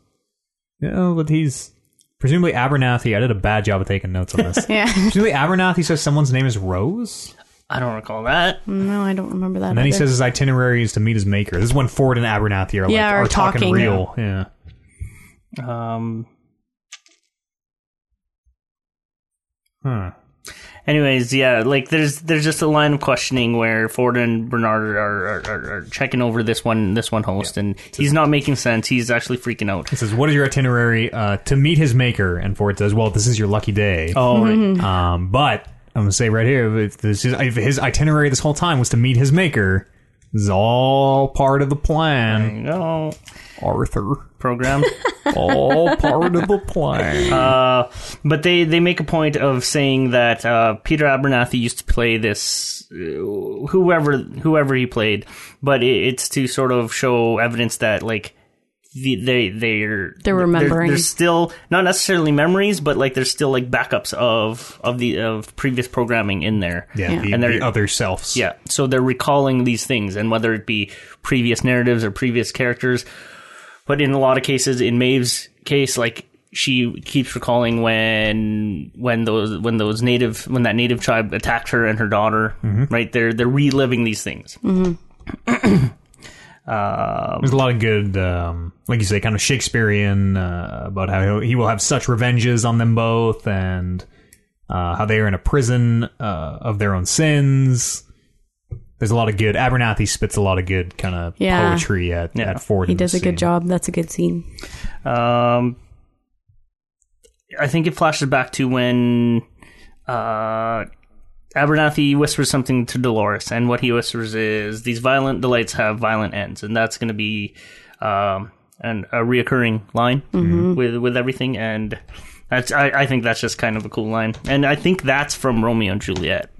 A: You know, but he's presumably Abernathy. I did a bad job of taking notes on this.
C: yeah
A: presumably Abernathy says someone's name is Rose,
B: I don't recall that.
C: no i don't remember that
A: and then he
C: either.
A: says his itinerary is to meet his maker. This is when Ford and Abernathy are like
C: Yeah, are
A: are talking,
C: talking.
A: real. Yeah.
B: Um,
A: Huh.
B: Anyways, yeah, like there's there's just a line of questioning where Ford and Bernard are are, are, are checking over this one this one host, and he's not making sense. He's actually freaking out.
A: It says, "What is your itinerary uh, to meet his maker?" And Ford says, "Well, this is your lucky day."
B: Oh,
A: Um, but I'm gonna say right here, if this is if his itinerary this whole time was to meet his maker, this is all part of the plan,
B: no
A: Arthur.
B: program.
A: All part of the plan.
B: uh, but they they make a point of saying that uh, Peter Abernathy used to play this uh, whoever whoever he played, but it, it's to sort of show evidence that like. The, they they're
C: They're remembering.
B: There's still not necessarily memories, but like there's still like backups of of the of previous programming in there.
A: yeah,
C: Yeah.
A: The,
B: And they're-
A: the other selves.
B: Yeah. So they're recalling these things, and whether it be previous narratives or previous characters. But in a lot of cases, in Maeve's case, like she keeps recalling when when those when those native when that native tribe attacked her and her daughter. Right. They're they're reliving these things.
A: There's a lot of good, um, like you say, kind of Shakespearean uh, about how he will have such revenges on them both, and uh, how they are in a prison uh, of their own sins. There's a lot of good. Abernathy spits a lot of good kind of
C: Yeah.
A: poetry at,
B: Yeah.
A: at Ford.
C: he
A: in this
C: does a
A: scene.
C: good job that's a good scene
B: Um, I think it flashes back to when uh, Abernathy whispers something to Dolores, and what he whispers is, "These violent delights have violent ends," and that's going to be um, an, a reoccurring line with with everything. And that's I, I think that's just kind of a cool line, and I think that's from Romeo and Juliet.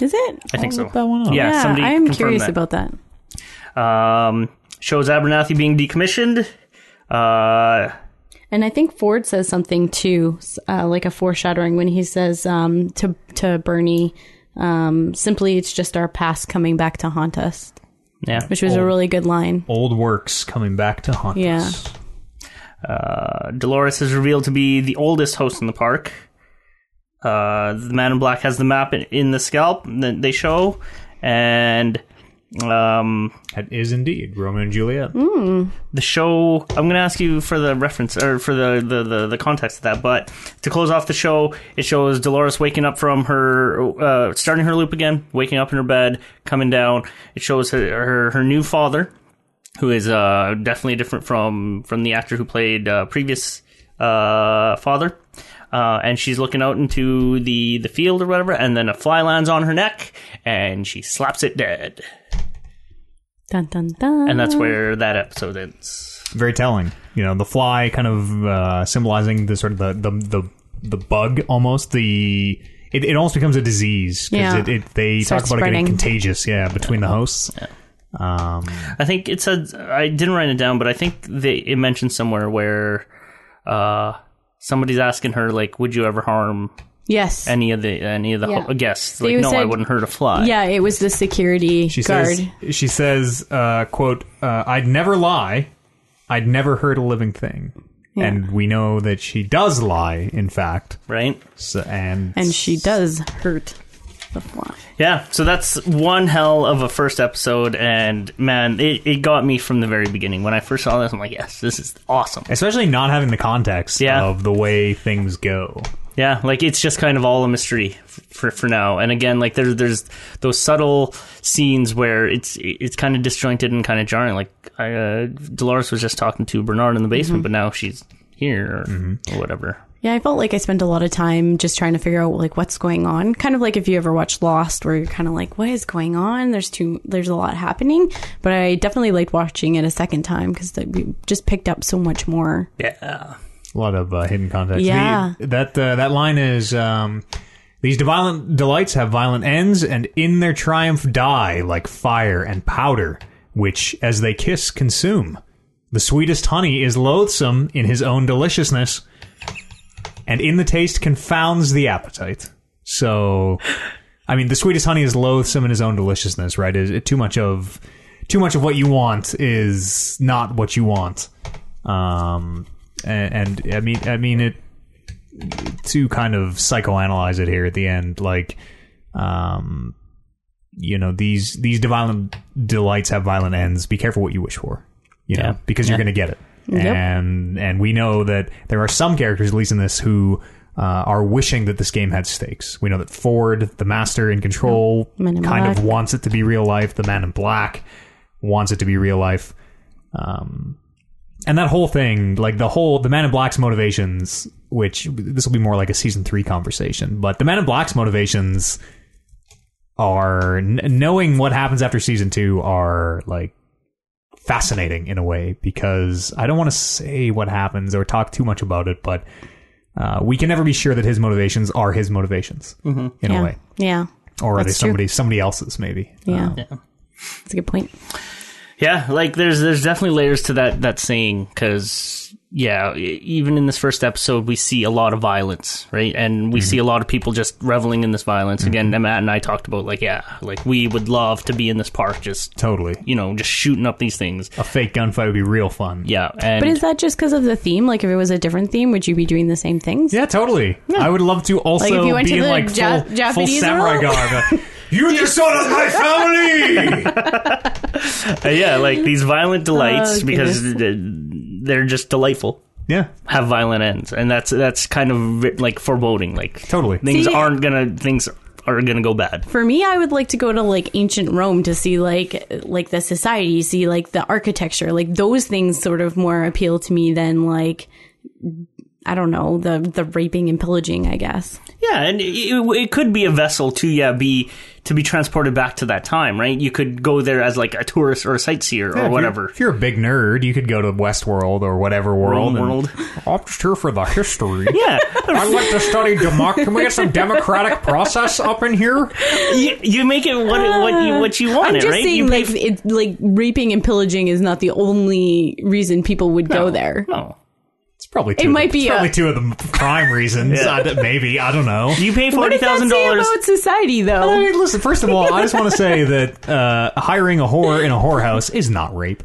C: is it
B: I think so.
A: that one up.
B: Yeah,
C: yeah
B: somebody
C: i'm
B: confirmed
C: curious
B: that.
C: about that
B: Um, shows Abernathy being decommissioned. Uh,
C: And I think Ford says something too, uh, like a foreshadowing when he says um, to to Bernie, um, "Simply, it's just our past coming back to haunt us,"
B: yeah,
C: which was
A: Oh.
C: a really good line.
A: Old works coming back to haunt
C: Yeah.
A: us.
B: Uh, Dolores is revealed to be the oldest host in the park. uh, the man in black has the map in, in the scalp that they show, and um,
A: That is indeed Romeo and Juliet.
B: the show. I'm going to ask you for the reference or for the, the, the, the context of that. But to close off the show, it shows Dolores waking up from her uh, starting her loop again, waking up in her bed, coming down. It shows her her, her new father, who is uh, definitely different from from the actor who played uh, previous uh, father. Uh, and she's looking out into the, the field or whatever, and then a fly lands on her neck, and she slaps it dead.
C: Dun dun dun.
B: And that's where that episode ends.
A: Very telling. You know, the fly kind of uh, symbolizing the sort of the the, the, the bug almost the. It, it almost becomes a disease because
C: Yeah.
A: it, it, they talk
C: Starts
A: about it
C: spreading.
A: getting contagious. Yeah, between the hosts. Um,
B: I think it said I didn't write it down, but I think they it mentioned somewhere where uh, somebody's asking her like, "Would you ever harm
C: yes.
B: any of the any of the
C: Yeah.
B: ho- guests?"
C: They
B: Like, no, I
C: said-
B: wouldn't hurt a fly.
C: yeah, it was the security
A: She
C: guard.
A: says, she says, uh, quote, uh, I'd never lie. I'd never hurt a living thing. And we know that she does lie, in fact.
B: right.
A: So, and
C: and she does hurt the fly.
B: Yeah, so that's one hell of a first episode, and man, it, it got me from the very beginning. When I first saw this, I'm like, yes, this is awesome.
A: especially not having the context
B: Yeah.
A: of the way things go.
B: Yeah, like it's just kind of all a mystery f- for for now. And again, like there's there's those subtle scenes where it's it's kind of disjointed and kind of jarring. Like I, uh, Dolores was just talking to Bernard in the basement, but now she's here or, or whatever.
C: Yeah, I felt like I spent a lot of time just trying to figure out like what's going on. Kind of like if you ever watch Lost, where you're kind of like, what is going on? There's too, there's a lot happening. But I definitely liked watching it a second time because we just picked up so much more.
B: Yeah,
A: A lot of uh, hidden context.
C: Yeah.
A: The- that, uh, that line is, um, these violent delights have violent ends, and in their triumph die like fire and powder, which, as they kiss, consume. The sweetest honey is loathsome in his own deliciousness, and in the taste confounds the appetite. So, I mean, the sweetest honey is loathsome in his own deliciousness, right? Is too much of too much of what you want is not what you want. Um, and, and I mean, I mean it to kind of psychoanalyze it here at the end, like, um, you know, these these divine delights have violent ends. Be careful what you wish for, you know,
B: Yeah.
A: because you're
B: Yeah.
A: going to get it.
C: Yep.
A: And and we know that there are some characters, at least in this, who uh, are wishing that this game had stakes. We know that Ford, the master in control,
C: Men in
A: kind of
C: Black.
A: wants it to be real life. The man in black wants it to be real life. Um, and that whole thing, like the whole the Man in Black's motivations, which this will be more like a season three conversation, but the Man in Black's motivations are n- knowing what happens after season two are like fascinating in a way because I don't want to say what happens or talk too much about it, but uh, we can never be sure that his motivations are his motivations in
C: yeah.
A: a way,
C: Yeah.
A: or are they
C: That's true.
A: somebody somebody else's maybe?
C: Yeah.
A: Um,
C: That's a good point.
B: yeah. Like there's there's definitely layers to that that saying because yeah, e- even in this first episode, we see a lot of violence, right? And we see a lot of people just reveling in this violence. Again, Matt and I talked about like yeah, like we would love to be in this park just
A: totally.
B: you know, just shooting up these things.
A: A fake gunfight would be real fun.
B: Yeah, and
C: But is that just because of the theme? Like, if it was a different theme, would you be doing the same things?
A: Yeah, totally. I would love to also
C: Like, if you went
A: be
C: to
A: in
C: the
A: like
C: Ja-
A: full, full
C: Japanese
A: samurai
C: role?
A: garb. Uh, you dishonored my family.
B: uh, yeah, like these violent delights
C: Oh,
B: because th- they're just delightful
A: yeah,
B: have violent ends, and that's that's kind of ri- like foreboding. Like
A: Totally.
B: things
C: See-
B: aren't gonna things are gonna go bad.
C: For me, I would like to go to like ancient Rome to see like like the society, see like the architecture, like those things sort of more appeal to me than like I don't know the the raping and pillaging. I guess.
B: Yeah, and it, it could be a vessel to yeah be to be transported back to that time, right? You could go there as like a tourist or a sightseer
A: Yeah, if
B: or
A: you're-
B: whatever.
A: If you're, a big nerd, you could go to Westworld or whatever world.
B: Rome
A: and-
B: world.
A: I'm just here for the history.
B: Yeah,
A: I'd like to study democracy. Can we get some democratic process up in here?
B: you, you make it what it- what you, what you want
C: Ah, I'm
B: it,
C: just
B: right?
C: saying,
B: you pay
C: like it, like raping and pillaging is not the only reason people would go there.
B: no.
A: It's probably two
C: It
A: of
C: might
A: the- it's
C: be
A: probably
C: a-
A: two of the prime reasons. I d- maybe I don't know.
B: You pay
C: What
B: forty
C: does that
B: thousand
C: say
B: dollars.
C: about society,
A: I
C: though?
A: mean, listen. First of all, I just want to say that uh, hiring a whore in a whorehouse is not rape.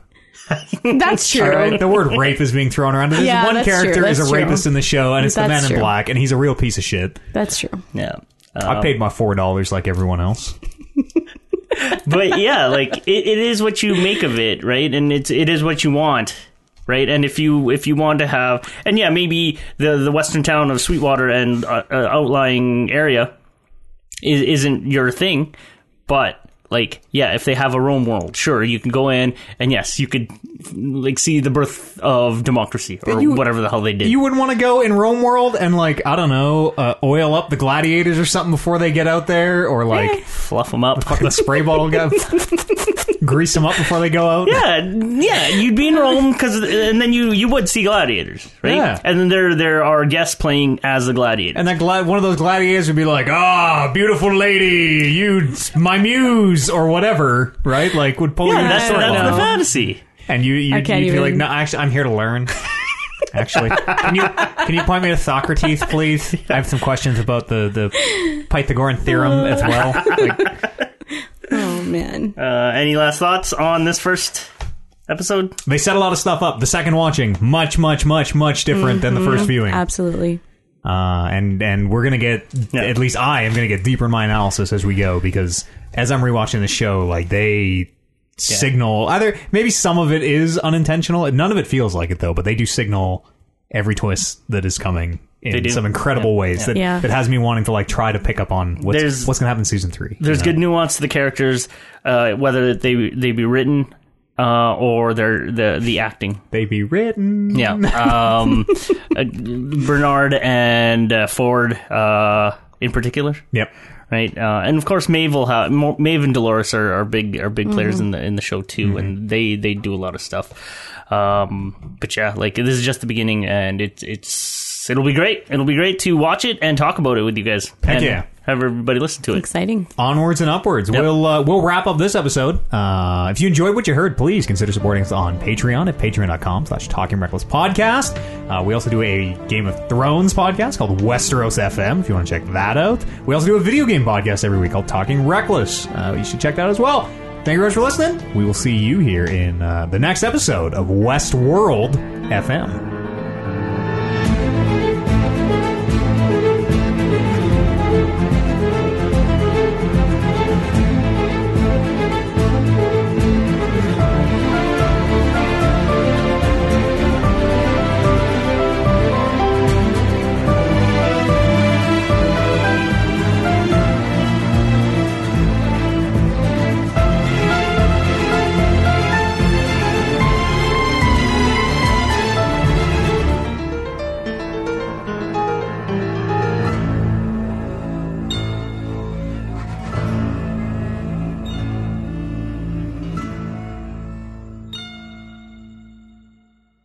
C: That's true.
A: All right, the word rape is being thrown around. There's
C: Yeah,
A: one
C: that's true,
A: character is
C: that's
A: a
C: true.
A: rapist in the show, and it's the
C: That's
A: man in
C: true.
A: black, and he's a real piece of shit.
C: That's true.
B: Yeah.
C: Oh.
A: I paid my four dollars like everyone else.
B: but yeah, like it, it is what you make of it, right? And it's it is what you want, right? And if you if you want to have, and yeah, maybe the the western town of Sweetwater and uh, uh, outlying area is, isn't your thing, but like yeah, if they have a Rome world, sure, you can go in and yes, you could like see the birth of democracy or
A: you-
B: whatever the hell they did.
A: You wouldn't want to go in Rome World and like I don't know, uh, oil up the gladiators or something before they get out there, or
C: Eh.
A: like
B: fluff them up.
A: the spray bottle guy, grease them up before they go out.
B: Yeah, yeah, you'd be in Rome because, and then you you would see gladiators, right?
A: Yeah.
B: And then there there are guests playing as the gladiator.
A: And that gla- one of those gladiators would be like, "Ah, beautiful lady, you, my muse, or whatever," right? Like would pull your
B: And that's
A: sword
B: that's
A: on.
B: the fantasy.
A: And you, you
C: I
A: you'd
C: can't
A: be like,
C: even-
A: no, actually, I'm here to learn. actually, can you can you point me to Socrates, please? I have some questions about the the Pythagorean theorem as well. Like,
C: Oh man.
B: Uh, any last thoughts on this first episode?
A: they set a lot of stuff up. The second watching, much, much, much, much different than the first
C: Mm-hmm.
A: viewing. Uh,
C: Absolutely.
A: and and we're gonna get
B: Yeah.
A: at least I am gonna get deeper in my analysis as we go because as I'm rewatching the show, like they. Signal either maybe some of it is unintentional. None of it feels like it though, but they do signal every twist that is coming in
B: do.
A: some incredible ways That,
C: Yeah.
A: that has me wanting to like try to pick up on what's
B: There's-
A: what's gonna happen in season three.
B: There's good nuance to the characters, uh, whether they they be written uh, or their the the acting.
A: They be written.
B: Yeah, um, uh, Bernard and uh, Ford uh, in particular.
A: Yep.
B: right? Uh, and of course, Maeve will have Mo- Maeve and Dolores are, are big are big players in the in the show too,
A: Mm-hmm.
B: and they they do a lot of stuff. Um, but yeah, like this is just the beginning, and it's it's it'll be great. It'll be great to watch it and talk about it with you guys.
A: Heck
B: and
A: yeah.
B: Have everybody listen to it.
C: Exciting.
A: Onwards and upwards. We'll uh, we'll wrap up this episode. Uh, if you enjoyed what you heard, please consider supporting us on Patreon at patreon.com slash talking reckless podcast. Uh, we also do a Game of Thrones podcast called Westeros FM if you want to check that out. We also do a video game podcast every week called Talking Reckless. Uh, you should check that out as well. Thank you very much for listening. We will see you here in uh, the next episode of Westworld FM.